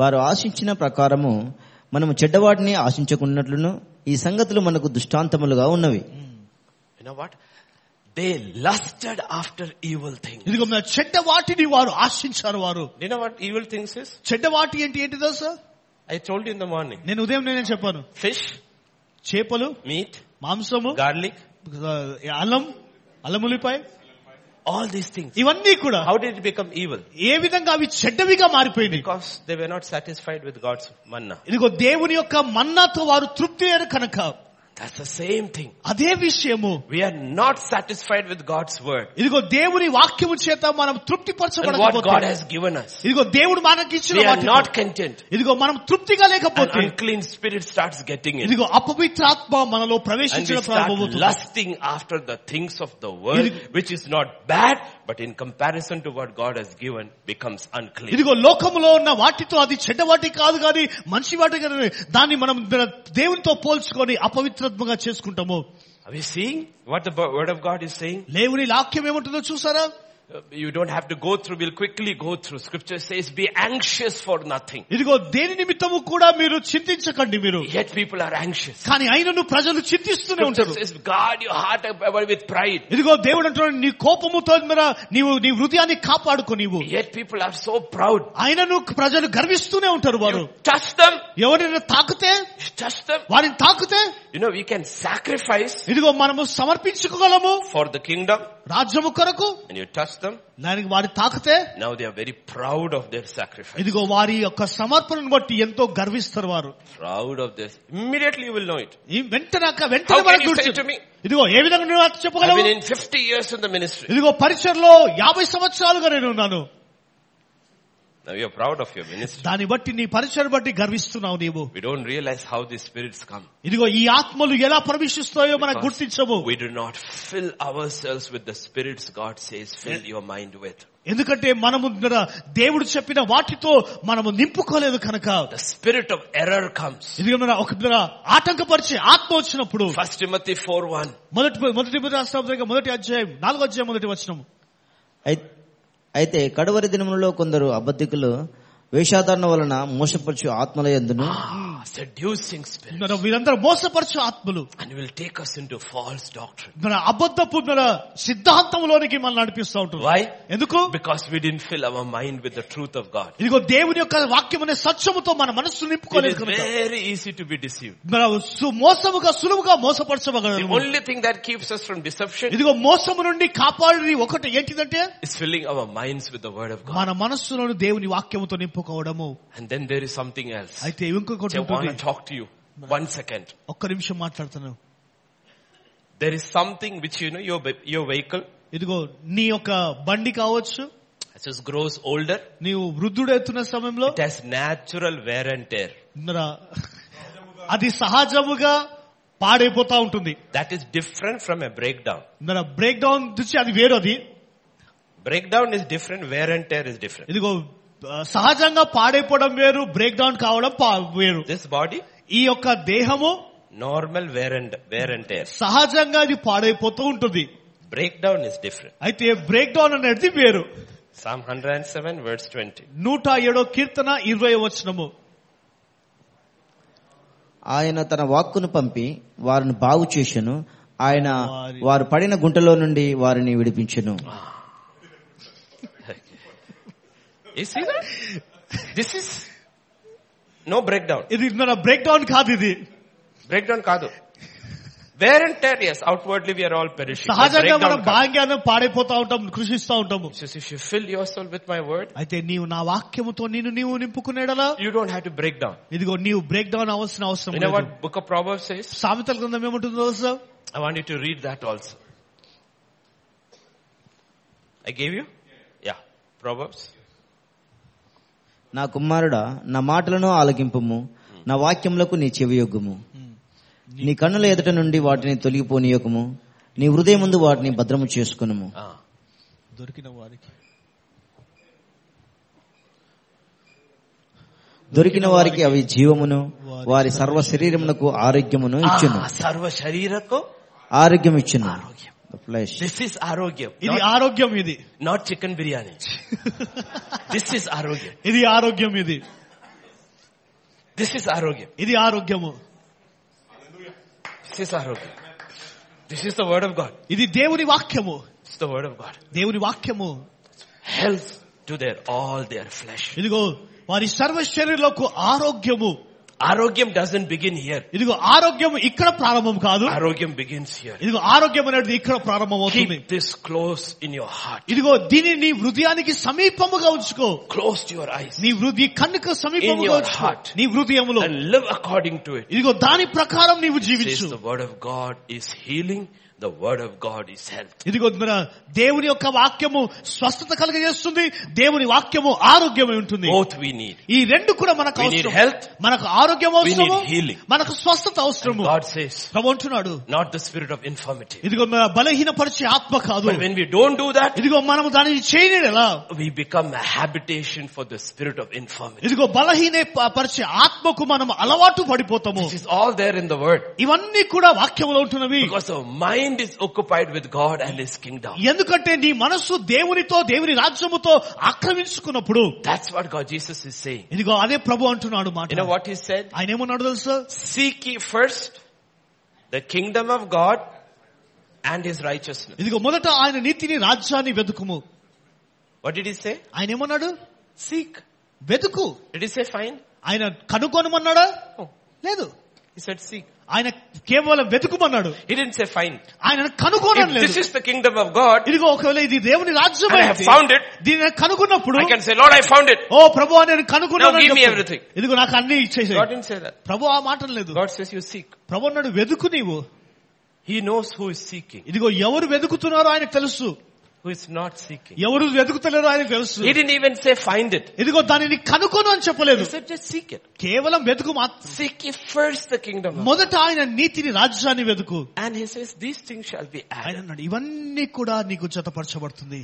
Speaker 3: వారు ఆశించిన ప్రకారము మనము చెడ్డవాటిని ఆశించకున్నట్లును ఈ సంగతులు మనకు దృష్టాంతములుగా ఉన్నవి
Speaker 1: You know what? They lusted after evil things.
Speaker 2: ఇదిగో మన చెడ్డ వాటిని వారు ఆశించారు వారు
Speaker 1: Do you know what evil things is?
Speaker 2: చెడ్డ వాటి ఏంటి ఏంటి తెలుసా
Speaker 1: I told you in the morning.
Speaker 2: నేను ఉదయం నేనే చెప్పాను
Speaker 1: Fish,
Speaker 2: చేపలు
Speaker 1: meat,
Speaker 2: మాంసము
Speaker 1: garlic,
Speaker 2: అల్లం అల్లములిపాయ
Speaker 1: all these things.
Speaker 2: ఇవన్నీ కూడా
Speaker 1: How did it become evil?
Speaker 2: ఏ విధంగా అవి చెడ్డవిగా మారిపోయినాయి
Speaker 1: Because they were not satisfied with God's manna.
Speaker 2: ఇదిగో దేవుని యొక్క మన్నాతో వారు తృప్తి అయ్యారు కనుక
Speaker 1: That's the same thing.
Speaker 2: అదే విషయము
Speaker 1: We are not satisfied with God's word
Speaker 2: ఇదిగో దేవుని వాక్యము చేత మనం తృప్తి
Speaker 1: and what God
Speaker 2: పరచబడకపోతే
Speaker 1: has given us.
Speaker 2: ఇదిగో దేవుడు మనకిచ్చిన
Speaker 1: We are
Speaker 2: వాటితో
Speaker 1: not content.
Speaker 2: ఇదిగో మనం తృప్తిగా
Speaker 1: An
Speaker 2: లేకపోతే
Speaker 1: unclean spirit starts getting in.
Speaker 2: ఇదిగో అపవిత్రాత్మ మనలో
Speaker 1: And we
Speaker 2: ప్రవేశించడం
Speaker 1: start
Speaker 2: ప్రారంభమవుతుంది
Speaker 1: lusting after the things of the world, which is not bad, but in comparison to what God has given, becomes unclean.
Speaker 2: ఇదిగో లోకములో ఉన్న వాటితో అది చెడ్డ వాటి కాదు కానీ మంచి వాటి కానీ దాన్ని మనం దేవునితో పోల్చుకొని అపవిత్రత్వంగా చేసుకుంటాము
Speaker 1: Are we seeing what the bo- word of God is saying?
Speaker 2: లేవుని వాక్యం ఏముంటుందో చూసారా
Speaker 1: Uh, You don't have to go through, we'll quickly go through. Scripture says, be anxious for nothing.
Speaker 2: ఇదిగో దేని నిమిత్తము కూడా మీరు చింతించకండి మీరు
Speaker 1: Yet people are anxious.
Speaker 2: కానీ అయినను ప్రజలు చింతిస్తూనే
Speaker 1: Scripture
Speaker 2: ఉంటారు
Speaker 1: says, guard your heart away with pride.
Speaker 2: ఇదిగో దేవుడు అంటున్నాడు నీ కోపముతో మీర నీవు నీ హృదయాన్ని కాపాడుకో నీవు
Speaker 1: Yet people are so proud.
Speaker 2: ఆయనను ప్రజలు గర్విస్తూనే ఉంటారు వారు
Speaker 1: You touch them,
Speaker 2: ఎవరైనా తాకితే
Speaker 1: you touch them.
Speaker 2: వారిని తాకితే
Speaker 1: You know, we can sacrifice
Speaker 2: ఇదిగో మనము సమర్పించుకోగలము
Speaker 1: for the kingdom
Speaker 2: రాజ్యము కొరకు
Speaker 1: and you touch them.
Speaker 2: దానికి వారి తాకితే
Speaker 1: Now they are very proud of their sacrifice.
Speaker 2: ఇదిగో వారి యొక్క సమర్పణను బట్టి ఎంతో గర్విస్తారు వారు
Speaker 1: Proud of this. Immediately you will know it.
Speaker 2: ఈ వెంటనే అక్క-
Speaker 1: How
Speaker 2: వెంటనే
Speaker 1: can
Speaker 2: వారికి
Speaker 1: you say
Speaker 2: గుర్తు-
Speaker 1: to me,
Speaker 2: ఇదిగో ఏ విధంగా నువ్వు నాకు
Speaker 1: I've
Speaker 2: చెప్పగలవు
Speaker 1: been in 50 years in the ministry.
Speaker 2: ఇదిగో పరిచయలో యాభై సంవత్సరాలుగా నేను ఉన్నాను
Speaker 1: Now you're proud of your ministry.
Speaker 2: దాన్ని బట్టి నీ పరిచయం బట్టి గర్విస్తున్నావు నీవు
Speaker 1: We don't realize how these spirits come.
Speaker 2: ఇదిగో ఈ ఆత్మలు ఎలా ప్రవేశిస్తాయో మనకు
Speaker 1: Because
Speaker 2: గుర్తించము
Speaker 1: We do not fill ourselves with the spirits God says fill your mind with.
Speaker 2: ఎందుకంటే మనము మన దేవుడు చెప్పిన వాటితో మనము నింపుకోలేదు కనుక
Speaker 1: The spirit of error comes.
Speaker 2: ఇదిగో మన ఒక మన ఆటంకపరిచే ఆత్మ వచ్చినప్పుడు
Speaker 1: First Timothy 4 1.
Speaker 2: మొదటి మొదటి రాష్ట్ర మొదటి అధ్యాయం నాలుగో అధ్యాయం మొదటి వచనం
Speaker 3: అయి- అయితే కడవరి దినములలో కొందరు అబద్ధికులు వేషాధారణ వలన మోసపరచు ఆత్మల ఎందును
Speaker 1: Ah, seducing spirit.
Speaker 2: మన వీరందరూ మోసపరచు ఆత్మలు
Speaker 1: And will take us into false doctrine.
Speaker 2: మన అబద్ధపు మన సిద్ధాంతంలోనికి మనల్ని నడిపిస్తూ ఉంటుంది
Speaker 1: Why?
Speaker 2: ఎందుకు
Speaker 1: Because we didn't fill our mind with the truth of God.
Speaker 2: ఇదిగో దేవుని యొక్క వాక్యం అనే సత్యముతో మన మనస్సు
Speaker 1: It is
Speaker 2: నింపుకోలేదు కనుక
Speaker 1: very easy to be deceived.
Speaker 2: మన సు- మోసముగా సులువుగా
Speaker 1: The
Speaker 2: మోసపరచగలము
Speaker 1: only thing that keeps us from deception
Speaker 2: ఇదిగో మోసము నుండి కాపాడి ఒకటి ఏంటిదంటే
Speaker 1: is filling our minds with the word of God.
Speaker 2: మన మనస్సులోని దేవుని వాక్యముతో నింపుకోవడము
Speaker 1: And then there is something else.
Speaker 2: అయితే ఇంకొకటి
Speaker 1: I want
Speaker 2: ఉంటుంది.
Speaker 1: to talk to you. One second.
Speaker 2: ఒక్క నిమిషం మాట్లాడుతున్నాను
Speaker 1: There is something which you know, your, ve- your vehicle
Speaker 2: ఇదిగో నీ యొక్క బండి కావచ్చు
Speaker 1: as it grows older,
Speaker 2: నీవు వృద్ధుడవుతున్న సమయంలో
Speaker 1: it has natural wear and tear.
Speaker 2: మన అది సహజముగా పాడైపోతా ఉంటుంది
Speaker 1: That is different from a breakdown.
Speaker 2: మన బ్రేక్ డౌన్ నుంచి అది వేరు అది
Speaker 1: Breakdown is different, wear and tear is different.
Speaker 2: ఇదిగో ఆ, సహజంగా పాడైపోవడం వేరు బ్రేక్ డౌన్ కావడం పా- వేరు
Speaker 1: This body,
Speaker 2: ఈ యొక్క దేహము
Speaker 1: normal wear and, wear and tear.
Speaker 2: సహజంగా ఇది పాడైపోతూ ఉంటుంది
Speaker 1: Breakdown is different.
Speaker 2: అయితే బ్రేక్ డౌన్ అనేది వేరు
Speaker 1: Psalm 107 verse 20.
Speaker 2: నూట ఏడో కీర్తన ఇరవై వచనము
Speaker 3: ఆయన తన వాక్కును పంపి వారిని బాగు చేసెను ఆయన
Speaker 2: వారి-
Speaker 3: వారు పడిన గుంటలో నుండి వారిని విడిపించెను
Speaker 1: You see that? This is no breakdown.
Speaker 2: ఇది మన బ్రేక్ డౌన్ కాదు ఇది
Speaker 1: Breakdown kadu. Wear and tear, yes. Outwardly we are all perishing. But
Speaker 2: సహజంగా
Speaker 1: breakdown
Speaker 2: మనం
Speaker 1: కాదు.
Speaker 2: భాగ్యాన్ని పాడైపోతా ఉంటాం కృషిస్తూ ఉంటాము
Speaker 1: It says, if you fill your soul with my word,
Speaker 2: అయితే నీవు నా వాక్యముతో నేను నీవు నింపుకునేడలా
Speaker 1: you don't have to break down.
Speaker 2: ఇదిగో నీవు బ్రేక్ డౌన్ అవసరం అవసరం
Speaker 1: You know
Speaker 2: లేదు
Speaker 1: what book of Proverbs says?
Speaker 2: సామెతల గ్రంథం ఏముంటుందో తెలుసా?
Speaker 1: I want you to read that also. I gave you? Yeah. Proverbs.
Speaker 3: నా కుమారుడా నా మాటలను ఆలకింపుము నా వాక్యములకు నీ చెవియొగ్గుము నీ కన్నుల ఎదుట నుండి వాటిని తొలగిపోనీయకము నీ హృదయం ముందు వాటిని భద్రము చేసుకునుము
Speaker 1: Ah.
Speaker 2: దొరికిన వారికి
Speaker 3: దొరికిన వారికి అవి జీవమును వారి సర్వ శరీరమునకు ఆరోగ్యమును ఇచ్చును
Speaker 1: Ah, sarva sharirako
Speaker 3: ఆరోగ్యం ఇచ్చును
Speaker 1: arogyam.
Speaker 3: Flesh.
Speaker 1: This is arogyam.
Speaker 2: ఇది
Speaker 1: Not,
Speaker 2: ఆరోగ్యం ఇది
Speaker 1: not chicken biryani. this is arogyam.
Speaker 2: ఇది ఆరోగ్యం ఇది
Speaker 1: This is arogyam.
Speaker 2: ఇది ఆరోగ్యము
Speaker 1: This is arogyam. This is the word of God.
Speaker 2: ఇది దేవుని వాక్యము
Speaker 1: It's the word of God.
Speaker 2: దేవుని వాక్యము
Speaker 1: Health to their all their flesh.
Speaker 2: ఇదిగో వారి సర్వ శరీరంలోకు ఆరోగ్యము
Speaker 1: Arogyam doesn't begin here.
Speaker 2: ఇదిగో ఆరోగ్యం ఇక్కడ ప్రారంభం కాదు
Speaker 1: Arogyam begins here.
Speaker 2: ఇదిగో ఆరోగ్యం అనేది ఇక్కడ ప్రారంభం అవుతుంది
Speaker 1: Keep this close in your heart.
Speaker 2: ఇదిగో దీనిని నీ హృదయానికి సమీపముగా ఉంచుకో
Speaker 1: Close to your eyes.
Speaker 2: నీ హృది కన్నుకు
Speaker 1: In
Speaker 2: సమీపముగా
Speaker 1: your
Speaker 2: ఉంచుకో
Speaker 1: heart.
Speaker 2: నీ హృదయములో
Speaker 1: And live according to it.
Speaker 2: ఇదిగో దాని ప్రకారం నీవు
Speaker 1: says
Speaker 2: జీవించు
Speaker 1: the word of God is healing, the word of God is health.
Speaker 2: ఇదిగో మన దేవుని యొక్క వాక్యము స్వస్థత కలుగజేస్తుంది దేవుని వాక్యము ఆరోగ్యమై ఉంటుంది
Speaker 1: Both we need.
Speaker 2: ఈ రెండు కూడా మనకు
Speaker 1: We need
Speaker 2: అవసరం
Speaker 1: health.
Speaker 2: మనకు ఆరోగ్యం
Speaker 1: We need
Speaker 2: అవసరము
Speaker 1: healing.
Speaker 2: మనకు స్వస్థత అవసరము
Speaker 1: God says,
Speaker 2: ప్రభు అంటున్నాడు
Speaker 1: not the spirit of infirmity.
Speaker 2: ఇదిగో మన బలహీనపరిచే ఆత్మ కాదు
Speaker 1: But when we don't do that,
Speaker 2: ఇదిగో మనము దానిని చేయని ఎలా
Speaker 1: we become a habitation for the spirit of infirmity.
Speaker 2: ఇదిగో బలహీన పరిచే ఆత్మకు మనం అలవాటు పడిపోతాము
Speaker 1: This is all there in the word.
Speaker 2: ఇవన్నీ కూడా వాక్యంలో ఉంటున్నవి
Speaker 1: Because our mind is occupied with God and His kingdom.
Speaker 2: ఎందుకంటే నీ మనస్సు దేవునితో దేవుని రాజ్యముతో ఆక్రమించుకున్నప్పుడు
Speaker 1: That's what God Jesus is saying.
Speaker 2: ఇదిగో అదే ప్రభు అంటున్నాడు మాట
Speaker 1: You know what He said?
Speaker 2: ఆయన ఏమన్నాడు తెలుసా
Speaker 1: Seek ye first the kingdom of God and His righteousness.
Speaker 2: ఇదిగో మొదట ఆయన నీతిని రాజ్యాన్ని వెతుకుము
Speaker 1: What did He say?
Speaker 2: ఆయన ఏమన్నాడు
Speaker 1: Seek.
Speaker 2: వెతుకు
Speaker 1: Did He say find?
Speaker 2: ఆయన కనుక్కోనమన్నాడా
Speaker 1: No.
Speaker 2: లేదు
Speaker 1: He said seek.
Speaker 2: ఆయన కేవలం వెతుకుమన్నాడు
Speaker 1: He didn't say find.
Speaker 2: ఆయన కనుక్కోనడం
Speaker 1: If
Speaker 2: లేదు
Speaker 1: this is the kingdom of God,
Speaker 2: ఇదిగో ఒకవేళ ఇది దేవుని రాజ్యం
Speaker 1: And I
Speaker 2: అయితే
Speaker 1: have found it.
Speaker 2: దీనిని కనుగొన్నప్పుడు
Speaker 1: I can say, Lord, I found it.
Speaker 2: ఓ ప్రభు నేను కనుగొన్నాను
Speaker 1: Now give
Speaker 2: అని
Speaker 1: me
Speaker 2: చెప్పు.
Speaker 1: everything.
Speaker 2: ఇదిగో నాకు అన్ని ఇచ్చేసి
Speaker 1: God didn't say that.
Speaker 2: ప్రభు ఆ మాట లేదు
Speaker 1: God says you seek.
Speaker 2: ప్రభు అన్నాడు వెతుకు నీవు
Speaker 1: He knows who is seeking,
Speaker 2: ఇదిగో ఎవరు వెతుకుతున్నారో ఆయనకు తెలుసు
Speaker 1: who is not seeking.
Speaker 2: ఎవరు వెతుకుతలేరో ఆయనకు తెలుసు
Speaker 1: He didn't even say find it.
Speaker 2: ఇదిగో దానిని కనుగొను అని చెప్పలేదు
Speaker 1: He said just seek it.
Speaker 2: కేవలం వెతుకు మాత్రం
Speaker 1: Seek ye first the kingdom of God.
Speaker 2: మొదట ఆయన నీతిని రాజ్యాన్ని వెతుకు
Speaker 1: And he says these things shall be
Speaker 2: ఆయన
Speaker 1: added.
Speaker 2: అన్నాడు ఇవన్నీ కూడా నీకు జతపరచబడుతుంది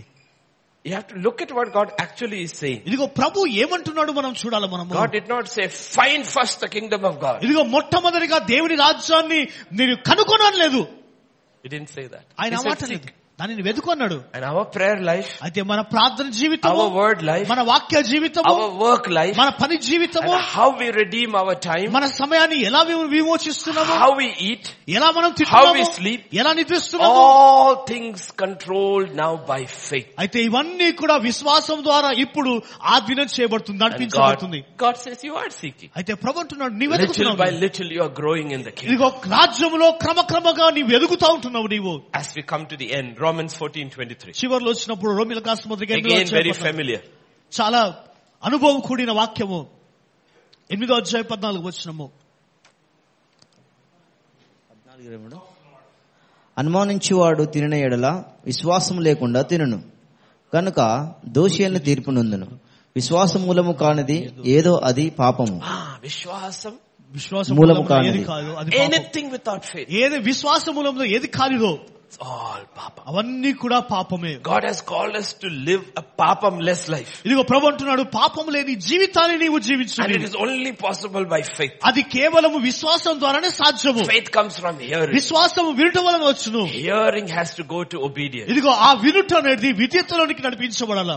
Speaker 1: You have to look at what God actually is saying.
Speaker 2: ఇదిగో ప్రభు ఏమంటున్నాడు మనం చూడాలి మనము
Speaker 1: Hmm. God did not say find first the kingdom of God.
Speaker 2: ఇదిగో మొట్టమొదటిగా దేవుని రాజ్యాన్ని నేను కనుగొనడం లేదు
Speaker 1: He didn't say that.
Speaker 2: ఆయన
Speaker 1: He
Speaker 2: ఆ
Speaker 1: said
Speaker 2: మాట లేదు
Speaker 1: seek.
Speaker 2: దానిని వెతుకున్నాడు
Speaker 1: And our prayer life,
Speaker 2: అయితే మన ప్రార్థన
Speaker 1: our
Speaker 2: జీవితం
Speaker 1: word life,
Speaker 2: మన వాక్య జీవితము
Speaker 1: our work life,
Speaker 2: మన పని
Speaker 1: and
Speaker 2: జీవితము
Speaker 1: how we redeem our time,
Speaker 2: మన సమయాన్ని ఎలా మేము విమోచిస్తున్నాము
Speaker 1: how we eat,
Speaker 2: ఎలా మనం
Speaker 1: How we
Speaker 2: తింటున్నాము
Speaker 1: sleep.
Speaker 2: ఎలా నిద్రిస్తున్నాము
Speaker 1: all things controlled now by faith.
Speaker 2: అయితే ఇవన్నీ కూడా విశ్వాసం ద్వారా ఇప్పుడు ఆధీనం చేయబడుతుంది
Speaker 1: And
Speaker 2: నడిపించబడుతుంది
Speaker 1: God, God says you are seeking.
Speaker 2: అయితే ప్రభు అంటున్నాడు నీవు
Speaker 1: Little by
Speaker 2: వెతుకుతున్నావు
Speaker 1: little you are growing in the kingdom.
Speaker 2: ఇదిగో రాజ్యములో క్రమక్రమంగా నీవు ఎదుగుతా ఉంటున్నావు నీవు
Speaker 1: As we come to the end, Romans 14:23.
Speaker 2: చివరిలో వచ్చినప్పుడు రోమిల కాస్మద్రికి ఎనిమిదో
Speaker 1: Again very
Speaker 2: అధ్యాయం పద్నాలుగు.
Speaker 1: familiar.
Speaker 2: చాలా అనుభవం కూడిన వాక్యము ఎనిమిదో అధ్యాయ పద్నాలుగు వచ్చినము
Speaker 3: అనుమానించువాడు తినిన ఎడల విశ్వాసం లేకుండా తినను కనుక దోషి అయిన తీర్పు నొందును విశ్వాసం మూలము కానిది ఏదో అది పాపము
Speaker 1: Ah, Vishwasam.
Speaker 2: విశ్వాసం
Speaker 3: మూలము
Speaker 2: మూలమున ఏది
Speaker 3: కానిది.
Speaker 2: కాదు అది పాపం.
Speaker 1: Anything without faith
Speaker 2: ఏది విశ్వాస మూలంలో ఏది కానిదో
Speaker 1: It's all papa.
Speaker 2: అవన్నీ కూడా పాపమే
Speaker 1: God has called us to live a papamless life.
Speaker 2: ఇదిగో ప్రభు అంటున్నాడు పాపం లేని జీవితాన్ని నీవు జీవించు
Speaker 1: And it is only possible by faith.
Speaker 2: అది కేవలం విశ్వాసం ద్వారానే సాధ్యము
Speaker 1: Faith comes from hearing.
Speaker 2: విశ్వాసం వినుట వలన వచ్చును
Speaker 1: Hearing has to go to obedience.
Speaker 2: ఇదిగో ఆ వినుట అనేది విధేతలోనికి నడిపించబడాల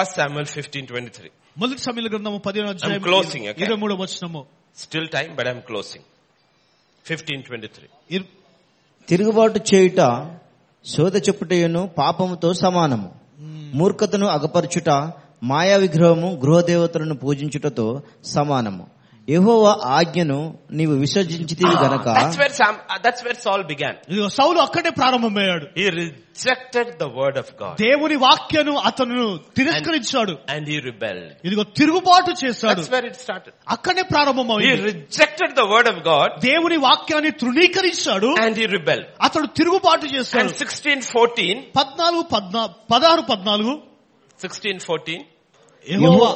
Speaker 1: 1 Samuel 15, 23.
Speaker 2: మొదటి సమయంలో గ్రంథము పదిహేను అధ్యాయం
Speaker 1: I'm closing, okay?
Speaker 2: ఇరవై మూడవ వచనము
Speaker 1: Still time, but I'm closing. 15, 23.
Speaker 2: ఇర్-
Speaker 3: తిరుగుబాటు చేయుట శోధ చెప్పుటయును పాపముతో సమానము మూర్ఖతను అగపరచుట మాయా విగ్రహము గృహదేవతలను పూజించుటతో సమానము యెహోవా ఆజ్ఞను నీవు విసర్జించితివి గనక
Speaker 1: Ah, That's where Sam, uh, that's where Saul began.
Speaker 2: ఇదిగో సౌలు అక్కడే ప్రారంభమయ్యాడు
Speaker 1: He rejected the word of God
Speaker 2: దేవుని వాక్యను అతను తిరస్కరించాడు
Speaker 1: and he rebelled.
Speaker 2: ఇదిగో తిరుగుబాటు చేశాడు
Speaker 1: That's where it started.
Speaker 2: అక్కడే
Speaker 1: He
Speaker 2: ప్రారంభమైంది
Speaker 1: rejected the word of God
Speaker 2: దేవుని వాక్యాన్ని తృణీకరించాడు
Speaker 1: and he rebelled.
Speaker 2: అతడు తిరుగుబాటు
Speaker 1: And
Speaker 2: చేశాడు
Speaker 1: 1614,
Speaker 2: పద్నాలుగు పద్నా పదహారు పద్నాలుగు
Speaker 1: 1614,
Speaker 2: యెహోవా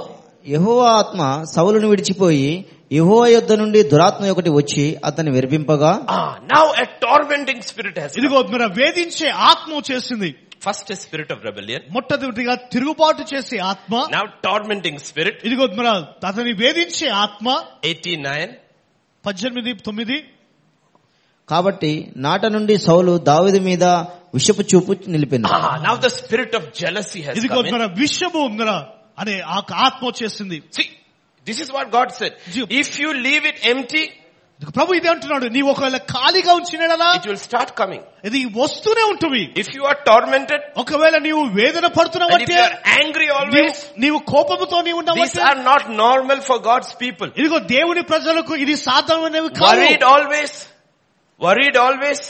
Speaker 3: యహోవా ఆత్మ సౌలును విడిచిపోయి యహోవా యొద్ద నుండి దురాత్మ ఒకటి వచ్చి అతన్ని విరిపింపగా
Speaker 1: ah, now a tormenting spirit has come.
Speaker 2: ఇదిగో మీరు వేధించే ఆత్మ చేసింది
Speaker 1: First a spirit of rebellion,
Speaker 2: మొట్టమొదటిగా తిరుగుబాటు చేసే ఆత్మ
Speaker 1: now tormenting spirit,
Speaker 2: ఇదిగో మన అతని వేధించే ఆత్మ
Speaker 1: 89,
Speaker 2: పద్దెనిమిది తొమ్మిది
Speaker 3: కాబట్టి నాట నుండి సౌలు దావీదు మీద విషపు చూపు నిలిపింది
Speaker 1: ah, now the spirit of jealousy has
Speaker 2: ఇదిగో
Speaker 1: come in.
Speaker 2: మన విషము మన అనే ఆ ఆత్మ వచ్చేసింది
Speaker 1: See, this is what God said.
Speaker 2: You-
Speaker 1: If you leave it empty,
Speaker 2: ఇదిగో ప్రభు ఇదే అంటున్నాడు నీవు ఒకవేళ ఖాళీగా ఉంచినలా
Speaker 1: it will start coming.
Speaker 2: ఇది వస్తూనే ఉంటుంది
Speaker 1: If you are tormented,
Speaker 2: ఒకవేళ నీవు వేదన
Speaker 1: and if you
Speaker 2: పడుతున్నావంటే
Speaker 1: are angry
Speaker 2: నీవు-
Speaker 1: always,
Speaker 2: నీవు కోపముతో నీవు
Speaker 1: these
Speaker 2: ఉన్నావంటే
Speaker 1: are not normal for God's people.
Speaker 2: ఇదిగో దేవుని ప్రజలకు ఇది సాధారణమైనవి కాదు
Speaker 1: Worried always, worried always,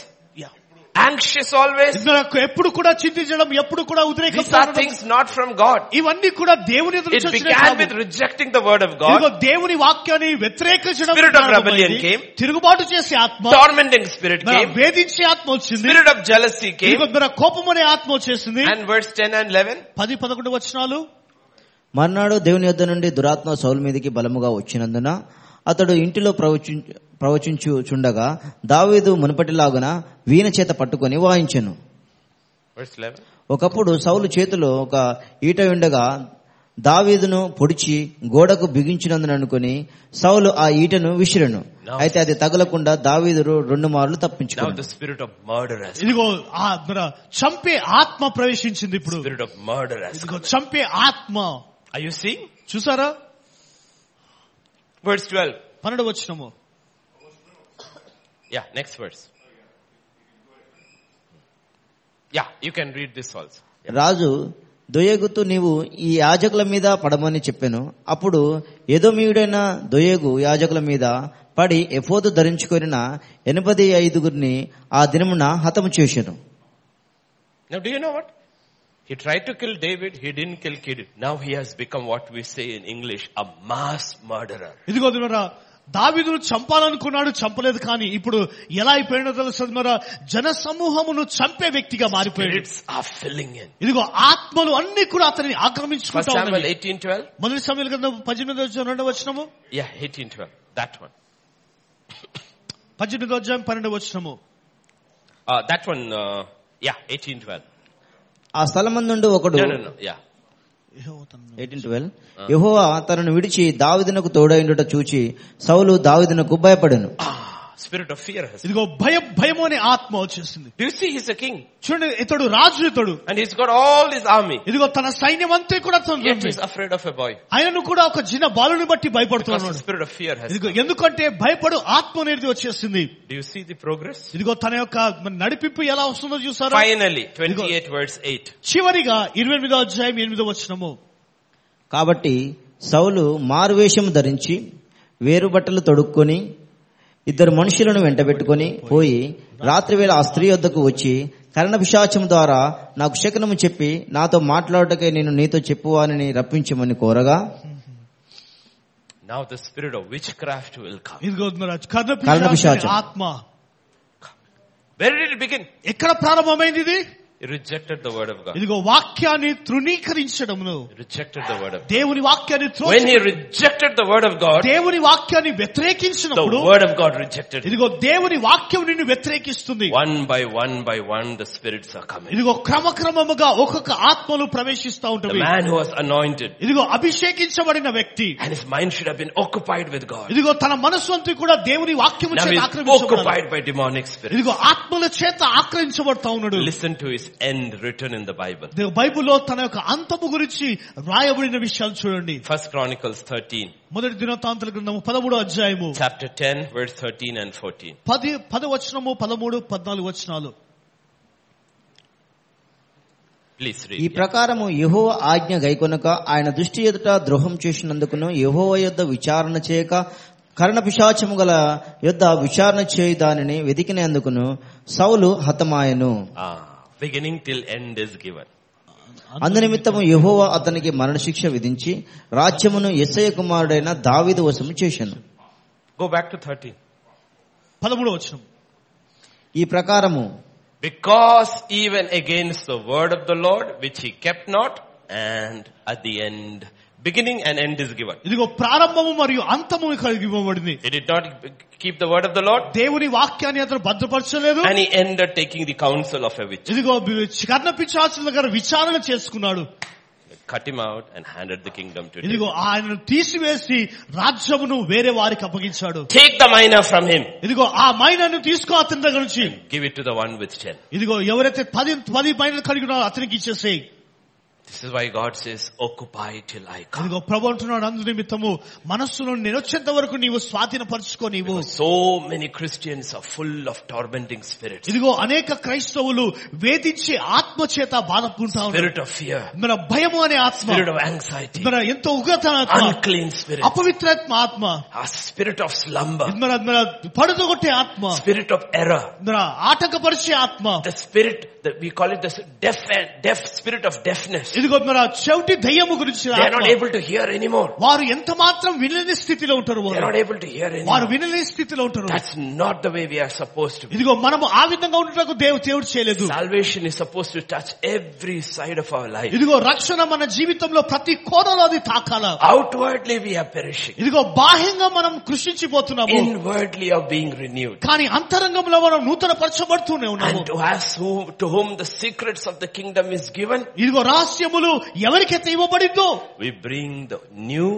Speaker 1: anxious always.
Speaker 2: ఇదిగో నాకు ఎప్పుడు కూడా చింతించడం ఎప్పుడు కూడా ఉద్రేకం
Speaker 1: These are
Speaker 2: పడడం,
Speaker 1: things not from God.
Speaker 2: ఇవన్నీ కూడా దేవుని ఎదురు
Speaker 1: It
Speaker 2: చూసిన
Speaker 1: began
Speaker 2: కాదు.
Speaker 1: with rejecting the word of
Speaker 2: ఇదిగో
Speaker 1: God,
Speaker 2: దేవుని వాక్యాన్ని వ్యతిరేకించడం
Speaker 1: Spirit of rebellion
Speaker 2: ప్రారంభమైంది.
Speaker 1: came.
Speaker 2: తిరుగుబాటు చేసే ఆత్మ
Speaker 1: tormenting spirit
Speaker 2: మన
Speaker 1: came,
Speaker 2: వేధించే ఆత్మ వచ్చింది
Speaker 1: spirit of jealousy came,
Speaker 2: ఇదిగో మన కోపం అనే ఆత్మ వచ్చేసింది
Speaker 1: and verse 10 and 11,
Speaker 2: పది పదకొండు వచనాలు
Speaker 3: మర్నాడు దేవుని యొద్ద నుండి దురాత్మ సౌలు మీదకి బలముగా వచ్చినందున అతడు ఇంటిలో ప్రవచించు ప్రవచించుచుండగా దావీదు మునుపటిలాగున వీణ చేత పట్టుకొని వాయించెను
Speaker 1: verse 11,
Speaker 3: ఒకప్పుడు సౌలు చేతిలో ఒక ఈట ఉండగా దావీదును పొడిచి గోడకు బిగించినందున అనుకుని సౌలు ఆ ఈటను విసిరెను అయితే అది తగలకుండా దావీదుడు రెండు మార్లు
Speaker 1: now the
Speaker 3: తప్పించుకున్నాడు
Speaker 1: spirit of murderers,
Speaker 2: ఇదిగో ఆ మన చంపే ఆత్మ ప్రవేశించింది ఇప్పుడు
Speaker 1: spirit of murderers.
Speaker 2: ఇదిగో చంపే ఆత్మ
Speaker 1: Are you seeing?
Speaker 2: చూసారా
Speaker 1: Verse 12.
Speaker 2: పన్నెండు వచ్చినము
Speaker 1: Yeah, next verse. Yeah, you can read this also.
Speaker 3: రాజు దొయగుతూ నీవు ఈ యాజకుల మీద పడమని చెప్పాను అప్పుడు ఎదోమీయుడైన దొయగు యాజకుల మీద పడి ఎఫోదు ధరించుకొనిన ఎనభై ఐదుగురిని ఆ దినమున హతము చేశాను
Speaker 1: Now do you know what? He tried to kill David, he didn't kill David. Now he has become what we say in English, a mass murderer.
Speaker 2: ఇదిగో మరా దావిదును చంపాలనుకున్నాడు చంపలేదు కానీ ఇప్పుడు ఎలా అయిపోయినో తెలుస్తుంది మరా జన సమూహమును చంపే వ్యక్తిగా మారిపోయాడు
Speaker 1: Spirits are filling in.
Speaker 2: ఇదిగో ఆత్మలు అన్ని కూడా అతనిని
Speaker 1: 1
Speaker 2: ఆక్రమించుకుంటా
Speaker 1: Samuel
Speaker 2: ఉన్నవి.
Speaker 1: 18, 12.
Speaker 2: మొదటి సమయం గ్రంథం పద్దెనిమిదో అధ్యాయం రెండో వచనము
Speaker 1: Yeah, 18, 12. That one.
Speaker 2: పద్దెనిమిదో అధ్యాయం పన్నెండో వచనము
Speaker 1: Uh, that one, uh, yeah, 18, 12.
Speaker 3: ఆ స్థలం నుండి ఒకడు
Speaker 1: No, no, no, yeah.
Speaker 3: Eighteen twelve యహోవా తనను విడిచి దావిదనకు తోడైండుట చూచి సౌలు దావిదనకు భయపడను
Speaker 1: Ah, spirit of fear has.
Speaker 2: ఇదిగో భయం భయం అనే ఆత్మ వచ్చేసింది
Speaker 1: Do you see he's a king?
Speaker 2: చూడండి ఇతడు రాజు ఇతడు
Speaker 1: And he's got all his army.
Speaker 2: ఇదిగో తన సైన్యం అంతా కూడా తను
Speaker 1: Yet he's afraid of a boy.
Speaker 2: ఆయనను కూడా ఒక చిన్న బాలుని బట్టి
Speaker 1: Because the
Speaker 2: భయపడుతున్నాడు
Speaker 1: spirit of fear has.
Speaker 2: ఇదిగో ఎందుకంటే భయపడు ఆత్మ అనేది వచ్చేసింది
Speaker 1: Do you see the progress?
Speaker 2: ఇదిగో తన యొక్క మన నడిపింపు ఎలా వస్తుందో చూసారా
Speaker 1: Finally, 28 verse 8.
Speaker 2: చివరిగా ఇరవై ఎనిమిదో అధ్యాయం ఎనిమిదో వచనము
Speaker 3: కాబట్టి సౌలు మారువేషము ధరించి వేరు బట్టలు తొడుక్కొని ఇద్దరు మనుషులను వెంటబెట్టుకొని పోయి రాత్రివేళ ఆ స్త్రీ వద్దకు వచ్చి కరణ పిశాచం ద్వారా నాకు శకనము చెప్పి నాతో మాట్లాడటకే నేను నీతో చెప్పువానని రప్పించమని కోరగా
Speaker 1: Now the spirit of witchcraft will come.
Speaker 2: ఇదిగో మన కర్ణ
Speaker 3: కర్ణ
Speaker 2: పిశాచు
Speaker 3: పిశాచు.
Speaker 2: ఆత్మ
Speaker 1: Where did it begin?
Speaker 2: ఎక్కడ ప్రారంభమైంది ఇది
Speaker 1: He rejected the word of God.
Speaker 2: ఇదిగో వాక్యాన్ని తృణీకరించడమును
Speaker 1: He rejected the word of God.
Speaker 2: దేవుని వాక్యాన్ని త్రో-
Speaker 1: When he rejected the word of God,
Speaker 2: దేవుని వాక్యాన్ని
Speaker 1: the
Speaker 2: వ్యతిరేకించినప్పుడు
Speaker 1: word of God rejected him.
Speaker 2: ఇదిగో దేవుని వాక్యం నిన్ను వ్యతిరేకిస్తుంది
Speaker 1: One by one by one, the spirits are coming.
Speaker 2: ఇదిగో క్రమక్రమముగా ఒక్కొక్క ఆత్మలు ప్రవేశిస్తా
Speaker 1: The
Speaker 2: ఉంటుంది
Speaker 1: man who was anointed
Speaker 2: ఇదిగో అభిషేకించబడిన వ్యక్తి
Speaker 1: and his mind should have been occupied with God.
Speaker 2: ఇదిగో తన మనస్సు అంతా కూడా దేవుని వాక్యము
Speaker 1: Now
Speaker 2: చేత
Speaker 1: he's
Speaker 2: ఆక్రమించబడాలి
Speaker 1: occupied by demonic spirits.
Speaker 2: ఇదిగో ఆత్మల చేత ఆక్రమించబడతా ఉన్నాడు
Speaker 1: Listen to his end written in the Bible.
Speaker 2: ఇదిగో బైబిల్లో తన యొక్క అంతము గురించి రాయబడిన విషయాలు చూడండి
Speaker 1: First Chronicles 13,
Speaker 2: మొదటి దినోత్తాంతల గ్రంథము పదమూడు అధ్యాయము
Speaker 1: chapter 10, verse 13 and 14.
Speaker 2: పది పదవచనము పదమూడు పద్నాలుగు వచనాలు
Speaker 1: Please
Speaker 3: ఈ
Speaker 1: read. yeah.
Speaker 3: ప్రకారము యహో ఆజ్ఞ గైకొనక ఆయన దృష్టి ఎదుట ద్రోహం చేసినందుకును యహో యొద్ద విచారణ చేయక కరణ పిశాచము గల యొద్ద విచారణ చేయి దానిని వెతికినందుకును సౌలు హతమాయను
Speaker 1: Ah, beginning till end is given.
Speaker 3: అందునిమిత్తము యహోవా అతనికి మరణశిక్ష విధించి రాజ్యమును ఎస్ఐ కుమారుడైన దావీదు వశము చేశాను
Speaker 1: Go back to 13.
Speaker 2: పదమూడు వచనం
Speaker 3: ఈ ప్రకారము
Speaker 1: Because even against the word of the Lord, which he kept not, and at the end, beginning and end is given.
Speaker 2: ఇదిగో ప్రారంభము మరియు అంతము కలిగి ఇవ్వబడింది
Speaker 1: He did not keep the word of the Lord,
Speaker 2: దేవుని వాక్యాన్ని అతను భద్రపరచలేదు
Speaker 1: and he ended taking the counsel of a witch.
Speaker 2: ఇదిగో కర్ణ పిచాచుల గారు విచారణ చేసుకున్నాడు
Speaker 1: Cut him out and handed the kingdom to him.
Speaker 2: ఇదిగో ఆయనను తీసివేసి రాజ్యమును వేరే వారికి అప్పగించాడు
Speaker 1: Take the minor from him.
Speaker 2: ఇదిగో ఆ మైనను తీసుకో అతని దగ్గర నుంచి
Speaker 1: Give it to the one with ten.
Speaker 2: ఇదిగో ఎవరైతే పది పది మైనలు కలిగి ఉన్నారో అతనికి ఇచ్చేసేయి
Speaker 1: This is why God says, occupy till I come.
Speaker 2: ఇదిగో ప్రభు అంటున్నాడు అందు నిమిత్తము మనస్సును నేను వచ్చేంత వరకు నీవు స్వాధీనపరచుకో నీవు
Speaker 1: So many Christians are full of tormenting spirits.
Speaker 2: ఇదిగో అనేక క్రైస్తవులు వేధించి ఆత్మ చేత బాధపడుతా ఉన్నారు
Speaker 1: Spirit of fear.
Speaker 2: మన భయము అనే ఆత్మ
Speaker 1: Spirit of anxiety.
Speaker 2: మన ఎంతో ఉగ్రత ఆత్మ
Speaker 1: Unclean spirit.
Speaker 2: అపవిత్రాత్మ ఆత్మ
Speaker 1: A spirit of slumber.
Speaker 2: మన మన పడదగొట్టే ఆత్మ
Speaker 1: Spirit of error.
Speaker 2: మన ఆటంకపరిచే ఆత్మ
Speaker 1: The spirit, that we call it the deaf, deaf spirit of deafness.
Speaker 2: ఇదిగో మన చెవిటి దయ్యము గురించి
Speaker 1: They are
Speaker 2: ఆత్మ.
Speaker 1: not able to hear anymore.
Speaker 2: వారు ఎంత మాత్రం వినని స్థితిలో ఉంటారు
Speaker 1: They
Speaker 2: వారు
Speaker 1: are not able to hear
Speaker 2: వారు
Speaker 1: anymore.
Speaker 2: వినని స్థితిలో ఉంటారు
Speaker 1: That's not the way we are supposed to be.
Speaker 2: ఇదిగో మనము ఆ విధంగా ఉండటకు దేవుడు దేవుడు చేయలేదు
Speaker 1: Salvation is supposed to touch every side of our life.
Speaker 2: ఇదిగో రక్షణ మన జీవితంలో ప్రతి కోణలో అది తాకాల
Speaker 1: Outwardly we are perishing.
Speaker 2: ఇదిగో బాహ్యంగా మనం కృషించిపోతున్నాము
Speaker 1: Inwardly are being renewed.
Speaker 2: కానీ అంతరంగంలో మనం నూతన పరచబడుతూనే ఉన్నాము
Speaker 1: And to us whom, to whom the secrets of the kingdom is given,
Speaker 2: ఇదిగో రహస్యములు ఎవరికైతే ఇవ్వబడిందో
Speaker 1: we bring the new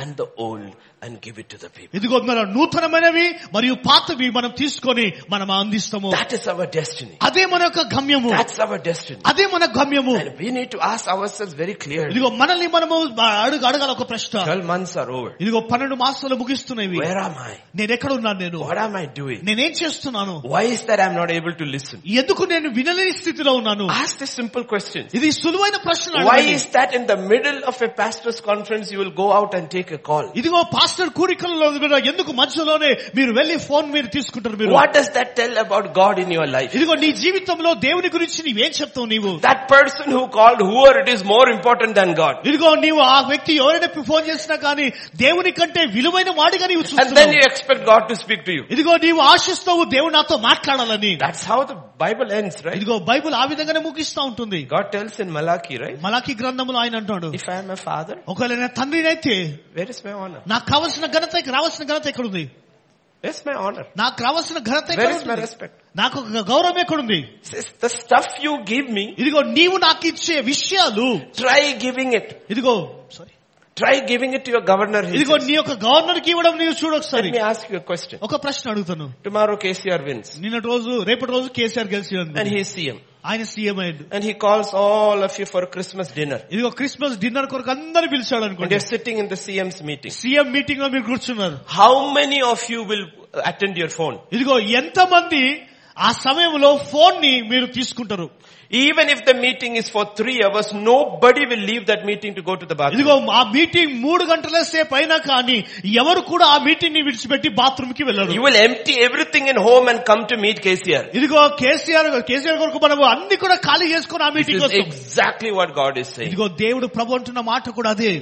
Speaker 1: and the old and give it to the people.
Speaker 2: ఇదిగో మన నూతనమైనవి మరియు పాతవి మనం తీసుకొని మనం అందిస్తాము
Speaker 1: That is our destiny.
Speaker 2: అదే మన యొక్క గమ్యము
Speaker 1: That's our destiny.
Speaker 2: అదే మన గమ్యము
Speaker 1: And we need to ask ourselves very clearly.
Speaker 2: ఇదిగో మనల్ని మనము అడుగు అడగాల ఒక ప్రశ్న
Speaker 1: Twelve months are over.
Speaker 2: ఇదిగో పన్నెండు మాసాలు ముగిస్తున్నాయి
Speaker 1: Where am I?
Speaker 2: నేను ఎక్కడ ఉన్నాను నేను
Speaker 1: What am I doing?
Speaker 2: నేనేం చేస్తున్నాను
Speaker 1: Why is that I'm not able to listen?
Speaker 2: ఎందుకు నేను వినలేని స్థితిలో ఉన్నాను
Speaker 1: Ask the simple questions.
Speaker 2: ఇది సులువైన ప్రశ్న
Speaker 1: Why
Speaker 2: అడగండి.
Speaker 1: is that in the middle of a pastor's conference you will go out and take a call?
Speaker 2: ఇదిగో పాస్టర్ కూడికలలో కూడా ఎందుకు మధ్యలోనే మీరు వెళ్లి ఫోన్ మీరు తీసుకుంటారు మీరు
Speaker 1: What does that tell about God in your life?
Speaker 2: ఇదిగో నీ జీవితంలో దేవుని గురించి నీవేం చెప్తావు నీవు
Speaker 1: That person who called whoever it is more important than God.
Speaker 2: ఇదిగో నీవు ఆ వ్యక్తి ఎవరైనా ఫోన్ చేసినా కానీ దేవుని కంటే విలువైన వాడిగా నీవు
Speaker 1: And then you
Speaker 2: చూస్తున్నావు
Speaker 1: expect God to speak to you.
Speaker 2: ఇదిగో నీవు ఆశిస్తావు దేవుడు నాతో మాట్లాడాలని
Speaker 1: That's how the Bible ends, right?
Speaker 2: ఇదిగో బైబుల్ ఆ విధంగానే ముగిస్తా ఉంటుంది
Speaker 1: God tells in Malachi, right?
Speaker 2: మలాకి గ్రంథంలో ఆయన అంటాడు
Speaker 1: If I am a father,
Speaker 2: ఒకవేళ నా తండ్రినైతే
Speaker 1: where is my honor?
Speaker 2: నాకు కావలసిన ఘనత ఇక్కడ- రావాల్సిన ఘనత ఎక్కడుంది
Speaker 1: Where's my honor?
Speaker 2: నాకు రావాల్సిన ఘనత
Speaker 1: Where is my
Speaker 2: ఎక్కడుంది?
Speaker 1: respect?
Speaker 2: నాకు ఒక గౌరవం ఎక్కడుంది
Speaker 1: He Says, the stuff you give me,
Speaker 2: ఇదిగో నీవు నాకు ఇచ్చే విషయాలు
Speaker 1: try giving it.
Speaker 2: ఇదిగో sorry
Speaker 1: Try giving it to your governor. he
Speaker 2: ఇదిగో
Speaker 1: says.
Speaker 2: నీ యొక్క గవర్నర్ కి ఇవ్వడం నీవు చూడు
Speaker 1: Let
Speaker 2: ఒకసారి
Speaker 1: me ask you a question.
Speaker 2: ఒక ప్రశ్న అడుగుతాను
Speaker 1: Tomorrow KCR wins.
Speaker 2: నిన్నటి రోజు రేపటి రోజు కేసీఆర్ గెలిచి
Speaker 1: And he is CM.
Speaker 2: ఆయన సీఎం అయ్యాడు
Speaker 1: And he calls all of you for Christmas dinner.
Speaker 2: ఇదిగో క్రిస్మస్ డిన్నర్ కొరకు అందరు పిలిచాడు
Speaker 1: And
Speaker 2: అనుకోండి
Speaker 1: you're sitting in the CM's meeting.
Speaker 2: CM meeting లో మీరు కూర్చున్నారు
Speaker 1: How many of you will attend your phone?
Speaker 2: ఇదిగో ఎంత మంది ఆ సమయంలో ఫోన్ ని మీరు తీసుకుంటారు
Speaker 1: Even if the meeting is for three hours, nobody will leave that meeting to go to the bathroom.
Speaker 2: ఇదిగో ఆ మీటింగ్ మూడు గంటల సేపు అయినా కానీ ఎవరు కూడా ఆ మీటింగ్ ని విడిచిపెట్టి బాత్రూమ్ కి వెళ్ళరు
Speaker 1: You will empty everything in home and come to meet KCR.
Speaker 2: ఇదిగో కేసీఆర్ కేసీఆర్ కొరకు మనము అన్ని కూడా ఖాళీ చేసుకుని ఆ
Speaker 1: This
Speaker 2: మీటింగ్
Speaker 1: is
Speaker 2: కోసం
Speaker 1: exactly what God is saying.
Speaker 2: ఇదిగో దేవుడు ప్రభు అంటున్న మాట కూడా అదే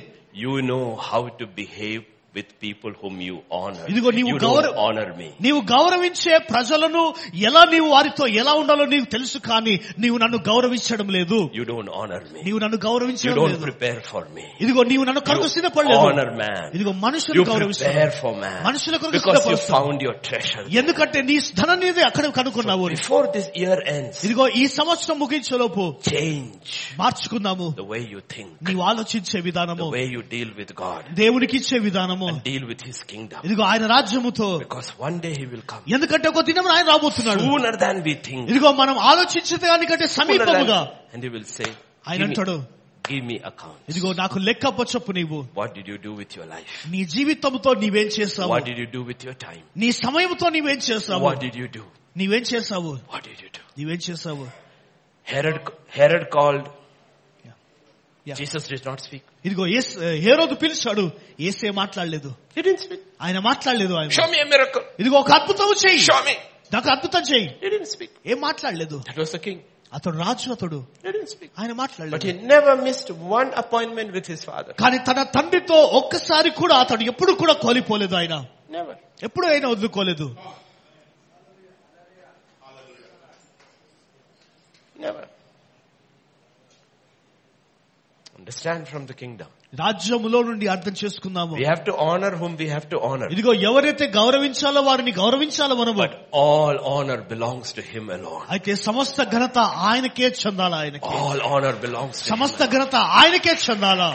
Speaker 1: You know how to behave with people whom you honor.
Speaker 2: ఇదిగో నీవు
Speaker 1: You don't
Speaker 2: గౌరవ-
Speaker 1: honor me.
Speaker 2: నీవు గౌరవించే ప్రజలను ఎలా నీవు వారితో ఎలా ఉండాలో నీకు తెలుసు కానీ నీవు నన్ను గౌరవించడం లేదు
Speaker 1: You don't honor me.
Speaker 2: నీవు నన్ను
Speaker 1: You
Speaker 2: గౌరవించడం
Speaker 1: don't
Speaker 2: లేదు
Speaker 1: prepare for me.
Speaker 2: ఇదిగో నీవు నన్ను
Speaker 1: You
Speaker 2: కొరకు
Speaker 1: honor
Speaker 2: సిద్ధపడలేదు
Speaker 1: man.
Speaker 2: ఇదిగో మనుషులు
Speaker 1: You prepare
Speaker 2: గౌరవిస్తావు
Speaker 1: for man.
Speaker 2: మనుషుల కొరకు
Speaker 1: Because you
Speaker 2: సిద్ధపరుస్తావు.
Speaker 1: found your treasure.
Speaker 2: ఎందుకంటే నీ ధనాన్ని అక్కడ కనుక్కున్నావు
Speaker 1: Before this year ends,
Speaker 2: ఇదిగో ఈ సంవత్సరం ముగించేలోపు
Speaker 1: change
Speaker 2: మార్చుకుందాము
Speaker 1: the way you think,
Speaker 2: నీవు ఆలోచించే విధానము
Speaker 1: the way you deal with God,
Speaker 2: దేవునికి ఇచ్చే విధానము
Speaker 1: and deal with His kingdom.
Speaker 2: ఇదిగో ఆయన రాజ్యముతో
Speaker 1: Because one day He will come.
Speaker 2: ఎందుకంటే ఒక దినం ఆయన రాబోతున్నాడు
Speaker 1: Sooner than we think.
Speaker 2: ఇదిగో మనం ఆలోచించే దానికంటే
Speaker 1: Sooner
Speaker 2: సమీపముగా
Speaker 1: than, and He will say,
Speaker 2: ఆయన
Speaker 1: give me,
Speaker 2: అంటాడు
Speaker 1: give me account.
Speaker 2: ఇదిగో నాకు లెక్క అప్పచెప్పు నీవు
Speaker 1: What did you do with your life?
Speaker 2: నీ జీవితంతో నీవేం చేసావు
Speaker 1: What did you do with your time?
Speaker 2: నీ సమయంతో నీవేం చేసావు
Speaker 1: What did you do?
Speaker 2: నీవేం చేసావు
Speaker 1: What did you do?
Speaker 2: నీవేం చేసావు
Speaker 1: Herod, Herod called.
Speaker 2: Yeah. Yeah.
Speaker 1: Jesus did not speak.
Speaker 2: ఇదిగో ఏస్- ఏ రోజు పిలిచాడు ఏసే మాట్లాడలేదు
Speaker 1: He didn't speak.
Speaker 2: ఆయన మాట్లాడలేదు ఆయన
Speaker 1: Show me a miracle.
Speaker 2: ఇదిగో ఒక అద్భుతం చేయి
Speaker 1: Show me.
Speaker 2: నాకు అద్భుతం చేయి
Speaker 1: He didn't speak.
Speaker 2: ఏం మాట్లాడలేదు
Speaker 1: That was the king.
Speaker 2: అతడు రాజు అతడు
Speaker 1: He didn't speak.
Speaker 2: ఆయన
Speaker 1: But
Speaker 2: మాట్లాడలేదు
Speaker 1: he never missed one appointment with his father.
Speaker 2: కానీ తన తండ్రితో ఒక్కసారి కూడా అతడు ఎప్పుడు కూడా కోలిపోలేదు ఆయన
Speaker 1: Never.
Speaker 2: ఎప్పుడు ఆయన వదులుకోలేదు
Speaker 1: Never. Understand from the kingdom.
Speaker 2: రాజ్యములో నుండి అర్థం చేసుకున్నాము
Speaker 1: We have to honor whom we have to honor.
Speaker 2: ఇదిగో ఎవరైతే గౌరవించాలో వారిని గౌరవించాలో మనము
Speaker 1: But all honor belongs to him alone.
Speaker 2: అయితే సమస్త ఘనత ఆయనకే చెందాలా ఆయనకి
Speaker 1: All honor belongs to him.
Speaker 2: సమస్త ఘనత ఆయనకే చెందాలా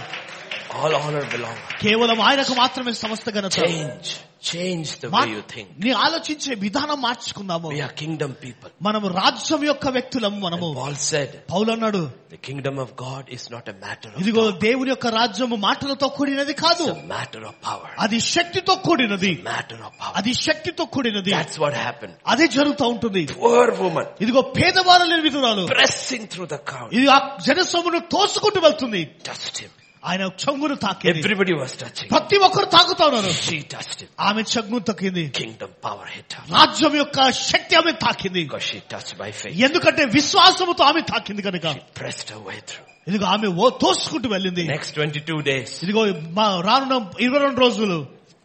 Speaker 1: All honor belongs.
Speaker 2: కేవలం ఆయనకు మాత్రమే సమస్త ఘనత
Speaker 1: Change. Change the way you think.
Speaker 2: నీ ఆలోచించే విధానం మార్చుకుందాము
Speaker 1: We are kingdom people.
Speaker 2: మనము రాజ్యం యొక్క వ్యక్తులము
Speaker 1: And
Speaker 2: మనము
Speaker 1: Paul said,
Speaker 2: పౌలు అన్నాడు
Speaker 1: the kingdom of God is not a matter of
Speaker 2: ఇదిగో
Speaker 1: God.
Speaker 2: దేవుని యొక్క రాజ్యము మాటలతో కూడినది కాదు
Speaker 1: It's a matter of power.
Speaker 2: అది శక్తితో కూడినది
Speaker 1: Matter of power.
Speaker 2: అది శక్తితో కూడినది
Speaker 1: That's what happened.
Speaker 2: అదే జరుగుతూ ఉంటుంది
Speaker 1: Poor woman
Speaker 2: ఇదిగో పేదవారు లేని విధురాలు
Speaker 1: pressing through the crowd.
Speaker 2: ఇది ఆ జనసమును తోసుకుంటూ వెళ్తుంది
Speaker 1: Touched him.
Speaker 2: ఆయన చంగును తాకింది
Speaker 1: Everybody was touching.
Speaker 2: ప్రతి ఒక్కరు తాకుతా ఉన్నారు
Speaker 1: She touched him.
Speaker 2: ఆమె చంగును తక్కింది
Speaker 1: Kingdom power hit her.
Speaker 2: రాజ్యం యొక్క శక్తి ఆమె తాకింది
Speaker 1: Because she touched by faith.
Speaker 2: ఎందుకంటే విశ్వాసముతో ఆమె తాకింది కనుక
Speaker 1: She pressed her way through.
Speaker 2: ఇదిగో ఆమె ఓ తోసుకుంటూ వెళ్ళింది
Speaker 1: Next 22 days,
Speaker 2: ఇదిగో మా రానున్న ఇరవై రెండు రోజులు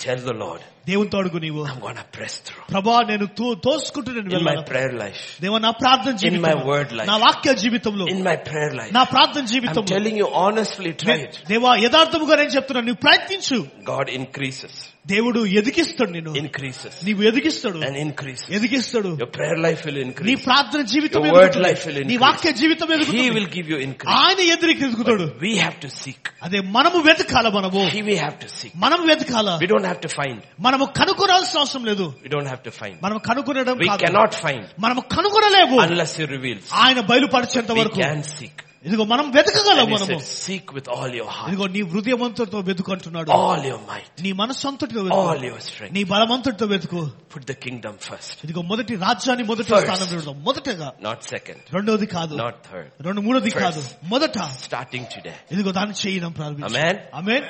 Speaker 1: tell the Lord,
Speaker 2: దేవునితో అడుగు నీవు
Speaker 1: I'm gonna press through.
Speaker 2: ప్రభా నేను తూ- తోసుకుంటూ నేను
Speaker 1: In my
Speaker 2: వెళ్ళాను
Speaker 1: prayer life.
Speaker 2: దేవ నా ప్రార్థన
Speaker 1: my
Speaker 2: జీవితంలో
Speaker 1: word life.
Speaker 2: నా వాక్య జీవితంలో
Speaker 1: In my prayer life.
Speaker 2: నా ప్రార్థన
Speaker 1: I'm
Speaker 2: జీవితంలో
Speaker 1: telling you honestly, try it.
Speaker 2: దేవా యథార్థముగా నేను చెప్తున్నాను నువ్వు ప్రయత్నించు
Speaker 1: God increases,
Speaker 2: దేవుడు ఎదిగిస్తాడు నేను
Speaker 1: increases,
Speaker 2: నీవు ఎదిగిస్తాడు
Speaker 1: and increases.
Speaker 2: ఎదిగిస్తాడు
Speaker 1: Your prayer life will
Speaker 2: నీ
Speaker 1: increase.
Speaker 2: ప్రార్థన జీవితం
Speaker 1: Your word
Speaker 2: ఎదుగుతుంది.
Speaker 1: life will
Speaker 2: నీ
Speaker 1: increase.
Speaker 2: వాక్య జీవితం
Speaker 1: He
Speaker 2: ఎదుగుతుంది
Speaker 1: will give you increase.
Speaker 2: ఆయన ఎదురికి ఎదుగుతాడు
Speaker 1: But we have to seek.
Speaker 2: అదే మనము వెతకాల మనము
Speaker 1: He we have to seek.
Speaker 2: మనము వెతకాల
Speaker 1: We don't have to find.
Speaker 2: మనము కనుగొనాల్సిన అవసరం లేదు
Speaker 1: We don't have to find.
Speaker 2: మనం కనుగొనడం
Speaker 1: We
Speaker 2: కాదు.
Speaker 1: cannot find
Speaker 2: మనము కనుగొనలేము
Speaker 1: unless He reveals.
Speaker 2: ఆయన బయలుపరిచేంత
Speaker 1: We
Speaker 2: వరకు
Speaker 1: can seek.
Speaker 2: ఇదిగో మనం వెతకగలం
Speaker 1: And he
Speaker 2: మనము
Speaker 1: said, seek with all your heart,
Speaker 2: ఇదిగో నీ హృదయమంతటితో వెతుకుంటున్నాడు
Speaker 1: all your might,
Speaker 2: నీ మనస్సంతటితో
Speaker 1: all
Speaker 2: వెతుకు
Speaker 1: your strength.
Speaker 2: నీ బలమంతటితో వెతుకు
Speaker 1: Put the kingdom first,
Speaker 2: ఇదిగో మొదటి రాజ్యాన్ని మొదటి
Speaker 1: First.
Speaker 2: స్థానం పెడదాం మొదటగా
Speaker 1: not second,
Speaker 2: రెండోది కాదు
Speaker 1: not third.
Speaker 2: రెండు మూడోది
Speaker 1: First.
Speaker 2: కాదు మొదట
Speaker 1: Starting today.
Speaker 2: ఇదిగో దాన్ని చేయడం ప్రారంభించాం
Speaker 1: Amen.
Speaker 2: Amen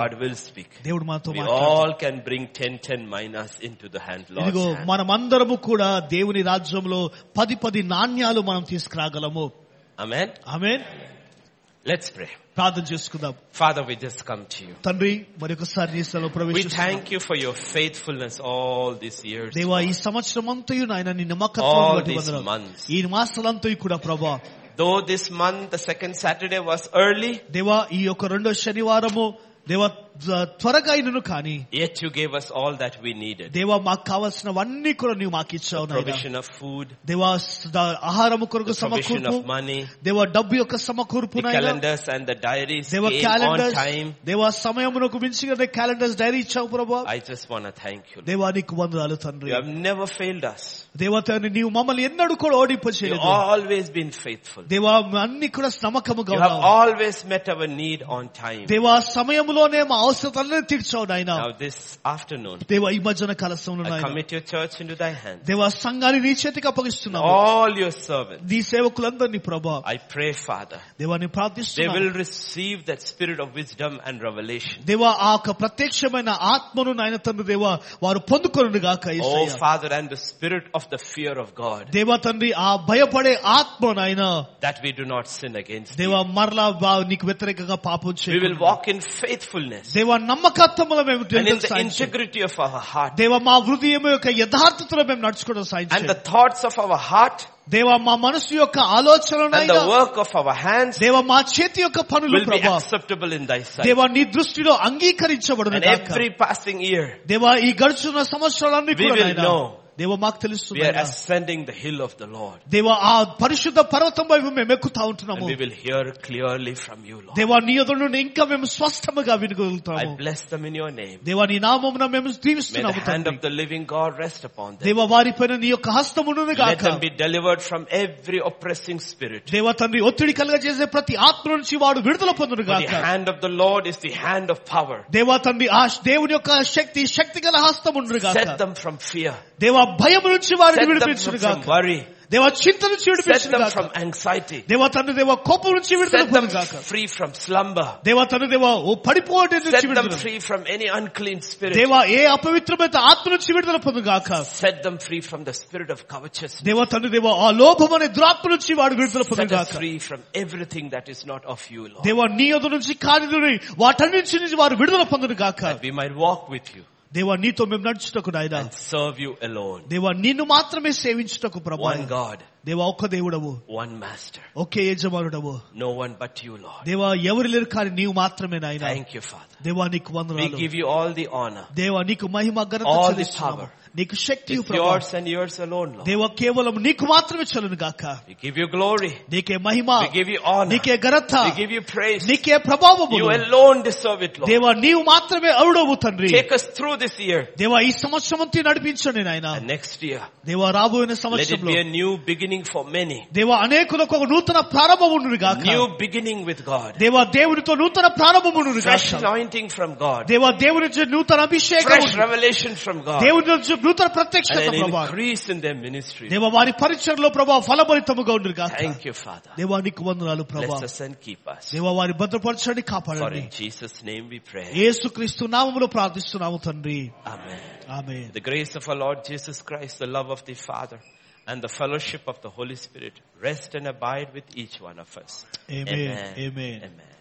Speaker 1: God will speak.
Speaker 2: దేవుడు మనతో
Speaker 1: We
Speaker 2: మాట్లాడు
Speaker 1: all can bring 10, 10 minus into the hand, Lord's
Speaker 2: ఇదిగో
Speaker 1: hand.
Speaker 2: మనమందరము కూడా దేవుని రాజ్యంలో పది పది నాణ్యాలు మనం తీసుకురాగలము
Speaker 1: Amen.
Speaker 2: Amen
Speaker 1: Let's pray.
Speaker 2: ప్రార్థన చేసుకుందాం
Speaker 1: Father, we just come to you.
Speaker 2: తండ్రి మరొకసారి నీ సెలవు
Speaker 1: We
Speaker 2: ప్రవేశిస్తున్నాం
Speaker 1: thank you for your faithfulness all these years.
Speaker 2: దేవా ఈ సంవత్సరం అంతయు నాయన నీ
Speaker 1: All
Speaker 2: నమ్మకత్వం
Speaker 1: these
Speaker 2: వందనాలు.
Speaker 1: months.
Speaker 2: ఈ మాసాలంతయు కూడా ప్రభా
Speaker 1: Though this month, the second Saturday was early,
Speaker 2: దేవా ఈ యొక్క రెండో శనివారము దేవా త్వ- త్వరగా అయినను కానీ
Speaker 1: yet you gave us all that we needed.
Speaker 2: దేవా మాకు కావాల్సినవన్నీ కూడా నీవు మాకు ఇచ్చావు నాయనా.
Speaker 1: Provision of food,
Speaker 2: దేవా స్- ద- ఆహారము కొరకు
Speaker 1: the provision
Speaker 2: సమకూర్పు
Speaker 1: of money,
Speaker 2: దేవా డబ్బు యొక్క సమకూర్పు
Speaker 1: the
Speaker 2: నాయనా.
Speaker 1: calendars and the diaries
Speaker 2: దేవా
Speaker 1: came on
Speaker 2: క్యాలెండర్స్
Speaker 1: time.
Speaker 2: దేవా సమయమునకు మించిగానే క్యాలెండర్స్ డైరీ ఇచ్చావు ప్రభా
Speaker 1: I just want to thank you. Lord.
Speaker 2: దేవా నీకు వందనాలు తండ్రి
Speaker 1: You have never failed us.
Speaker 2: దేవా తండ్రి నీవు మమ్మల్ని ఎన్నడూ కూడా
Speaker 1: You've
Speaker 2: ఓడిపోచేయలేదు
Speaker 1: always been faithful.
Speaker 2: దేవా అన్ని కూడా శ్రమకముగా
Speaker 1: You have
Speaker 2: ఉన్నావు.
Speaker 1: always met our need on time.
Speaker 2: దేవా సమయంలోనే మా అవసరాలను తీర్చావు నాయన
Speaker 1: Now this afternoon,
Speaker 2: దేవా ఈ మధ్యన కాలశంలో
Speaker 1: I
Speaker 2: నాయన
Speaker 1: commit your church into thy hands.
Speaker 2: దేవా సంఘాన్ని నీ చేతికి అప్పగిస్తున్నావు
Speaker 1: All your servants.
Speaker 2: నీ సేవకులందరినీ ప్రభా
Speaker 1: I pray, Father,
Speaker 2: దేవాన్ని
Speaker 1: they
Speaker 2: ప్రార్థిస్తున్నా
Speaker 1: will receive that spirit of wisdom and revelation.
Speaker 2: దేవా ఆ యొక్క ప్రత్యక్షమైన ఆత్మను నాయన తండ్రి దేవా వారు పొందుకొను గాక
Speaker 1: Oh, Father, and the spirit of the fear of God,
Speaker 2: దేవా తండ్రి ఆ భయపడే ఆత్మ నాయన
Speaker 1: that we do not sin against.
Speaker 2: దేవా మరలా వా- నీకు వ్యతిరేకంగా పాపం
Speaker 1: We
Speaker 2: చేయకుండా.
Speaker 1: will walk in faithfulness.
Speaker 2: దేవ నమ్మకత్వములో మేము
Speaker 1: and in the
Speaker 2: సాయం చేయండి.
Speaker 1: integrity of our heart.
Speaker 2: దేవ మా హృదయం యొక్క యథార్థతలో మేము నడుచుకోవడం సాయం
Speaker 1: and the
Speaker 2: చేయండి.
Speaker 1: thoughts of our heart
Speaker 2: దేవ మా మనసు యొక్క ఆలోచన
Speaker 1: and the work of our hands
Speaker 2: దేవ మా చేతి యొక్క పనులు
Speaker 1: will be
Speaker 2: ప్రభా
Speaker 1: acceptable in thy sight.
Speaker 2: దేవ నీ దృష్టిలో అంగీకరించబడిన
Speaker 1: And every passing year,
Speaker 2: దేవ ఈ గడుచున్న సంవత్సరాలన్నీ
Speaker 1: We
Speaker 2: కూడా
Speaker 1: will
Speaker 2: నాయనా,
Speaker 1: know.
Speaker 2: దేవ మాకు
Speaker 1: we are
Speaker 2: తెలుస్తుంది
Speaker 1: ascending the hill of the Lord.
Speaker 2: దేవ ఆ పరిశుద్ధ పర్వతం వైపు మేము ఎక్కుతా
Speaker 1: And
Speaker 2: ఉంటున్నాము
Speaker 1: we will hear clearly from you, Lord.
Speaker 2: దేవా నీ ఎదురు నుండి ఇంకా మేము స్వస్థముగా
Speaker 1: I
Speaker 2: వినగలుగుతాము
Speaker 1: bless them in your name.
Speaker 2: దేవా నీ నామమున మేము
Speaker 1: May the
Speaker 2: దీవిస్తున్నాము
Speaker 1: hand of the living God rest upon them.
Speaker 2: దేవ వారిపైన నీ యొక్క హస్తమును
Speaker 1: Let
Speaker 2: గాక
Speaker 1: them be delivered from every oppressing spirit.
Speaker 2: దేవ తండ్రి ఒత్తిడి కలగజేసే ప్రతి ఆత్మ నుంచి వాడు విడుదల పొందును
Speaker 1: For the
Speaker 2: గాక
Speaker 1: hand of the Lord is the hand of power.
Speaker 2: దేవా తండ్రి ఆ దేవుని యొక్క శక్తి శక్తి గల హస్తమును గాక
Speaker 1: Set them from fear.
Speaker 2: దేవా భయం నుంచి వారిని
Speaker 1: Set them
Speaker 2: విడిపించును
Speaker 1: from, from
Speaker 2: గాక
Speaker 1: worry.
Speaker 2: దేవా చింత నుంచి
Speaker 1: Set
Speaker 2: విడిపించును
Speaker 1: them
Speaker 2: గాక
Speaker 1: from anxiety.
Speaker 2: దేవా తండ్రి దేవ కోపం నుంచి విడుదల
Speaker 1: Set them
Speaker 2: పొందును గాక
Speaker 1: free from slumber.
Speaker 2: దేవా తండ్రి దేవ ఓ పడిపోవడం నుంచి
Speaker 1: Set them
Speaker 2: విడుదల
Speaker 1: free from any unclean spirit.
Speaker 2: దేవా ఏ అపవిత్రమైన ఆత్మ నుంచి విడుదల పొందును గాక
Speaker 1: Set them free from the spirit of covetousness.
Speaker 2: దేవ తండ్రి దేవ ఆ లోభం అనే ద్రాప్ నుంచి వాడు విడుదల
Speaker 1: Set us
Speaker 2: పొందగాక
Speaker 1: free from everything that is not of you, Lord.
Speaker 2: దేవ నీ యొద్ద నుంచి కానిదుని వాటన్నిటి నుంచి వారు విడుదల పొందును గాక
Speaker 1: That we might walk with you
Speaker 2: దేవ నీతో మేము నడుచుటకు నాయన
Speaker 1: and serve you alone.
Speaker 2: దేవ నిన్ను మాత్రమే సేవించుటకు ప్రభా
Speaker 1: One God,
Speaker 2: దేవ ఒక్క దేవుడవు
Speaker 1: one Master.
Speaker 2: Okay యజమానుడవు
Speaker 1: No one but you, Lord.
Speaker 2: దేవ ఎవరు లేరు కానీ నీవు మాత్రమే నాయన
Speaker 1: Thank you, Father.
Speaker 2: దేవా నీకు
Speaker 1: We
Speaker 2: వందనాలు
Speaker 1: give you all the honor.
Speaker 2: దేవ నీకు మహిమ ఘనత
Speaker 1: All the
Speaker 2: చెల్లిస్తున్నాము. నీకు శక్తి
Speaker 1: It's
Speaker 2: ప్రభా
Speaker 1: yours and yours alone, Lord.
Speaker 2: దేవ కేవలం నీకు మాత్రమే చలును గాక
Speaker 1: We give you glory.
Speaker 2: నీకే మహిమ
Speaker 1: We give you honor.
Speaker 2: నీకే ఘనత
Speaker 1: We give Ah. you praise.
Speaker 2: నీకే ప్రభావము
Speaker 1: You alone deserve it, Lord.
Speaker 2: దేవ నీవు మాత్రమే అవుడవు తండ్రి
Speaker 1: Take us through this year
Speaker 2: దేవా ఈ సంవత్సరం అంతా నడిపించండి నాయన
Speaker 1: and next year.
Speaker 2: దేవా రాబోయే
Speaker 1: Let it
Speaker 2: సంవత్సరంలో
Speaker 1: be a new beginning for many.
Speaker 2: దేవా అనేకులకు ఒక నూతన ప్రారంభమును గాక
Speaker 1: New beginning with God.
Speaker 2: దేవా దేవునితో నూతన ప్రారంభమును
Speaker 1: Fresh
Speaker 2: గాక
Speaker 1: anointing from God.
Speaker 2: దేవా దేవుని నుంచి నూతన అభిషేకం
Speaker 1: Fresh revelation from God.
Speaker 2: దేవుని నుంచి నూతన ప్రత్యక్షత
Speaker 1: And an
Speaker 2: ప్రభా
Speaker 1: increase in their ministry.
Speaker 2: దేవా వారి పరిచయంలో ప్రభా ఫలభరితముగా ఉండు గాక
Speaker 1: Thank you, Father.
Speaker 2: దేవా నీకు వందనాలు ప్రభా
Speaker 1: Bless us and keep us.
Speaker 2: దేవా వారి భద్రపరచండి
Speaker 1: For
Speaker 2: కాపాడండి
Speaker 1: in Jesus' name we pray.
Speaker 2: యేసుక్రీస్తు నామములో ప్రార్థిస్తున్నాము తండ్రి
Speaker 1: Amen.
Speaker 2: ఆమె
Speaker 1: The grace of our Lord Jesus Christ, the love of the Father, and the fellowship of the Holy Spirit rest and abide with each one of us.
Speaker 2: Amen. Amen.
Speaker 1: Amen.